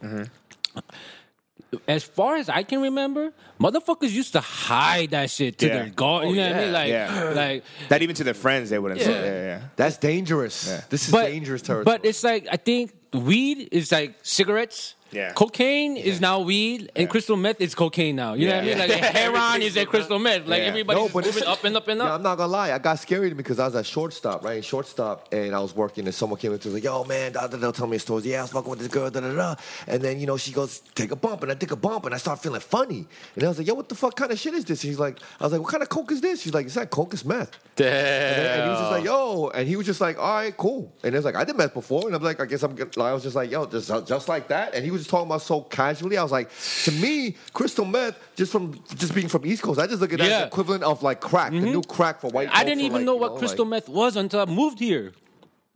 Speaker 5: As far as I can remember, motherfuckers used to hide that shit to
Speaker 3: Yeah.
Speaker 5: their god. You know what I mean?
Speaker 4: yeah.
Speaker 5: Like,
Speaker 3: Yeah.
Speaker 5: like.
Speaker 3: Not even to their friends they wouldn't say.
Speaker 4: Yeah.
Speaker 3: Yeah, yeah.
Speaker 2: That's dangerous. This is dangerous territory.
Speaker 5: But it's like I think weed is like cigarettes.
Speaker 3: Yeah.
Speaker 5: Cocaine is now weed, and crystal meth is cocaine now. You know
Speaker 4: Yeah.
Speaker 5: what I mean? Like heroin is a crystal meth. Like
Speaker 4: Yeah.
Speaker 5: everybody's
Speaker 2: No, but
Speaker 5: moving
Speaker 2: it's-
Speaker 5: up and up and
Speaker 2: Yeah,
Speaker 5: up.
Speaker 2: I'm not gonna lie. I got scared because I was at shortstop, right? Shortstop, and I was working, and someone came up to me like, "Yo, man," da, da, they'll tell me stories. Yeah, I was fucking with this girl, da da da. And then you know she goes, "Take a bump," and I take a bump, and I start feeling funny. And I was like, "Yo, what the fuck kind of shit is this?" She's like, "I was like, what kind of coke is this?" She's like, "It's not coke, it's meth." And he was just like, yo, and he was just like, all right, cool. And it's like, I did meth before, and I'm like, I guess I'm. Good. I was just like, yo, just just like that. And he was just talking about so casually. I was like, to me, crystal meth, just from just being from East Coast, I just look at that as
Speaker 5: Yeah.
Speaker 2: the equivalent of like crack, the new crack for white.
Speaker 5: I
Speaker 2: folks,
Speaker 5: didn't
Speaker 2: or,
Speaker 5: even
Speaker 2: like,
Speaker 5: know
Speaker 2: you
Speaker 5: what crystal
Speaker 2: like,
Speaker 5: meth was until I moved here.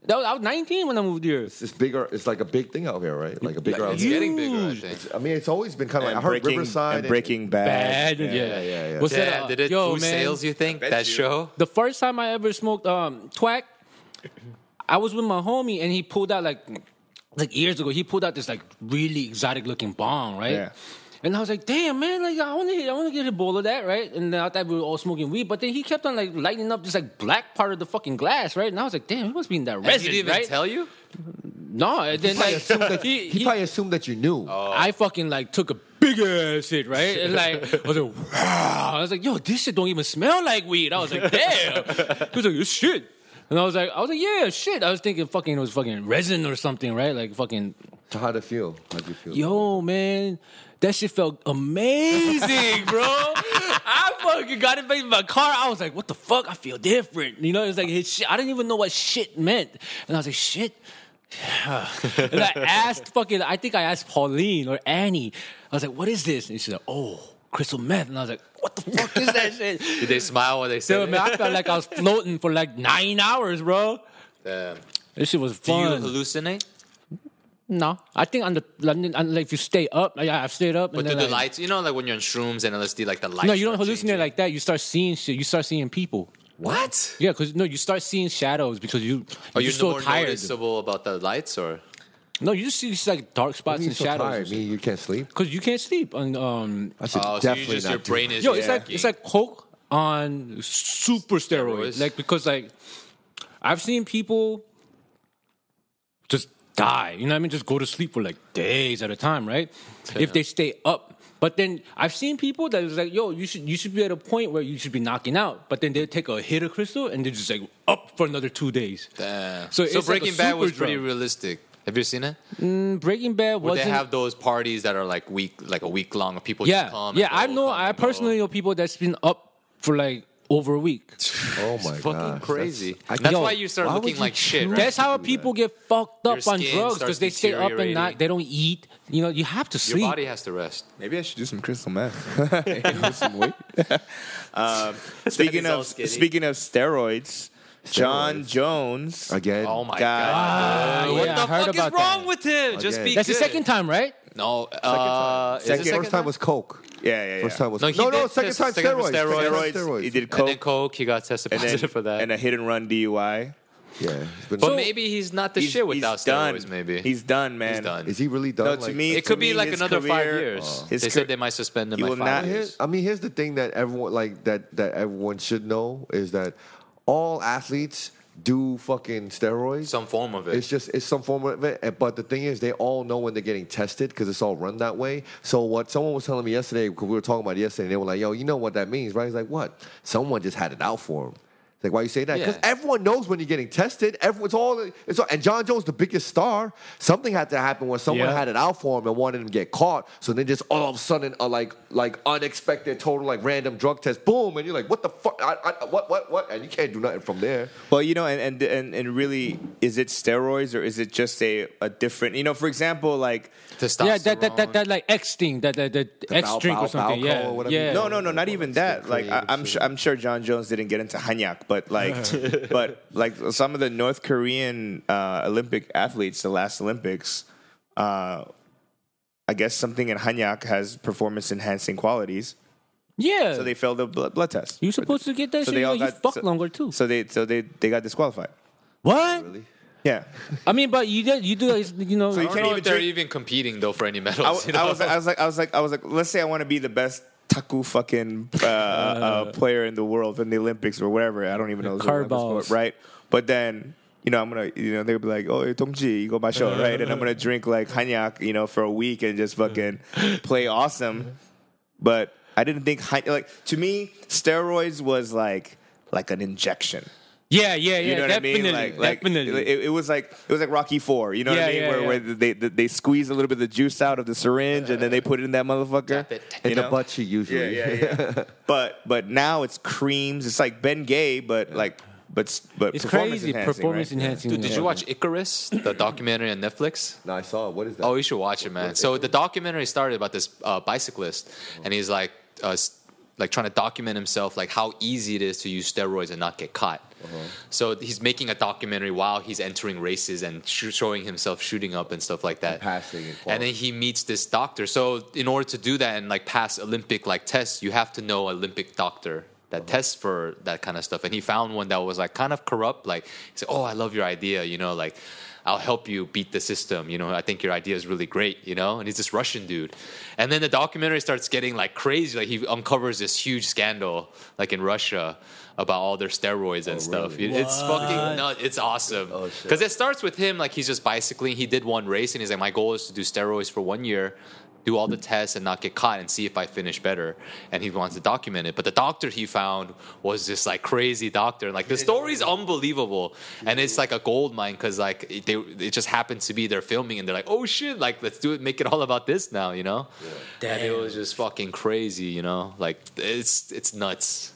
Speaker 5: That was, I was 19 when I moved here.
Speaker 2: It's bigger. It's like a big thing out here, right? Like a bigger.
Speaker 4: Like,
Speaker 2: out
Speaker 4: it's
Speaker 2: here.
Speaker 4: getting bigger, I think.
Speaker 2: I mean, it's always been kind of like I
Speaker 3: and
Speaker 2: heard
Speaker 3: breaking,
Speaker 2: Riverside
Speaker 3: and breaking bad.
Speaker 5: Bad. Yeah, yeah,
Speaker 2: yeah, yeah.
Speaker 5: What's that?
Speaker 4: Yeah,
Speaker 5: uh,
Speaker 4: did it
Speaker 5: yo,
Speaker 4: boost
Speaker 5: man,
Speaker 4: sales, you think?
Speaker 3: bet
Speaker 4: That
Speaker 3: you.
Speaker 4: show?
Speaker 5: The first time I ever smoked um, twack, I was with my homie and he pulled out like like years ago. He pulled out this like really exotic looking bong, right?
Speaker 3: Yeah.
Speaker 5: And I was like, damn man, like I want to I want to get a bowl of that, right? And then I thought we were all smoking weed, but then he kept on like lighting up this like black part of the fucking glass, right? And I was like, damn, it must be in that
Speaker 4: And he
Speaker 5: resin,
Speaker 4: didn't even
Speaker 5: right?
Speaker 4: tell you?
Speaker 5: no, and then like he,
Speaker 2: He
Speaker 5: he-
Speaker 2: probably assumed that you knew.
Speaker 5: I fucking like took a big ass shit, right? And like I was like, wow. I was like, yo, this shit don't even smell like weed. I was like, damn. He was like, it's shit. And I was like, I was like, yeah, shit. I was thinking fucking it was fucking resin or something, right? Like fucking,
Speaker 2: So How'd it feel? How'd you feel?
Speaker 5: yo, man. That shit felt amazing, *laughs* bro. I fucking got it back in my car. I was like, what the fuck? I feel different. You know, it's like his shit. I didn't even know what shit meant. And I was like, shit. *sighs* and I asked fucking, I think I asked Pauline or Annie. I was like, what is this? And she's like, oh, crystal meth. And I was like, what the fuck is that shit?
Speaker 4: *laughs* Did they smile when they said
Speaker 5: Dude, man, I felt like I was floating for like nine hours, bro.
Speaker 4: Damn.
Speaker 5: This shit was
Speaker 4: Do you
Speaker 5: fun.
Speaker 4: hallucinate?
Speaker 5: no, I think on the London, on, like if you stay up, like, I've stayed up.
Speaker 4: But
Speaker 5: and
Speaker 4: do
Speaker 5: then,
Speaker 4: the
Speaker 5: like-
Speaker 4: lights, you know, like when you're on shrooms and LSD, like the lights.
Speaker 5: No, you don't
Speaker 4: start
Speaker 5: hallucinate
Speaker 4: changing.
Speaker 5: like that. You start seeing shit. You start seeing people.
Speaker 4: What?
Speaker 5: Yeah, because no, you start seeing shadows because you
Speaker 4: Are you
Speaker 5: you're so
Speaker 4: more
Speaker 5: tired.
Speaker 4: noticeable about the lights or?
Speaker 5: No, you just see these like dark
Speaker 2: What do
Speaker 5: spots
Speaker 2: you mean
Speaker 5: and
Speaker 2: so tired?
Speaker 5: shadows
Speaker 2: Me, you can't sleep.
Speaker 5: because you can't sleep. And um,
Speaker 2: I should
Speaker 4: Oh, so you
Speaker 2: definitely
Speaker 4: just,
Speaker 2: not
Speaker 4: your
Speaker 2: do
Speaker 4: brain is.
Speaker 5: yo, it's like
Speaker 4: jerky.
Speaker 5: it's like coke on super steroids.
Speaker 4: Steroids.
Speaker 5: Like because like I've seen people just die. You know what I mean? Just go to sleep for like days at a time, right? If they stay up. But then I've seen people that is like, yo, you should you should be at a point where you should be knocking out. But then they take a hit of crystal and they're just like up for another two days.
Speaker 4: Damn.
Speaker 5: So
Speaker 4: So,
Speaker 5: it's like a
Speaker 4: Breaking Bad was
Speaker 5: super
Speaker 4: pretty
Speaker 5: drug.
Speaker 4: realistic. Have you seen it?
Speaker 5: Breaking Bad
Speaker 4: Where they
Speaker 5: wasn't.
Speaker 4: have those parties that are like week, like a week long, of people
Speaker 5: yeah,
Speaker 4: just come.
Speaker 5: yeah.
Speaker 4: and
Speaker 5: I
Speaker 4: go,
Speaker 5: know.
Speaker 4: come
Speaker 5: I
Speaker 4: and go.
Speaker 3: Oh
Speaker 5: personally know people that's been up for like over a week.
Speaker 2: Oh my god,
Speaker 4: fucking crazy. That's,
Speaker 5: yo,
Speaker 4: why you start
Speaker 2: why
Speaker 4: looking
Speaker 2: would you
Speaker 4: like shit.
Speaker 2: choose-
Speaker 4: Right?
Speaker 5: That's how people get fucked up
Speaker 4: Your
Speaker 5: on
Speaker 4: skin
Speaker 5: drugs
Speaker 4: starts
Speaker 5: because they stay up and not
Speaker 4: deteriorating.
Speaker 5: they don't eat. You know, you have to
Speaker 4: Your
Speaker 5: sleep.
Speaker 4: body has to rest.
Speaker 3: Maybe I should do some crystal meth. *laughs* Lose some weight. um, speaking
Speaker 4: is all
Speaker 3: of
Speaker 4: skinny.
Speaker 3: speaking of steroids, John Jones
Speaker 2: again.
Speaker 4: Oh my
Speaker 3: got-
Speaker 4: god!
Speaker 5: Ah,
Speaker 4: what
Speaker 5: yeah, I
Speaker 4: the
Speaker 5: heard
Speaker 4: fuck is
Speaker 5: about
Speaker 4: wrong
Speaker 5: that.
Speaker 4: with him? Just
Speaker 2: Again.
Speaker 4: be
Speaker 5: That's the
Speaker 4: good.
Speaker 5: second time, right?
Speaker 4: No, uh,
Speaker 2: Second,
Speaker 4: is it
Speaker 2: first time was coke.
Speaker 3: Yeah, yeah, yeah.
Speaker 2: First time was
Speaker 4: No,
Speaker 2: no,
Speaker 4: he
Speaker 2: no,
Speaker 4: did
Speaker 2: second
Speaker 4: test-
Speaker 2: time
Speaker 4: second
Speaker 2: steroids.
Speaker 4: time
Speaker 2: Second time
Speaker 3: steroids. He did
Speaker 4: and
Speaker 3: coke
Speaker 4: then
Speaker 3: and,
Speaker 4: coke. He got tested positive
Speaker 3: then,
Speaker 4: for that.
Speaker 3: and a hit and run DUI.
Speaker 2: Yeah, he's been-
Speaker 4: but maybe he's not the
Speaker 3: He's-
Speaker 4: shit without
Speaker 3: he's
Speaker 4: steroids.
Speaker 3: done.
Speaker 4: Maybe
Speaker 3: he's done, man.
Speaker 4: He's done.
Speaker 2: is he really done?
Speaker 3: No, to
Speaker 2: Like-
Speaker 3: me,
Speaker 4: It
Speaker 3: to
Speaker 4: could be
Speaker 3: me,
Speaker 4: like
Speaker 3: his
Speaker 4: another five
Speaker 3: career- oh.
Speaker 4: years.
Speaker 3: his
Speaker 4: they
Speaker 3: car-
Speaker 4: said they might suspend him
Speaker 3: You
Speaker 4: by
Speaker 3: will
Speaker 4: five
Speaker 3: not-
Speaker 4: years.
Speaker 2: Here's- I mean, here's the thing that everyone like that that everyone should know is that all athletes do fucking steroids.
Speaker 4: Some form of it.
Speaker 2: It's just it's some form of it. And- But the thing is, they all know when they're getting tested because it's all run that way. So what someone was telling me yesterday, because we were talking about it yesterday, and they were like, "Yo, you know what that means, right?" He's like, "What? Someone just had it out for him." It's like, why you say that? Because
Speaker 4: Yeah.
Speaker 2: everyone knows when you're getting tested. Everyone's all it's all, and John Jones, the biggest star. Something had to happen where someone
Speaker 5: Yeah.
Speaker 2: had it out for him and wanted him to get caught. So then just all of a sudden, a like like unexpected, total like random drug test, boom, and you're like, what the fuck? I, I, what what what? And you can't do nothing from there.
Speaker 3: Well, you know, and, and and and really, is it steroids or is it just a a different? You know, for example, like
Speaker 5: Yeah, that, that that that like X thing, that that, that X
Speaker 2: Bal-
Speaker 5: drink
Speaker 2: Bal-
Speaker 5: or something.
Speaker 2: Balco
Speaker 5: yeah,
Speaker 2: or whatever
Speaker 5: yeah.
Speaker 2: you
Speaker 3: no, no, no, not even that. Like I, I'm sure, I'm sure John Jones didn't get into hanyak, but like, but like some of the North Korean uh, Olympic athletes, the last Olympics, uh, I guess something in hanyak has performance enhancing qualities,
Speaker 5: yeah.
Speaker 3: so they failed the blood, blood test.
Speaker 5: you supposed to get that shit? yeah, you fuck
Speaker 3: so-
Speaker 5: longer too.
Speaker 3: So they so they they got disqualified.
Speaker 5: what?
Speaker 3: Yeah,
Speaker 5: I mean, but you did, you do you know.
Speaker 3: you
Speaker 4: I
Speaker 3: can't
Speaker 4: don't know
Speaker 3: even
Speaker 4: if they're
Speaker 3: drink-
Speaker 4: even competing though for any
Speaker 3: I,
Speaker 4: medals.
Speaker 3: w-
Speaker 4: you know?
Speaker 3: I *laughs* was, I was like, I was like, I was like, let's say I want to be the best taku fucking uh, uh, player in the world in the Olympics or whatever. I don't even know the Olympic
Speaker 5: Carballs.
Speaker 3: sport, right? But then you know, I'm gonna, you know, they'll be like, oh, Tongji, you go my show, right? And I'm gonna drink like hanyak, you know, for a week and just fucking play awesome. But I didn't think han- like to me, steroids was like like an injection.
Speaker 5: Yeah, yeah, yeah.
Speaker 3: You know what
Speaker 5: definitely,
Speaker 3: I mean? Like, like
Speaker 5: definitely.
Speaker 3: It, it was like it was like Rocky Four. You know what I
Speaker 5: Yeah,
Speaker 3: mean? where
Speaker 5: yeah, yeah.
Speaker 3: where they, they they squeeze a little bit of the juice out of the syringe and then they put it in that motherfucker.
Speaker 4: Tap it.
Speaker 3: you
Speaker 2: in the
Speaker 3: know?
Speaker 2: butt cheek usually. *laughs*
Speaker 3: Yeah, yeah, yeah. but but now it's creams. It's like Ben Gay, but like but but
Speaker 5: it's
Speaker 3: performance
Speaker 5: crazy.
Speaker 3: enhancing,
Speaker 5: Performance
Speaker 3: right?
Speaker 5: enhancing.
Speaker 4: Dude, did you watch Icarus, the documentary on Netflix?
Speaker 2: no, I saw it. What is that?
Speaker 4: Oh, you should watch it, man. So the documentary started about this uh, bicyclist, and he's like, uh, s- like trying to document himself, like how easy it is to use steroids and not get caught. So he's making a documentary while he's entering races and sh- showing himself shooting up and stuff like that.
Speaker 2: passing and
Speaker 4: and then he meets this doctor. So in order to do that and like pass Olympic like tests, you have to know Olympic doctor that
Speaker 2: Uh-huh.
Speaker 4: tests for that kind of stuff. And he found one that was like kind of corrupt. Like he said, "Oh, I love your idea. You know, like I'll help you beat the system. You know, I think your idea is really great. You know." And he's this Russian dude. And then the documentary starts getting like crazy. Like he uncovers this huge scandal like in Russia. About all their steroids and stuff. It- It's fucking nuts. It's awesome.
Speaker 2: shit.
Speaker 4: Because it starts with him like he's just bicycling. He did one race and he's like, my goal is to do steroids for one year, do all the tests and not get caught and see if I finish better. And he wants to document it. But the doctor he found was this like crazy doctor. And like the story's unbelievable. And it's like a gold mine because like it, they, it just happens to be they're filming and they're like, oh shit, like let's do it, make it all about this now, you know? And it was just fucking crazy, you know? Like it's it's nuts.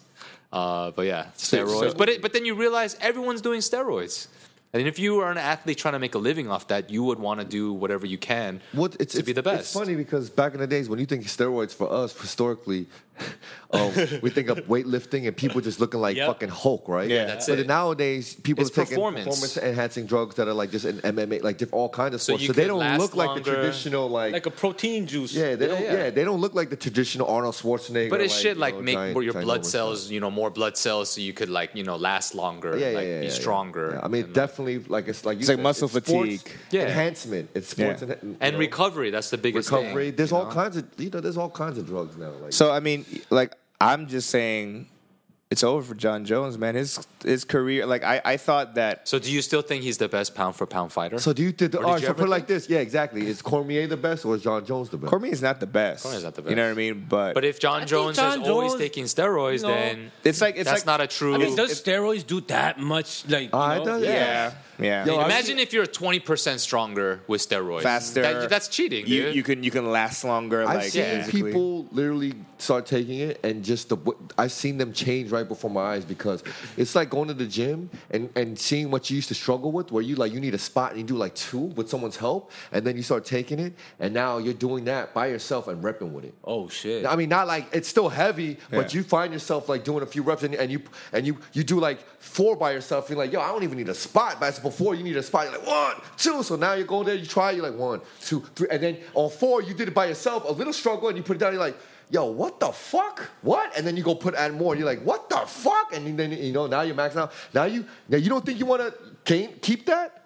Speaker 4: Uh, but yeah, steroids.
Speaker 3: so-
Speaker 4: but it, but then you realize everyone's doing steroids. And if you are an athlete trying to make a living off that, you would want to do whatever you can
Speaker 2: What, it's,
Speaker 4: to
Speaker 2: it's,
Speaker 4: be the
Speaker 2: It's
Speaker 4: best.
Speaker 2: funny because back in the days when you think steroids for us historically, *laughs* um, we think of weightlifting and people just looking like
Speaker 5: Yep.
Speaker 2: fucking Hulk, right?
Speaker 3: Yeah,
Speaker 4: that's
Speaker 2: but
Speaker 4: it.
Speaker 2: nowadays people
Speaker 4: It's
Speaker 2: are taking
Speaker 4: performance.
Speaker 2: performance enhancing drugs that are like just in MMA, like diff- all kinds of
Speaker 4: So
Speaker 2: sports.
Speaker 4: you
Speaker 2: So, they
Speaker 4: can
Speaker 2: don't
Speaker 4: last
Speaker 2: look like the
Speaker 4: longer.
Speaker 2: traditional like.
Speaker 5: Like a protein juice.
Speaker 2: yeah, they
Speaker 4: Yeah,
Speaker 2: don't. Yeah.
Speaker 4: yeah.
Speaker 2: they don't look like the traditional Arnold Schwarzenegger.
Speaker 4: but it's shit
Speaker 2: you
Speaker 4: like
Speaker 2: know,
Speaker 4: make
Speaker 2: giant-
Speaker 4: your
Speaker 2: giant
Speaker 4: blood
Speaker 2: woman.
Speaker 4: cells, you know, more blood cells so you could like, you know, last longer,
Speaker 2: Yeah, yeah,
Speaker 4: like
Speaker 2: yeah,
Speaker 4: be
Speaker 2: yeah,
Speaker 4: stronger.
Speaker 2: yeah. I mean,
Speaker 4: and, uh,
Speaker 2: definitely like it's like you
Speaker 3: It's like
Speaker 2: said,
Speaker 3: muscle
Speaker 2: it's sports
Speaker 3: fatigue.
Speaker 4: Yeah.
Speaker 2: enhancement. It's sports
Speaker 3: Yeah.
Speaker 2: enha- you
Speaker 4: and
Speaker 2: know,
Speaker 4: recovery, that's the biggest
Speaker 2: recovery.
Speaker 4: thing.
Speaker 2: there's all kinds of you know. There's all kinds of drugs now. Like
Speaker 3: So I mean, like I'm just saying, it's over for John Jones, man. His his career, like I I thought that
Speaker 4: So do you still think he's the best pound for pound fighter?
Speaker 2: So do you think?
Speaker 4: Or
Speaker 2: All
Speaker 4: did
Speaker 2: right,
Speaker 4: you
Speaker 2: so
Speaker 4: ever
Speaker 2: put it
Speaker 4: think-
Speaker 2: like this. Yeah, exactly. Is Cormier the best or is John Jones the best?
Speaker 3: Cormier's not the best.
Speaker 4: Cormier's not the
Speaker 3: You know
Speaker 4: best.
Speaker 3: what I mean? But,
Speaker 4: but if John
Speaker 5: think
Speaker 4: Jones
Speaker 5: John
Speaker 4: is always
Speaker 5: Jones-
Speaker 4: taking steroids,
Speaker 5: No.
Speaker 4: then
Speaker 3: it's like it's
Speaker 4: that's
Speaker 3: like,
Speaker 4: not a true.
Speaker 5: I mean, does steroids do that much? Like, you
Speaker 2: Ah, it
Speaker 5: know?
Speaker 2: does-
Speaker 3: yeah yeah.
Speaker 2: Yo, I-
Speaker 4: Imagine if you're 20% stronger with steroids.
Speaker 3: Faster.
Speaker 4: That- that's cheating,
Speaker 3: you,
Speaker 4: dude.
Speaker 3: you can you can last longer.
Speaker 2: I've
Speaker 3: like
Speaker 2: seen
Speaker 3: physically.
Speaker 2: people literally start taking it, and just the w- I've seen them change right before my eyes because it's like going to the gym and, and seeing what you used to struggle with, where you like you need a spot and you do like two with someone's help, and then you start taking it, and now you're doing that by yourself and repping with it.
Speaker 5: Oh shit.
Speaker 2: I mean, not like it's still heavy, but
Speaker 3: Yeah.
Speaker 2: you find yourself like doing a few reps and, and you and you you do like four by yourself. You're like, yo, I don't even need a spot. But before you need a spot, you're like one, two. So now you go there, you try, you're like one, two, three, and then on four you did it by yourself. A little struggle, and you put it down. You're like, yo, what the fuck? What? And then you go put add more. You're like, what the fuck? And then you know now you're maxing out. Now you now you don't think you want to keep that.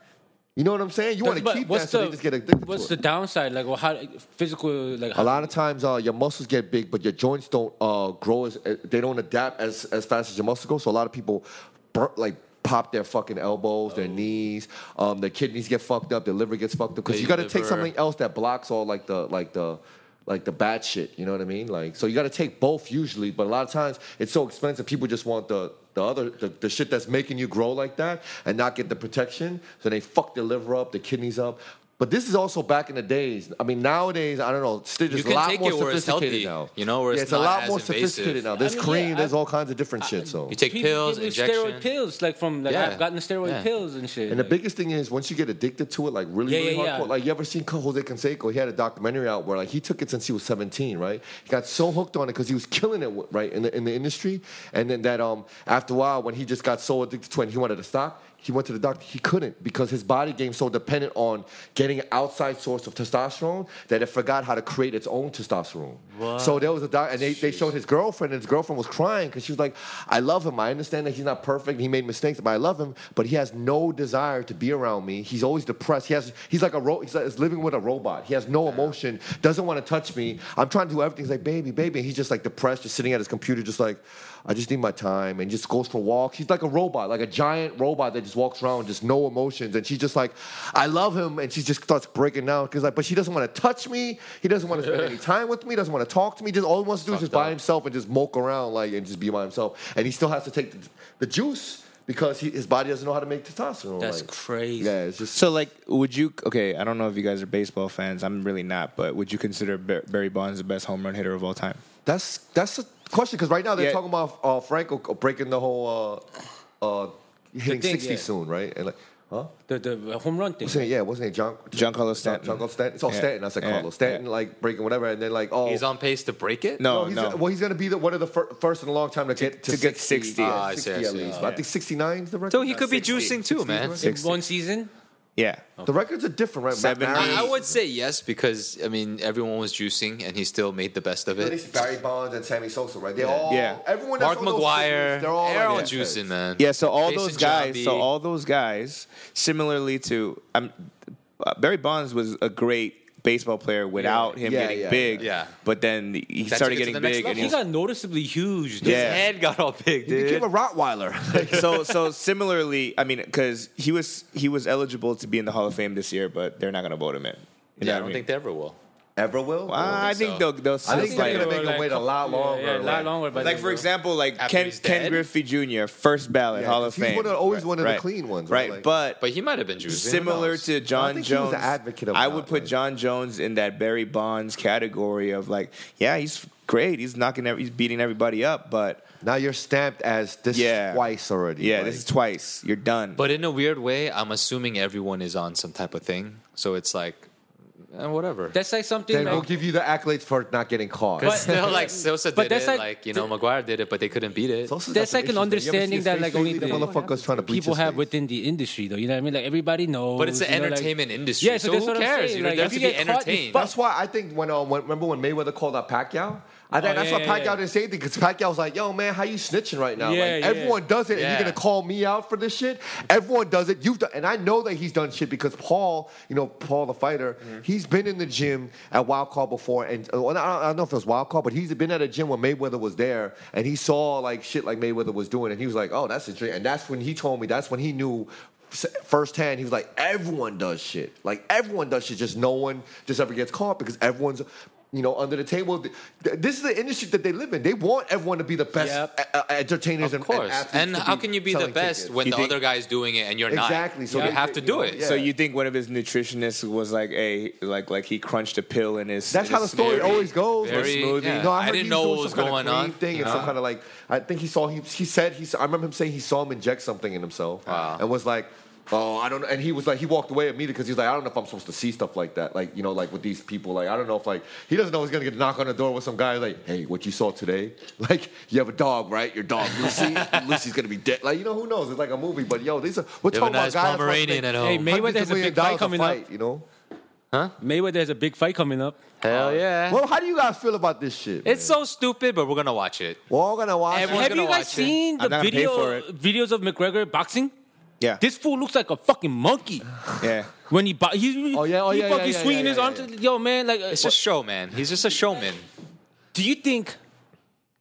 Speaker 2: You know what I'm saying? You want to
Speaker 5: But
Speaker 2: keep
Speaker 5: what's
Speaker 2: that, so
Speaker 5: the-
Speaker 2: they just get addicted
Speaker 5: What's
Speaker 2: to
Speaker 5: the
Speaker 2: it.
Speaker 5: downside? Like, well, how physical? Like,
Speaker 2: A lot of times, uh, your muscles get big, but your joints don't uh, grow as uh, they don't adapt as as fast as your muscles go. So a lot of people, bur- like. Pop their fucking elbows, their knees, um, their kidneys get fucked up, their liver gets fucked up because
Speaker 4: The
Speaker 2: you got to take
Speaker 4: liver.
Speaker 2: something else that blocks all like the like the like the bad shit. You know what I mean? Like so you got to take both usually, but a lot of times it's so expensive. People just want the the other the, the shit that's making you grow like that and not get the protection. So they fuck their liver up, their kidneys up. But this is also back in the days. I mean, nowadays I don't know. Still
Speaker 4: You
Speaker 2: just a
Speaker 4: can
Speaker 2: lot
Speaker 4: take
Speaker 2: more
Speaker 4: it where it's
Speaker 2: sophisticated
Speaker 4: healthy,
Speaker 2: now.
Speaker 4: you know, where it's
Speaker 2: yeah, it's a
Speaker 4: not
Speaker 2: lot
Speaker 4: as
Speaker 2: more
Speaker 4: invasive.
Speaker 2: sophisticated now. There's
Speaker 5: I mean,
Speaker 2: cream.
Speaker 5: yeah,
Speaker 2: there's
Speaker 5: I-
Speaker 2: all kinds of different shit. So
Speaker 4: You take
Speaker 5: people-
Speaker 4: pills,
Speaker 5: people
Speaker 4: injection.
Speaker 5: steroid pills, like from like
Speaker 4: Yeah.
Speaker 5: I've gotten steroid
Speaker 4: Yeah.
Speaker 5: pills and shit.
Speaker 2: And the
Speaker 5: like-
Speaker 2: biggest thing is once you get addicted to it, like really,
Speaker 5: Yeah,
Speaker 2: really
Speaker 5: yeah, yeah.
Speaker 2: hardcore. Like you ever seen Jose Canseco? He had a documentary out where like he took it since he was 17, right? He got so hooked on it because he was killing it, right, in the in the industry. And then that um after a while, when he just got so addicted to it, and he wanted to stop. He went to the doctor. He couldn't because his body became so dependent on getting an outside source of testosterone that it forgot how to create its own testosterone. So there was a doc, and they, they showed his girlfriend, and his girlfriend was crying because she was like, "I love him. I understand that he's not perfect. He made mistakes, but I love him. But he has no desire to be around me. He's always depressed. He has he's like a ro- he's, like- he's living with a robot. He has no emotion. Doesn't want to touch me. I'm trying to do everything. He's like, baby, baby. And he's just like depressed, just sitting at his computer, just like." I just need my time and just goes for walks. He's like a robot, like a giant robot that just just walks around with just no emotions, and she's just like, I love him, and she just starts breaking down because like, but she doesn't want to touch me. He doesn't want to spend
Speaker 6: *laughs*
Speaker 2: any time with me. Doesn't want to talk to me. Just all he wants to do is just
Speaker 4: Fucked
Speaker 2: by
Speaker 4: up.
Speaker 2: himself and just moke around like and just be by himself. And he still has to take the, the juice because he, his body doesn't know how to make testosterone.
Speaker 6: That's
Speaker 2: like.
Speaker 6: crazy.
Speaker 2: Yeah, it's just
Speaker 3: So, like, would you? Okay, I don't know if you guys are baseball fans. I'm really not, but would you consider Bar- Barry Bonds the best home run hitter of all time?
Speaker 2: That's that's a question because right now they're
Speaker 3: Yeah.
Speaker 2: talking about uh, Franco breaking the whole uh, uh, hitting
Speaker 6: thing,
Speaker 2: sixty
Speaker 6: yeah.
Speaker 2: soon, right? And like, huh?
Speaker 6: The, the home run thing.
Speaker 2: What's it? Yeah, wasn't it John?
Speaker 3: Giancarlo Stanton.
Speaker 2: John, Giancarlo Stanton. It's all
Speaker 3: Yeah.
Speaker 2: Stanton. I said
Speaker 3: Yeah.
Speaker 2: Carlos Stanton,
Speaker 3: Yeah.
Speaker 2: like breaking whatever, and then like, oh,
Speaker 4: He's on pace to break it.
Speaker 3: No,
Speaker 2: he's
Speaker 3: no.
Speaker 2: well, he's gonna be the, one of the fir- first in a long time to get to,
Speaker 3: to get 60.
Speaker 2: yeah,
Speaker 4: Ah, I see,
Speaker 2: 60
Speaker 4: I
Speaker 2: at
Speaker 4: see.
Speaker 2: least.
Speaker 4: Oh,
Speaker 2: But I think sixty nine is the record.
Speaker 6: So he could be
Speaker 4: 60,
Speaker 6: juicing too,
Speaker 4: 60,
Speaker 6: man.
Speaker 4: wasn't
Speaker 6: In one season.
Speaker 3: yeah,
Speaker 4: Oh,
Speaker 2: the records are different, right?
Speaker 3: Seven-
Speaker 2: Matt Barry-
Speaker 4: I, I would say yes because I mean everyone was juicing and he still made the best of
Speaker 2: At
Speaker 4: it.
Speaker 2: least Barry Bonds and Sammy Sosa, right? They all,
Speaker 3: Yeah.
Speaker 2: everyone. that's
Speaker 4: Mark
Speaker 2: on those
Speaker 4: McGuire,
Speaker 2: teams, they're all,
Speaker 4: they're all
Speaker 2: like,
Speaker 4: juicing, man.
Speaker 3: yeah. So all
Speaker 4: Jason
Speaker 3: those guys.
Speaker 4: Giambi.
Speaker 3: So all those guys. Similarly to, um, uh, Barry Bonds was a great baseball player without him
Speaker 2: Yeah,
Speaker 3: getting
Speaker 2: yeah,
Speaker 3: big.
Speaker 4: yeah.
Speaker 3: But then he
Speaker 4: That's
Speaker 3: started
Speaker 4: to get to
Speaker 3: getting
Speaker 4: the next
Speaker 3: big, and
Speaker 4: level.
Speaker 3: he
Speaker 6: He got noticeably huge. dude.
Speaker 4: His
Speaker 3: Yeah.
Speaker 4: head got all big,
Speaker 2: He
Speaker 4: dude.
Speaker 2: became a Rottweiler.
Speaker 3: *laughs* so so similarly, I mean, because he was he was eligible to be in the Hall of Fame this year, but they're not going to vote him in. You know
Speaker 4: yeah, I
Speaker 3: what
Speaker 4: don't
Speaker 3: mean?
Speaker 4: think they ever will.
Speaker 2: Ever will?
Speaker 3: I think
Speaker 4: so.
Speaker 3: they'll they'll
Speaker 2: I think
Speaker 3: slide
Speaker 2: they're gonna
Speaker 3: it.
Speaker 2: make him wait a lot longer.
Speaker 5: Yeah, yeah, a lot
Speaker 2: right?
Speaker 5: longer. But
Speaker 3: Like for example, like
Speaker 4: After
Speaker 3: Ken
Speaker 4: he's
Speaker 3: Ken
Speaker 4: dead?
Speaker 3: Griffey Jr. first ballot
Speaker 2: Yeah,
Speaker 3: Hall of
Speaker 2: 'cause he's
Speaker 3: Fame.
Speaker 2: one of- always
Speaker 3: Right,
Speaker 2: one of the
Speaker 3: right.
Speaker 2: clean ones,
Speaker 3: right?
Speaker 2: like-
Speaker 3: but
Speaker 4: But he might have been juicing. who
Speaker 3: similar
Speaker 4: knows?
Speaker 3: to John
Speaker 2: think he was
Speaker 3: Jones,
Speaker 2: an advocate of
Speaker 3: I
Speaker 2: that,
Speaker 3: would put
Speaker 2: like-
Speaker 3: John Jones in that Barry Bonds category of like, yeah, he's great, he's knocking, every, he's beating everybody up, but
Speaker 2: Now you're stamped as this
Speaker 3: Yeah.
Speaker 2: twice already.
Speaker 3: yeah,
Speaker 2: like-
Speaker 3: this is twice, you're done.
Speaker 4: But in a weird way, I'm assuming everyone is on some type of thing. So it's like, eh, whatever.
Speaker 5: that's like something.
Speaker 2: Then we'll
Speaker 5: Like,
Speaker 2: give you the accolades for not getting caught.
Speaker 4: Because still, like Sosa did
Speaker 5: But that's
Speaker 4: it,
Speaker 5: like-
Speaker 4: like, you know, Maguire did it, but they couldn't beat it.
Speaker 2: Sosa's
Speaker 5: that's
Speaker 2: got
Speaker 5: like an
Speaker 2: some issues, man. You ever see
Speaker 5: understanding
Speaker 2: his
Speaker 5: that
Speaker 2: face
Speaker 5: like
Speaker 2: lately?
Speaker 5: only
Speaker 2: the motherfuckers trying to bleach
Speaker 5: people
Speaker 2: his
Speaker 5: have
Speaker 2: face.
Speaker 5: within the industry, though. You know what I mean? Like everybody knows.
Speaker 4: But it's the
Speaker 5: you know, like-
Speaker 4: entertainment industry,
Speaker 5: Yeah, so,
Speaker 4: so
Speaker 5: that's
Speaker 4: who
Speaker 5: what I'm
Speaker 4: cares?
Speaker 5: saying.
Speaker 4: You're
Speaker 5: like,
Speaker 4: there
Speaker 5: if
Speaker 4: to
Speaker 5: you
Speaker 4: be
Speaker 5: get caught, you
Speaker 4: entertained.
Speaker 5: fuck.
Speaker 2: That's why I think when um when, remember when Mayweather called out Pacquiao. I think
Speaker 5: Oh,
Speaker 2: that's
Speaker 5: yeah,
Speaker 2: why
Speaker 5: yeah,
Speaker 2: Pacquiao
Speaker 5: yeah.
Speaker 2: didn't say anything because Pacquiao was like, "Yo, man, how you snitching right now?
Speaker 5: Yeah,
Speaker 2: like
Speaker 5: yeah.
Speaker 2: everyone does it, and
Speaker 4: Yeah.
Speaker 2: you're gonna call me out for this shit. Everyone does it. You've done, and I know that he's done shit because Paul, you know, Paul the fighter, he's been in the gym at Wild Card before, and uh, well, I, don't, I don't know if it was Wild Card, but he's been at a gym when Mayweather was there, and he saw like shit like Mayweather was doing, and he was like, "Oh, that's interesting," and that's when he told me, that's when he knew s- firsthand, he was like, everyone does shit. Like everyone does shit. Just no one just ever gets caught because everyone's, you know, under the table. Th- This is the industry that they live in. They want everyone to be the best e,
Speaker 5: Yep.
Speaker 2: a- a- entertainers
Speaker 4: Of
Speaker 2: and,
Speaker 4: course.
Speaker 2: and athletes.
Speaker 4: And
Speaker 2: to
Speaker 4: how can you be the
Speaker 2: selling
Speaker 4: best
Speaker 2: tickets.
Speaker 4: when
Speaker 3: You
Speaker 4: the
Speaker 3: think-
Speaker 4: other guy's doing it and you're not?
Speaker 2: Exactly, so
Speaker 4: So you
Speaker 2: they-
Speaker 4: have to
Speaker 2: you
Speaker 4: do
Speaker 2: know,
Speaker 4: it.
Speaker 2: yeah.
Speaker 3: So you think one of his nutritionists was like, "Hey, like like he crunched a pill in his."
Speaker 2: That's
Speaker 3: in
Speaker 2: how the
Speaker 3: his
Speaker 2: story
Speaker 3: smoothie.
Speaker 2: always goes.
Speaker 4: Very-
Speaker 2: like,
Speaker 4: yeah.
Speaker 2: No, I,
Speaker 4: I
Speaker 2: heard he
Speaker 4: didn't
Speaker 2: was
Speaker 4: know
Speaker 2: doing
Speaker 4: what was
Speaker 2: some kind of
Speaker 4: going
Speaker 2: green
Speaker 4: on.
Speaker 2: Thing and some
Speaker 4: Uh-huh.
Speaker 2: kind of like, I think he saw he he said he. I remember him saying he saw him inject something in himself
Speaker 4: Wow.
Speaker 2: and was like. Oh, I don't know. And he was like, he walked away immediately because he was like, I don't know if I'm supposed to see stuff like that. Like, you know, like with these people, like, I don't know if, like, he doesn't know he's going to get knocked on the door with some guy, like, hey, what you saw today? *laughs* Like, you have a dog, right? Your dog, Lucy.
Speaker 4: *laughs*
Speaker 2: Lucy's going to be dead. Like, you know, who knows? It's like a movie, but yo, these are, we're
Speaker 4: You
Speaker 2: talking
Speaker 4: have a nice
Speaker 2: about guys.
Speaker 4: Pomeranian at
Speaker 5: Hey,
Speaker 4: home.
Speaker 5: man. Mayweather has a big fight coming up.
Speaker 2: You know?
Speaker 5: Mayweather has a big fight coming up.
Speaker 4: Hell yeah.
Speaker 2: Well, how do you guys feel about this shit?
Speaker 4: it's so stupid, but we're going to watch it.
Speaker 2: We're all going to watch
Speaker 4: Everyone-
Speaker 2: it.
Speaker 5: Have you
Speaker 4: gonna
Speaker 5: guys
Speaker 4: watch it.
Speaker 5: seen the
Speaker 3: I'm not gonna pay for
Speaker 5: video
Speaker 3: it.
Speaker 5: videos of McGregor boxing?
Speaker 3: Yeah.
Speaker 5: This fool looks like a fucking monkey
Speaker 3: yeah.
Speaker 5: when he bo- he,
Speaker 2: Oh, yeah, oh,
Speaker 5: he
Speaker 2: yeah, yeah,
Speaker 5: fucking
Speaker 2: yeah,
Speaker 5: swinging
Speaker 2: yeah,
Speaker 5: his
Speaker 2: yeah,
Speaker 5: arms.
Speaker 2: yeah.
Speaker 5: Yo, man, like uh,
Speaker 4: It's just show, man. He's just a showman.
Speaker 5: do you think?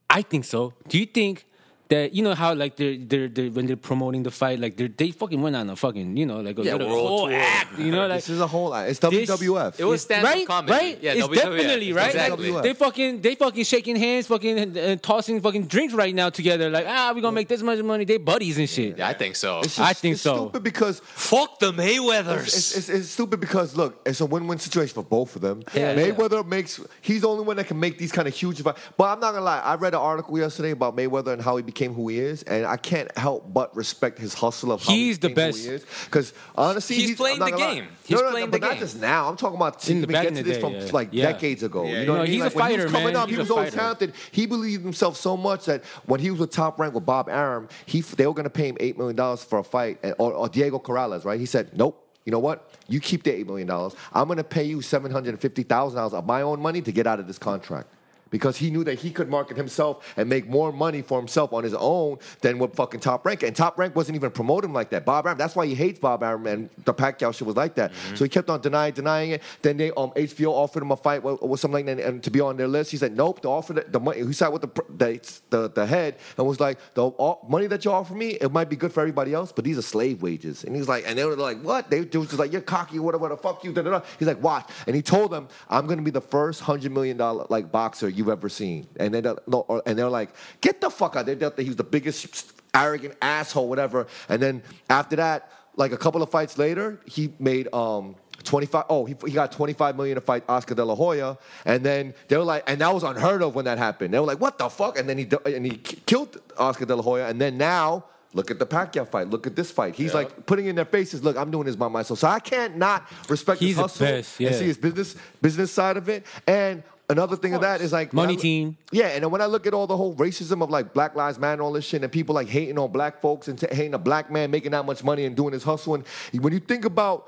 Speaker 5: I think so. Do you think that you know how like they're they're, they're when they're promoting the fight, like they they fucking went on a fucking you know like a
Speaker 4: Yeah,
Speaker 5: little
Speaker 4: world
Speaker 5: whole
Speaker 4: tour.
Speaker 5: act, you know like.
Speaker 2: This is a whole lot. It's
Speaker 5: this-
Speaker 2: WWF.
Speaker 4: It
Speaker 5: it's-
Speaker 4: was stand-up
Speaker 5: right,
Speaker 4: comedy.
Speaker 5: Right?
Speaker 4: Yeah,
Speaker 5: it's
Speaker 4: WWF.
Speaker 5: definitely right.
Speaker 4: Exactly.
Speaker 5: Like, they fucking they fucking shaking hands, fucking and, and tossing fucking drinks right now together. Like ah, we gonna make this much money. They buddies and shit.
Speaker 4: Yeah, I think so.
Speaker 2: It's
Speaker 5: I think
Speaker 2: it's
Speaker 5: so.
Speaker 2: Stupid because
Speaker 4: Fuck the Mayweathers.
Speaker 2: it's, it's, it's stupid because look, it's a win-win situation for both of them.
Speaker 5: Yeah,
Speaker 2: Mayweather makes he's the only one that can make these kind of huge. vi- But I'm not gonna lie, I read an article yesterday about Mayweather and how he became who he is, and I can't help but respect his hustle of how
Speaker 5: He's
Speaker 2: he
Speaker 5: the
Speaker 2: became who
Speaker 5: best.
Speaker 2: he is. Because honestly,
Speaker 4: He's
Speaker 2: he's, I'm
Speaker 4: playing
Speaker 2: not
Speaker 4: the
Speaker 2: gonna lie.
Speaker 4: game.
Speaker 2: No,
Speaker 4: He's
Speaker 2: no, no,
Speaker 4: playing
Speaker 2: but
Speaker 4: the
Speaker 2: not
Speaker 4: game.
Speaker 2: just now. I'm talking about
Speaker 5: In
Speaker 2: we
Speaker 5: the back
Speaker 2: get
Speaker 5: in
Speaker 2: to
Speaker 5: the
Speaker 2: this
Speaker 5: day,
Speaker 2: from
Speaker 5: yeah.
Speaker 2: like
Speaker 5: Yeah.
Speaker 2: decades ago.
Speaker 3: Yeah,
Speaker 2: You know,
Speaker 5: yeah.
Speaker 2: what I
Speaker 5: No,
Speaker 2: mean?
Speaker 5: he's a
Speaker 2: Like, when he was
Speaker 5: fighter,
Speaker 2: coming
Speaker 5: man.
Speaker 2: up, he
Speaker 5: He's
Speaker 2: was
Speaker 5: a
Speaker 2: so
Speaker 5: fighter.
Speaker 2: talented. He believed in himself so much that when he was with Top Rank with Bob Arum, he they were gonna pay him eight million dollars for a fight, and- or, or Diego Corrales, right? He said, nope. You know what? You keep the eight million dollars. I'm gonna pay you seven hundred and fifty thousand dollars of my own money to get out of this contract. because he knew that he could market himself and make more money for himself on his own than what fucking Top Rank. And Top Rank wasn't even promoting him like that. Bob Arum, that's why he hates Bob Arum, and the Pacquiao shit was like that. So he kept on denying, denying it. Then they um HBO offered him a fight with, with something like that, and to be on their list. He said nope. The offer that the money he sat with the pr- the the, the head and was like the all, money that you offer me, it might be good for everybody else, but these are slave wages. And he's like, and they were like, what? They, they was just like, you're cocky, whatever, the fuck you. Da, da, da. He's like, watch. And he told them, I'm gonna be the first hundred million dollar like boxer you've ever seen. And then uh, no, or- and they're like, get the fuck out. They thought that he was the biggest arrogant asshole, whatever. And then after that, like a couple of fights later, he made um. 25 oh he, he got 25 million to fight oscar de la hoya and then they were like and that was unheard of when that happened they were like what the fuck and then he and he k- killed oscar de la hoya and then now look at the pacquiao fight look at this fight he's like putting in their faces look i'm doing this by myself so i can't not respect
Speaker 5: He's
Speaker 2: his
Speaker 5: the
Speaker 2: hustle
Speaker 5: best,
Speaker 2: and
Speaker 5: yeah.
Speaker 2: see his business business side of it and Another thing of that is like when
Speaker 5: Money
Speaker 2: I-
Speaker 5: team.
Speaker 2: yeah, and then when I look at all the whole racism of like Black Lives Matter and all this shit, and people like hating on black folks and t- hating a black man making that much money and doing his hustling, when you think about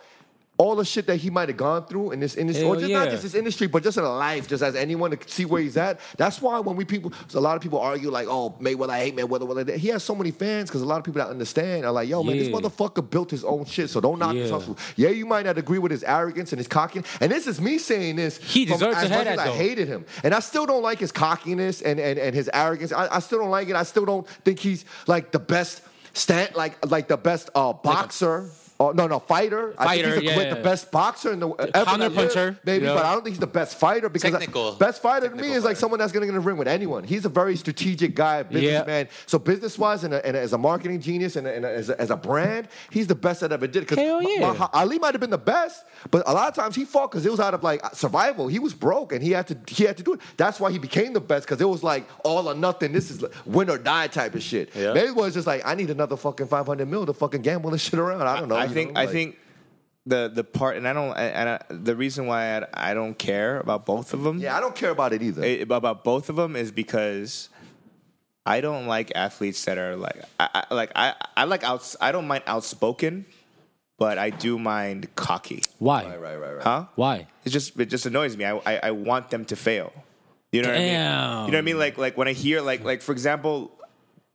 Speaker 2: all the shit that he might have gone through in this industry, or
Speaker 5: Hell
Speaker 2: just not
Speaker 5: yeah.
Speaker 2: just this industry, but just in life, just as anyone to see where he's at. That's why when we people, so a lot of people argue like, oh, Mayweather, I hate Mayweather. Whether he has so many fans because a lot of people that understand are like, yo, man, this
Speaker 5: Yeah.
Speaker 2: motherfucker built his own shit, so don't knock his
Speaker 5: Yeah.
Speaker 2: hustle. Yeah, you might not agree with his arrogance and his cockiness, and this is me saying this.
Speaker 5: He
Speaker 2: from
Speaker 5: deserves to
Speaker 2: as
Speaker 5: have
Speaker 2: much
Speaker 5: that,
Speaker 2: as I
Speaker 5: though.
Speaker 2: hate hated him. And I still don't like his cockiness and, and, and his arrogance. I, I still don't like it. I still don't think he's like the best stand like like the best uh, boxer. Oh, no, no, fighter. I think he's
Speaker 5: Fighter,
Speaker 2: the, quit-
Speaker 5: yeah.
Speaker 2: the best boxer in the uh, ever that
Speaker 5: counter-puncher,
Speaker 2: lived, maybe,
Speaker 5: yeah.
Speaker 2: but I don't think he's the best fighter because I-
Speaker 4: Technical-
Speaker 2: best fighter to me
Speaker 4: technical
Speaker 2: is like
Speaker 4: fighter.
Speaker 2: someone that's going to get in the ring with anyone. He's a very strategic guy, businessman. So business wise and, a- and as a marketing genius and, a- and a- as, a, as a brand, he's the best that ever did. Because
Speaker 5: Hell yeah.
Speaker 2: Ali might have been the best, but a lot of times he fought because it was out of like survival. He was broke and he had to he had to do it. That's why he became the best because it was like all or nothing. This is like win or die type of shit.
Speaker 4: Yeah.
Speaker 2: Mayweather's just like I need another fucking five hundred mil to fucking gamble this shit around. I don't know.
Speaker 3: I
Speaker 2: you
Speaker 3: think
Speaker 2: know,
Speaker 3: I
Speaker 2: like-
Speaker 3: think the the part, and I don't, and I, the reason why I, I don't care about both of them,
Speaker 2: yeah, I don't care about it either.
Speaker 3: eh, about both of them is because I don't like athletes that are like, I, I like I I like outs, I don't mind outspoken, but I do mind cocky,
Speaker 5: Why?
Speaker 2: right, right, right, right.
Speaker 3: huh?
Speaker 5: Why?
Speaker 3: It just it just annoys me. I I, I want them to fail. You know what I mean?
Speaker 5: Damn.
Speaker 3: You know what I mean? Like like when I hear like like for example,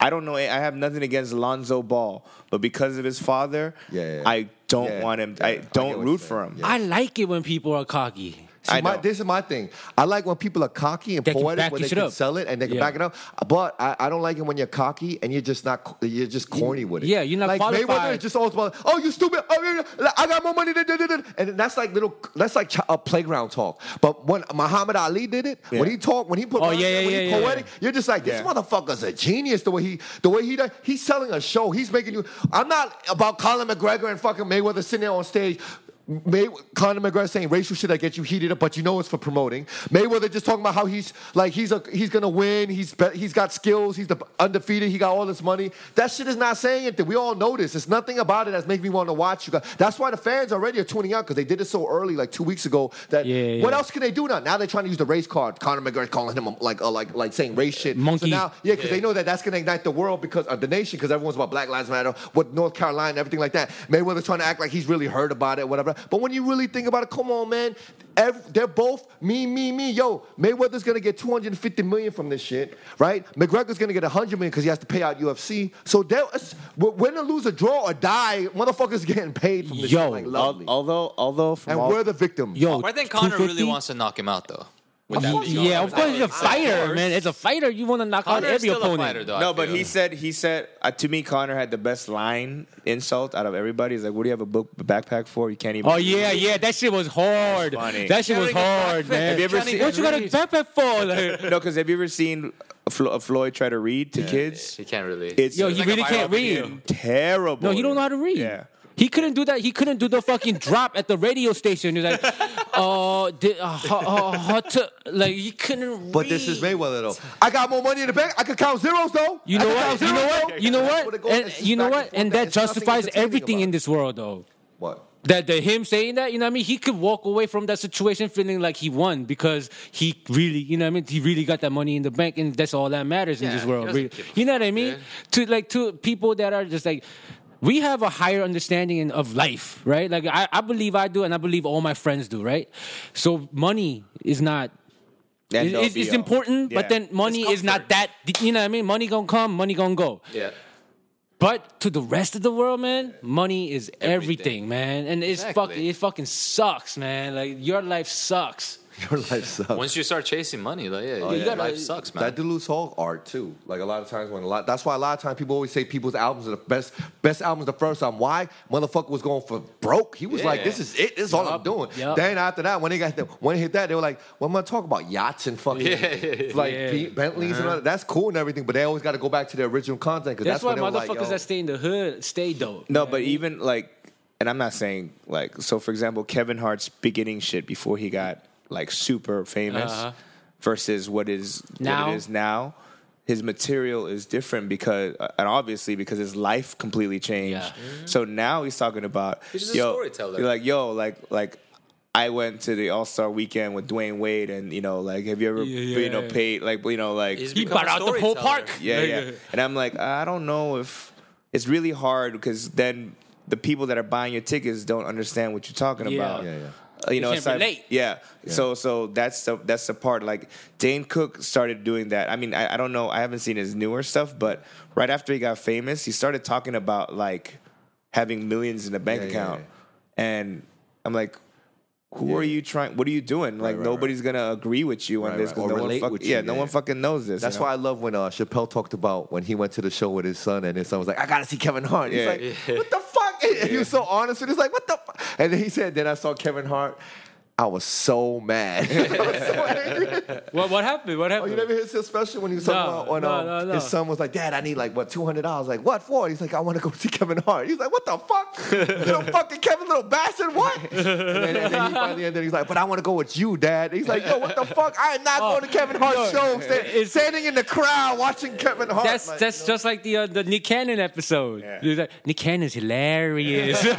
Speaker 3: I don't know. I have nothing against Lonzo Ball, but because of his father,
Speaker 2: Yeah, yeah.
Speaker 3: I don't
Speaker 2: Yeah,
Speaker 3: want him.
Speaker 2: yeah. I
Speaker 3: I
Speaker 2: get
Speaker 3: don't
Speaker 2: what you're
Speaker 3: root for
Speaker 2: saying.
Speaker 3: him.
Speaker 2: Yeah.
Speaker 5: I like it when people are cocky.
Speaker 2: See,
Speaker 3: I
Speaker 2: my,
Speaker 3: know.
Speaker 2: this is my thing. I like when people are cocky and
Speaker 5: They can
Speaker 2: poetic
Speaker 5: back
Speaker 2: when
Speaker 5: your
Speaker 2: they
Speaker 5: shit
Speaker 2: can
Speaker 5: up.
Speaker 2: sell it and they can
Speaker 5: Yeah.
Speaker 2: back it up. But I, I don't like it when you're cocky and you're just not you're just corny with it.
Speaker 5: yeah, you're not
Speaker 2: like Mayweather
Speaker 5: qualified.
Speaker 2: is just always about oh you stupid oh yeah, yeah, I got more money than than- than." and that's like little that's like a playground talk. But when Muhammad Ali did it,
Speaker 3: Yeah.
Speaker 2: when he talked, when he put
Speaker 5: Oh,
Speaker 2: rhymes
Speaker 5: yeah,
Speaker 2: in,
Speaker 5: yeah,
Speaker 2: when
Speaker 5: yeah,
Speaker 2: he
Speaker 5: yeah, yeah.
Speaker 2: poetic, you're just like this
Speaker 3: Yeah.
Speaker 2: motherfucker's a genius the way he the way he does. He's selling a show. He's making you. I'm not about Colin McGregor and fucking Mayweather sitting there on stage. May, Conor McGregor saying racial shit that gets you heated up, but you know it's for promoting. Mayweather just talking about how he's like he's a he's gonna win. He's be, he's got skills. He's the undefeated. He got all this money. That shit is not saying anything. We all know this. It's nothing about it that's making me want to watch you guys. That's why the fans already are tuning out because they did it so early, like two weeks ago. That
Speaker 5: Yeah,
Speaker 2: what
Speaker 5: yeah.
Speaker 2: else? else can they do now? Now they're trying to use the race card. Conor McGregor calling him a, like, uh, like, like saying race shit.
Speaker 5: Monkey.
Speaker 2: So now, yeah, because they know that that's gonna ignite the world because of the nation, because everyone's about Black Lives Matter, what North Carolina, everything like that. Mayweather's trying to act like he's really heard about it, whatever. But when you really think about it, come on, man, Ev- they're both me, me, me. Yo, Mayweather's gonna get 250 million from this shit, right? McGregor's gonna get 100 million because he has to pay out UFC. So there, it's- w- win or lose, or draw or die, motherfuckers *laughs* getting paid from this
Speaker 5: Yo,
Speaker 2: shit like lovely.
Speaker 3: Although although from
Speaker 2: and
Speaker 3: all,
Speaker 2: we're the victims.
Speaker 5: Yo,
Speaker 4: I think Connor really
Speaker 5: 250?
Speaker 4: wants to knock him out though. With that being
Speaker 5: Yeah,
Speaker 4: said.
Speaker 5: of course, he's a fighter, man. As a fighter, you want to knock out
Speaker 4: Connor's
Speaker 5: every
Speaker 4: still
Speaker 5: opponent.
Speaker 4: a fighter though. I
Speaker 3: no, but
Speaker 4: feel.
Speaker 3: he said he said uh, to me Connor had the best line insult out of everybody. He's like, "What do you have a book backpack for? You can't even."
Speaker 5: Oh yeah, yeah, that shit was hard.
Speaker 3: funny.
Speaker 5: That shit was
Speaker 4: Counting the
Speaker 5: hard,
Speaker 4: backpack.
Speaker 5: man.
Speaker 3: Have you ever seen-
Speaker 5: what you got a backpack
Speaker 4: *laughs*
Speaker 5: for? Like,
Speaker 3: No, because have you ever seen Flo- Floyd try to read to kids?
Speaker 4: he can't really.
Speaker 3: It's
Speaker 5: yo, he
Speaker 4: like a
Speaker 5: really
Speaker 4: viral
Speaker 5: can't
Speaker 4: video.
Speaker 5: read.
Speaker 3: terrible.
Speaker 5: No, he don't know how to read.
Speaker 3: Yeah.
Speaker 5: He couldn't do that. He couldn't do the fucking drop at the radio station. He was
Speaker 4: *laughs*
Speaker 5: like, oh, did, uh, how, how- how to, like, he couldn't
Speaker 2: But this is
Speaker 5: read.
Speaker 2: Mayweather though. I got more money in the bank. I could count zeros though.
Speaker 5: You
Speaker 2: I
Speaker 5: know
Speaker 2: could count
Speaker 5: what? You know what? You know
Speaker 2: zeros, though. That's it
Speaker 5: what?
Speaker 2: goes.
Speaker 5: And
Speaker 2: It's
Speaker 5: you know
Speaker 2: back
Speaker 5: what?
Speaker 2: forth.
Speaker 5: And that
Speaker 2: It's nothing
Speaker 5: justifies
Speaker 2: entertaining
Speaker 5: everything
Speaker 2: about
Speaker 5: in
Speaker 2: it.
Speaker 5: this world, though.
Speaker 2: What? *laughs*
Speaker 5: That the him saying that, you know what I mean? He could walk away from that situation feeling like he won because he really, you know what I mean? He really got that money in the bank and that's all that matters in
Speaker 4: Yeah,
Speaker 5: this
Speaker 4: he
Speaker 5: world.
Speaker 4: doesn't
Speaker 5: really.
Speaker 4: give a
Speaker 5: You know what I
Speaker 4: fuck,
Speaker 5: mean?
Speaker 4: man.
Speaker 5: To like to people that are just like we have a higher understanding in- of life, right? Like I, I believe I do and I believe all my friends do, right? So money is not
Speaker 3: Then
Speaker 5: It-
Speaker 3: they'll
Speaker 5: it's,
Speaker 3: be
Speaker 5: it's
Speaker 3: all-
Speaker 5: important,
Speaker 3: Yeah.
Speaker 5: but then money
Speaker 4: It's
Speaker 5: is not that. You know what I mean? Money gonna come, money gonna go.
Speaker 4: Yeah.
Speaker 5: But to the rest of the world, man, money is everything,
Speaker 4: Everything.
Speaker 5: man, and it's
Speaker 4: Exactly.
Speaker 5: fucking it fucking sucks, man. Like your life sucks.
Speaker 2: Your life sucks.
Speaker 4: Once you start chasing money, like, yeah,
Speaker 5: You
Speaker 4: your
Speaker 5: gotta-
Speaker 4: life sucks, man.
Speaker 2: That dilutes all art too. Like a lot of times when a lot that's why a lot of times people always say people's albums are the best best albums the first time. Why? Motherfucker was going for broke. He was
Speaker 4: Yeah.
Speaker 2: like, This is it, this is all I'm doing.
Speaker 5: yup.
Speaker 2: Then after that, when they got the, when they hit that, they were like, What am I talking about? Yachts and fucking like Be- Bentleys and all that. That's cool and everything, but they always gotta go back to the original content because
Speaker 5: Uh-huh. That's,
Speaker 2: that's,
Speaker 5: why
Speaker 2: when they were
Speaker 5: motherfuckers
Speaker 2: like, Yo,
Speaker 5: that stay in the hood stay dope.
Speaker 3: No, but even like, and I'm not saying like, so for example, Kevin Hart's beginning shit before he got like super famous
Speaker 5: Uh-huh.
Speaker 3: versus what is
Speaker 5: Now?
Speaker 3: what it is now. His material is different because, uh, and obviously because his life completely changed.
Speaker 5: Yeah. Mm-hmm.
Speaker 3: So now he's talking about
Speaker 4: He's just a
Speaker 3: yo,
Speaker 4: storyteller.
Speaker 3: you're like yo, like like. I went to the All Star Weekend with Dwayne Wade, and you know, like, have you ever,
Speaker 5: Yeah,
Speaker 3: you know,
Speaker 5: yeah.
Speaker 3: paid like, you know, like,
Speaker 4: He's
Speaker 5: He
Speaker 4: become
Speaker 5: bought
Speaker 4: a
Speaker 5: out the whole
Speaker 4: storyteller.
Speaker 5: park.
Speaker 3: *laughs* yeah,
Speaker 5: Like,
Speaker 3: yeah. And I'm like, I don't know if it's really hard because then the people that are buying your tickets don't understand what you're talking
Speaker 5: Yeah.
Speaker 3: about.
Speaker 2: Yeah, yeah.
Speaker 3: Uh, you know,
Speaker 5: can't
Speaker 3: it's like,
Speaker 5: relate.
Speaker 3: yeah. So, so that's the that's the part. Like Dane Cook started doing that. I mean, I, I don't know. I haven't seen his newer stuff, but right after he got famous, he started talking about like having millions in the bank
Speaker 2: Yeah, yeah,
Speaker 3: account, and I'm like. Who are you trying? What are you doing? Like
Speaker 2: right,
Speaker 3: nobody's gonna agree with you on
Speaker 2: Right,
Speaker 3: this
Speaker 2: right.
Speaker 3: 'cause
Speaker 2: Or
Speaker 3: no one
Speaker 2: relate
Speaker 3: fuck-
Speaker 2: with you,
Speaker 3: yeah, no
Speaker 2: yeah,
Speaker 3: one
Speaker 2: yeah.
Speaker 3: fucking knows this.
Speaker 2: That's
Speaker 3: you know?
Speaker 2: why I love when uh, Chappelle talked about when he went to the show with his son and his son was like, I gotta see Kevin Hart.
Speaker 3: Yeah.
Speaker 2: He's like, what the fuck? And he was so honest with it. He's like, what the fuck? And then he said, then I saw Kevin Hart. I was so mad. *laughs* I was so angry.
Speaker 5: *laughs* What what happened? What
Speaker 2: Oh,
Speaker 5: happened?
Speaker 2: you never hear his special when he was talking
Speaker 5: No,
Speaker 2: about when
Speaker 5: no,
Speaker 2: um,
Speaker 5: no, no.
Speaker 2: his son was like, Dad, I need like what, $200? I was like, what for? He's like, I wanna go *laughs* see Kevin Hart. He's like, what the fuck? *laughs* little fucking Kevin, little bastard, what? *laughs* And then, and then he finally ended, he's like, but I wanna go with you, Dad. He's like, yo, what the fuck? I am not going to Kevin Hart's show. I'm sta-
Speaker 5: it's-
Speaker 2: standing in the crowd watching Kevin Hart.
Speaker 5: that's
Speaker 2: like,
Speaker 5: that's just like the uh, the Nick Cannon episode. He's like, Nick Cannon's hilarious.
Speaker 3: And *laughs*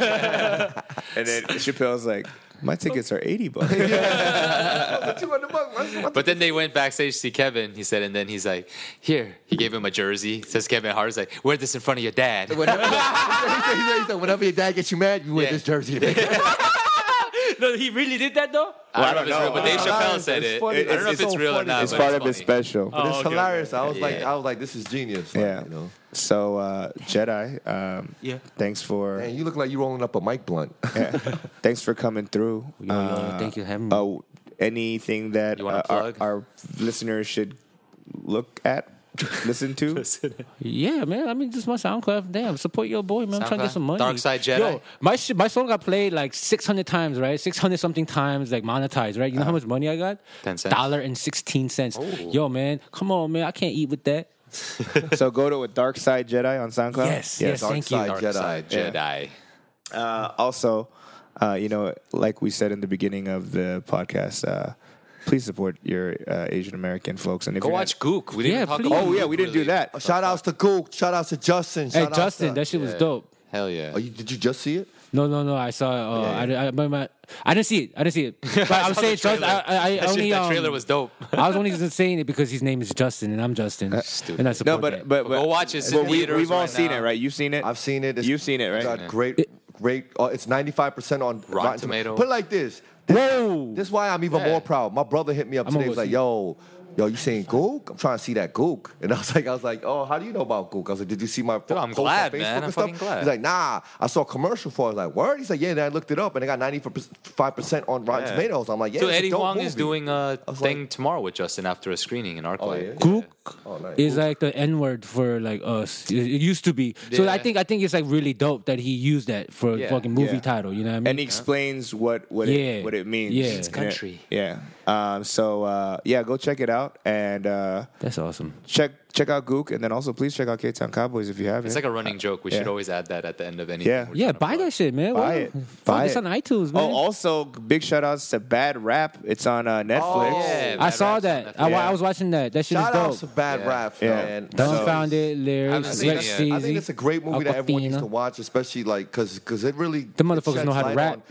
Speaker 3: then Chappelle's like, my tickets are 80 bucks.
Speaker 2: "Oh, the 200 bucks. What's- what's-
Speaker 4: But then they went backstage to see Kevin. He said, and then he's like, "Here." He gave him a jersey. It says Kevin Hart. He's like, "Wear this in front of your dad."
Speaker 2: *laughs* Whenever, he said- he said- he said, whenever your dad gets you mad, you wear
Speaker 4: Yeah.
Speaker 2: this *laughs* jersey. Chappelle
Speaker 5: *laughs* no, he really did that though.
Speaker 4: I
Speaker 3: I don't
Speaker 4: don't know, if it's real,
Speaker 3: know.
Speaker 4: but Dave
Speaker 2: It's
Speaker 4: Chappelle
Speaker 2: hilarious.
Speaker 4: said
Speaker 2: It's
Speaker 4: it.
Speaker 2: funny.
Speaker 4: I don't know
Speaker 2: It's-
Speaker 4: if it's
Speaker 2: it's
Speaker 4: real
Speaker 2: so
Speaker 4: or not.
Speaker 2: funny.
Speaker 3: it's
Speaker 4: but
Speaker 3: part of his
Speaker 4: funny.
Speaker 3: special.
Speaker 2: it's
Speaker 5: okay,
Speaker 2: hilarious. I was like,
Speaker 4: Yeah.
Speaker 2: I was like, this is genius. Like,
Speaker 3: yeah.
Speaker 2: you know.
Speaker 3: So, uh, Jedi, um,
Speaker 5: Yeah.
Speaker 3: thanks for *laughs*
Speaker 2: And you look like you rolling up a mic blunt.
Speaker 3: yeah, thanks for coming through.
Speaker 5: Yo, yo, thank you for having me.
Speaker 3: Oh, anything that
Speaker 4: You wanna
Speaker 3: uh, our,
Speaker 4: plug?
Speaker 3: our listeners should look at, listen to?
Speaker 5: Yeah, man. I mean, just my SoundCloud. Damn, support your boy, man. I'm trying to
Speaker 4: SoundCloud.
Speaker 5: get some money.
Speaker 4: Dark Side Jedi.
Speaker 5: Yo, my shit, my song got played like 600 times, right? 600 something times, like monetized, right? You know how much money I got?
Speaker 4: 10 Uh-huh. cents. Oh.
Speaker 5: Dollar and 16 cents. Yo, man, come on, man. I can't eat with that.
Speaker 3: so go to a Dark Side Jedi on SoundCloud.
Speaker 5: Yes,
Speaker 3: Yeah.
Speaker 5: yes, thank you.
Speaker 2: Side
Speaker 4: Dark
Speaker 2: Jedi.
Speaker 4: Side Jedi.
Speaker 3: Uh, also, uh, you know, like we said in the beginning of the podcast, uh, please support your uh, Asian American folks. And if
Speaker 4: Go
Speaker 3: you're not-
Speaker 4: watch Gook. We didn't
Speaker 5: Yeah,
Speaker 4: even talk
Speaker 5: please.
Speaker 4: about
Speaker 3: Oh yeah,
Speaker 4: Gook,
Speaker 3: we didn't do
Speaker 4: really.
Speaker 3: that.
Speaker 2: Shout outs to Gook. Shout outs to Justin.
Speaker 5: Hey,
Speaker 2: Shout outs
Speaker 5: Justin,
Speaker 2: to-
Speaker 5: that shit was
Speaker 4: Yeah.
Speaker 5: dope.
Speaker 4: Hell yeah.
Speaker 2: Oh, you, did you just see it?
Speaker 5: No, no, no. I saw. Uh, I, I, my, my, I didn't see it. I didn't
Speaker 4: *laughs*
Speaker 5: see it. But I'm
Speaker 4: saw
Speaker 5: saying
Speaker 4: the
Speaker 5: Justin. I,
Speaker 4: trailer.
Speaker 5: I, I
Speaker 4: That shit-
Speaker 5: only.
Speaker 4: that
Speaker 5: um,
Speaker 4: trailer was dope.
Speaker 5: I was only just saying it because his name is Justin and I'm
Speaker 4: *laughs*
Speaker 5: Justin, and I support
Speaker 3: No, but
Speaker 5: that.
Speaker 3: but, but
Speaker 4: Go watch it. It's in
Speaker 3: Well, we,
Speaker 4: theaters
Speaker 3: we've all
Speaker 4: right
Speaker 3: seen
Speaker 4: now.
Speaker 3: it, right? You've seen it.
Speaker 2: I've seen it. It's-
Speaker 3: You've seen it, right?
Speaker 2: Got great, great. Oh, it's 95% on Rotten,
Speaker 4: Tomatoes.
Speaker 2: Put it like this.
Speaker 5: Whoa!
Speaker 2: This is why I'm even
Speaker 4: Yeah.
Speaker 2: more proud. My brother hit me up
Speaker 5: I'm
Speaker 2: today. He
Speaker 5: gonna
Speaker 2: was
Speaker 5: go
Speaker 2: like,
Speaker 5: see
Speaker 2: "Yo, yo, you saying Gook? I'm trying to see that Gook." *laughs* And I was like, "I was like, oh, how do you know about Gook?" I was like, "Did you see my
Speaker 4: Dude, I'm
Speaker 2: post on
Speaker 4: glad,
Speaker 2: Facebook
Speaker 4: man.
Speaker 2: and
Speaker 4: I'm
Speaker 2: stuff?"
Speaker 4: fucking glad.
Speaker 2: He's like, "Nah, I saw a commercial for." it. I was like, "Word?" He's like, "Yeah." Then I looked it up, and it got 95 percent on Rotten
Speaker 4: Yeah.
Speaker 2: Tomatoes. I'm like, "Yeah."
Speaker 4: so
Speaker 2: it's a
Speaker 4: Eddie
Speaker 2: dope
Speaker 4: Huang is
Speaker 2: movie.
Speaker 4: doing a
Speaker 2: was
Speaker 4: thing
Speaker 2: like-
Speaker 4: tomorrow with Justin after a screening in Arclight.
Speaker 2: yeah?
Speaker 5: Gook
Speaker 2: Oh, nice.
Speaker 5: is like the N word for like us. It it used to be. So
Speaker 4: Yeah.
Speaker 5: I think I think it's like really dope that he used that for
Speaker 4: Yeah.
Speaker 5: a fucking movie
Speaker 3: Yeah.
Speaker 5: title. You know what I mean?
Speaker 3: and he explains what what
Speaker 5: Yeah.
Speaker 3: it, what it means.
Speaker 5: Yeah. It's
Speaker 3: And it-
Speaker 4: country.
Speaker 3: Yeah. Um, so uh, yeah, go check it out and uh,
Speaker 5: That's awesome.
Speaker 3: check check out Gook, and then also please check out K Town Cowboys if you haven't.
Speaker 4: It's like a running joke. We
Speaker 3: Yeah.
Speaker 4: should always add that at the end of anything.
Speaker 3: Yeah.
Speaker 4: we're
Speaker 5: Yeah,
Speaker 4: trying to
Speaker 5: buy
Speaker 4: plug.
Speaker 5: that shit, man.
Speaker 3: Buy
Speaker 5: Wow.
Speaker 3: it.
Speaker 5: Fuck,
Speaker 3: Buy
Speaker 5: it's
Speaker 3: it.
Speaker 5: on iTunes, man.
Speaker 3: Oh, also big shout outs to Bad Rap. It's on uh, Netflix.
Speaker 4: Yeah,
Speaker 5: I
Speaker 4: Bad
Speaker 5: saw
Speaker 4: Raps on
Speaker 5: that. I,
Speaker 4: Netflix.
Speaker 5: wa- I was watching that. That shit
Speaker 2: Shout out
Speaker 5: is
Speaker 2: to
Speaker 5: dope.
Speaker 2: Bad
Speaker 4: Yeah.
Speaker 2: Raps,
Speaker 3: Yeah.
Speaker 2: man.
Speaker 5: Dumbfounded
Speaker 4: haven't
Speaker 5: lyrics.
Speaker 4: seen
Speaker 5: Rex
Speaker 4: it yet.
Speaker 5: Seasy,
Speaker 2: I think it's a great movie that everyone needs
Speaker 5: Aquafina.
Speaker 2: to watch, especially like because it really
Speaker 5: The motherfuckers
Speaker 2: sheds
Speaker 5: know how to
Speaker 2: light
Speaker 5: rap.
Speaker 2: on-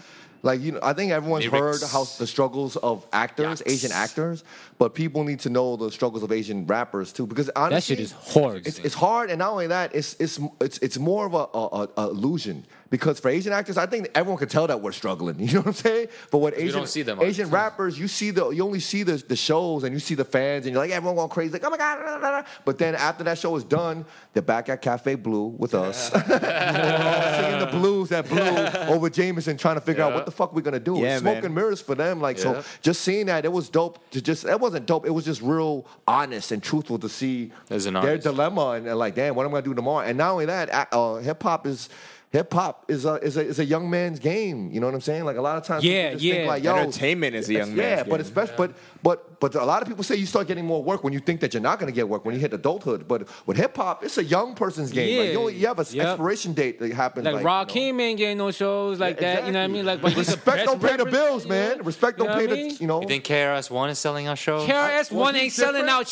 Speaker 2: like you know, I think everyone's
Speaker 4: Lyrics.
Speaker 2: heard how the struggles of actors,
Speaker 4: Yikes.
Speaker 2: Asian actors, but people need to know the struggles of Asian rappers too. Because honestly,
Speaker 5: That shit is hard.
Speaker 2: It's, it's hard, and not only that, it's it's it's it's more of a, a, a, a illusion because for Asian actors, I think everyone could tell that we're struggling. *laughs* You know what I'm saying? But what Asian
Speaker 4: don't see them on
Speaker 2: Asian
Speaker 4: TV.
Speaker 2: rappers, you see the you only see the, the shows and you see the fans and you're like everyone going crazy, like oh my god. da, da, da, da." But then after that show is done, they're back at Cafe Blue with us, All *laughs* singing the blues that
Speaker 4: *laughs*
Speaker 2: blew over Jameson, trying to figure out what the fuck we're gonna do.
Speaker 3: Yeah,
Speaker 2: it's smoke
Speaker 3: man.
Speaker 2: and mirrors for them. Like
Speaker 4: Yeah.
Speaker 2: so, just seeing that it was dope. To just it wasn't dope. It was just real honest and truthful to see
Speaker 4: As an
Speaker 2: their
Speaker 4: artist.
Speaker 2: dilemma and uh, like, damn, what am I gonna do tomorrow? And not only that, I- uh, hip hop is hip hop is a, is a is a young man's game. You know what I'm saying? Like a lot of times, people
Speaker 5: Yeah,
Speaker 2: just
Speaker 5: yeah.
Speaker 2: Think like, Yo,
Speaker 3: Entertainment is a young
Speaker 2: it's-
Speaker 3: man's
Speaker 2: Yeah, but
Speaker 3: game.
Speaker 2: it's best. But but but a lot of people say you start getting more work when you think that you're not gonna get work when you hit adulthood. But with hip hop, it's a young person's game. Like,
Speaker 5: Yeah.
Speaker 2: you, only, you have an
Speaker 5: Yep.
Speaker 2: expiration date that happens.
Speaker 5: Like,
Speaker 2: you
Speaker 5: Rakim
Speaker 2: know.
Speaker 5: ain't getting no shows like
Speaker 2: Yeah,
Speaker 5: that. You know what I
Speaker 2: exactly.
Speaker 5: mean? Like, but he's the
Speaker 2: Respect
Speaker 5: best
Speaker 2: don't pay the
Speaker 5: rapper-
Speaker 2: bills,
Speaker 5: yeah.
Speaker 2: man. Respect
Speaker 5: You
Speaker 2: don't
Speaker 5: know
Speaker 2: pay
Speaker 5: what I
Speaker 2: the
Speaker 5: mean?
Speaker 2: you know.
Speaker 4: You think KRS-One is selling our shows?
Speaker 5: KRS
Speaker 2: Well,
Speaker 5: One
Speaker 2: he's
Speaker 5: ain't selling
Speaker 2: different.
Speaker 5: out
Speaker 2: No, I-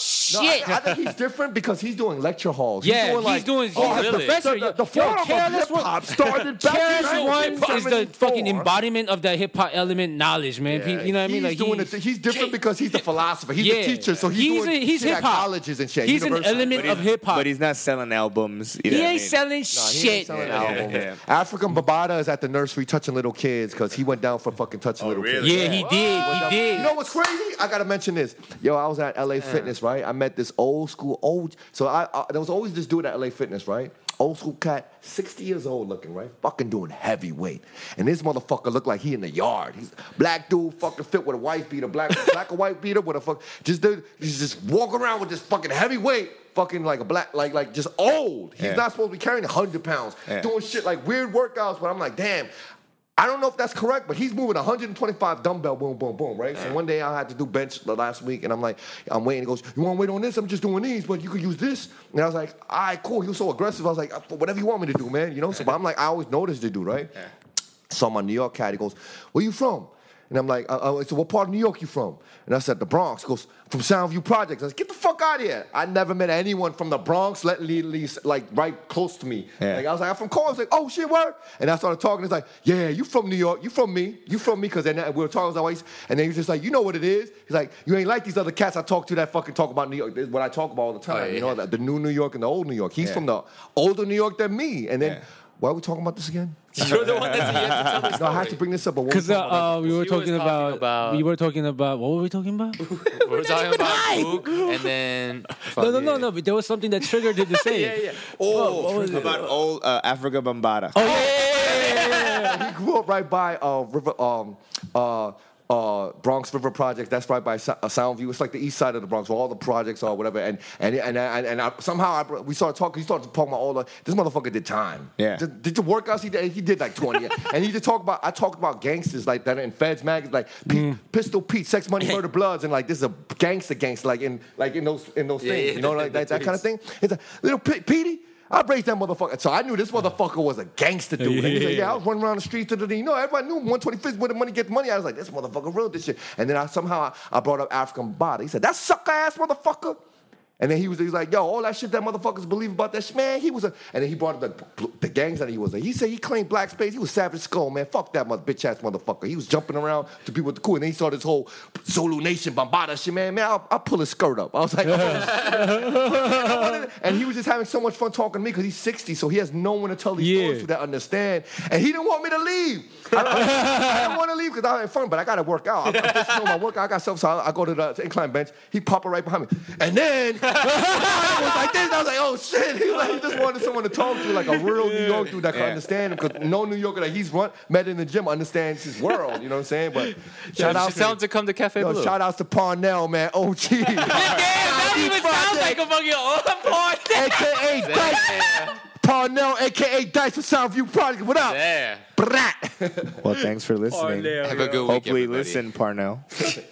Speaker 5: shit.
Speaker 2: I, think he's different because he's doing lecture halls.
Speaker 5: Yeah,
Speaker 2: doing
Speaker 5: he's
Speaker 2: like,
Speaker 5: doing-
Speaker 2: oh,
Speaker 4: he's
Speaker 2: the
Speaker 4: really-
Speaker 2: professor-
Speaker 5: Yo,
Speaker 2: The, the form of
Speaker 5: Careless
Speaker 2: hip hop started back
Speaker 5: KRS One
Speaker 2: in
Speaker 5: is the
Speaker 2: 1974.
Speaker 5: fucking embodiment of that hip hop element knowledge, man. Pe- you know what I mean?
Speaker 2: He's
Speaker 5: Like
Speaker 2: doing the, he's different because he's the philosopher. He's the
Speaker 5: Yeah.
Speaker 2: teacher, so he's,
Speaker 5: He's
Speaker 2: doing
Speaker 5: a- he's
Speaker 2: shit at
Speaker 5: hip-hop.
Speaker 2: colleges and shit.
Speaker 5: He's an
Speaker 2: universities.
Speaker 5: element of hip hop.
Speaker 3: But he's not selling albums. you
Speaker 5: He
Speaker 3: know what I
Speaker 5: ain't
Speaker 3: mean?
Speaker 5: selling
Speaker 2: Nah, he ain't
Speaker 5: shit.
Speaker 2: selling
Speaker 3: Yeah,
Speaker 2: albums.
Speaker 3: yeah.
Speaker 2: African Babada is at the nursery touching little kids because he went down for fucking touching little
Speaker 3: Oh, really?
Speaker 2: kids.
Speaker 5: Yeah, he did. He did.
Speaker 2: You know what's crazy? I gotta mention this. Yo, I was at LA Fitness, right? I met this old school old. So I, I there was always this dude at LA Fitness, right? Old school cat, 60 years old looking, right? Fucking doing heavyweight. And this motherfucker looked like he in the yard. He's black dude, fucking fit with a white beater, black *laughs* black or white beater with a fuck. Just dude, he's just walking around with this fucking heavyweight. Fucking like a black, like like just old. He's
Speaker 3: Yeah.
Speaker 2: not supposed to be carrying hundred pounds,
Speaker 3: Yeah.
Speaker 2: doing shit like weird workouts. But I'm like, damn, I don't know if that's correct, but he's moving 125 dumbbell, boom, boom, boom, right? So one day I had to do bench the last week, and I'm like, I'm waiting. He goes, you want to wait on this? I'm just doing these, but you could use this. And I was like, all right, cool. He was so aggressive. I was like, "Uh, whatever you want me to do, man. You know. So, but I'm like, I always notice the dude, right? So my New York cat, he goes, where you from? And I'm like, uh, uh, so what part of New York you from? And I said, the Bronx. He goes, from Soundview Projects. I said, get the fuck out of here. I never met anyone from the Bronx, let le- least, like right close to me.
Speaker 3: Yeah.
Speaker 2: Like I was like, I'm from Queens. Like, oh shit, word. And I started talking. It's like, yeah, you from New York? You from me? You from me? Because then uh, we were talking. I was like, why you- and then he was just like, you know what it is? He's like, you ain't like these other cats I talk to that fucking talk about New York. This is what I talk about all the time.
Speaker 4: Oh,
Speaker 2: You
Speaker 4: yeah.
Speaker 2: know, the, the new New York and the old New York. He's
Speaker 3: Yeah.
Speaker 2: from the older New York than me. And then.
Speaker 3: Yeah.
Speaker 2: Why are we talking about this again?
Speaker 4: You're the one that's yet to tell the
Speaker 2: No, I had to
Speaker 4: story.
Speaker 2: bring this up. but what
Speaker 5: Because
Speaker 2: we
Speaker 5: uh,
Speaker 2: talking
Speaker 5: uh,
Speaker 2: about?
Speaker 5: we were
Speaker 4: She was
Speaker 5: talking
Speaker 4: talking
Speaker 5: about,
Speaker 4: about-
Speaker 5: we were talking about what were we talking about?
Speaker 4: We're, talking about Luke, and *laughs* then
Speaker 5: no, no, no, no. But there was something that triggered it to say.
Speaker 4: Yeah, yeah.
Speaker 5: Oh, what was it?
Speaker 3: About old uh, Africa Bambata.
Speaker 5: Oh, yeah, yeah, yeah, yeah, yeah.
Speaker 2: he grew up right by uh, River, um, uh, uh, Bronx River Project. That's right by Sou- uh, Soundview. It's like the east side of the Bronx, where all the projects are, whatever. And and and and, and I, somehow I, br- we started talking. He started talking about all the. This motherfucker did time.
Speaker 3: Yeah.
Speaker 2: Did, did the workouts he did? He did like twenty. and he just talked about. I talked about gangsters like that in Feds magazine, like P- Pistol Pete, Sex Money Murder Bloods, and like this is a gangster gangster, like in like in those in those
Speaker 4: Yeah,
Speaker 2: things,
Speaker 4: yeah,
Speaker 2: you know,
Speaker 4: the-
Speaker 2: like
Speaker 4: the
Speaker 2: that, that kind of thing. He's like, little P- Petey. I raised that motherfucker. So I knew this motherfucker was a gangster dude. And he's like, yeah, I was running around the streets. Da, da, da. You know, everybody knew 125th where the money gets money. I was like, this motherfucker real this shit. And then I somehow I, I brought up African body. He said, that sucker ass motherfucker. And then he was, he was like, yo, all that shit that motherfuckers believe about that shit, man, he was a. And then he brought up the, the gangs that he was in. He said he claimed black space. He was Savage Skull, man. Fuck that mother, bitch ass motherfucker. He was jumping around to people with the cool. And then he saw this whole Zulu Nation Bombada shit, man. Man, I'll, I'll pull his skirt up. I was like, oh, and he was just having so much fun talking to me because he's 60, so he has no one to tell these
Speaker 5: Yeah.
Speaker 2: stories to that understand. And he didn't want me to leave. I don't, want to leave because I had fun, but I got to work out. I'm, I'm just doing my workout. I got stuff, so I, I go to the incline bench. He pop up right behind me. And then *laughs* I was like this. and I was like, oh shit. He, was like, he just wanted someone to talk to, like a real New York dude that could
Speaker 3: Yeah.
Speaker 2: understand him because no New Yorker that he's run, met in the gym understands his world. You know what I'm saying? But shout out
Speaker 4: Just tell him to come to Cafe
Speaker 2: Yo,
Speaker 4: Blue.
Speaker 2: shout outs to Parnell, man. OG. Damn, that
Speaker 4: even sounds like a fucking *laughs* old party.
Speaker 2: AKA Dice. Parnell, AKA Dice from Soundview Project. What up?
Speaker 4: Yeah.
Speaker 2: Brat.
Speaker 3: Well, thanks for listening.
Speaker 4: Have a good week,
Speaker 3: Hopefully,
Speaker 4: everybody.
Speaker 3: listen, Parnell.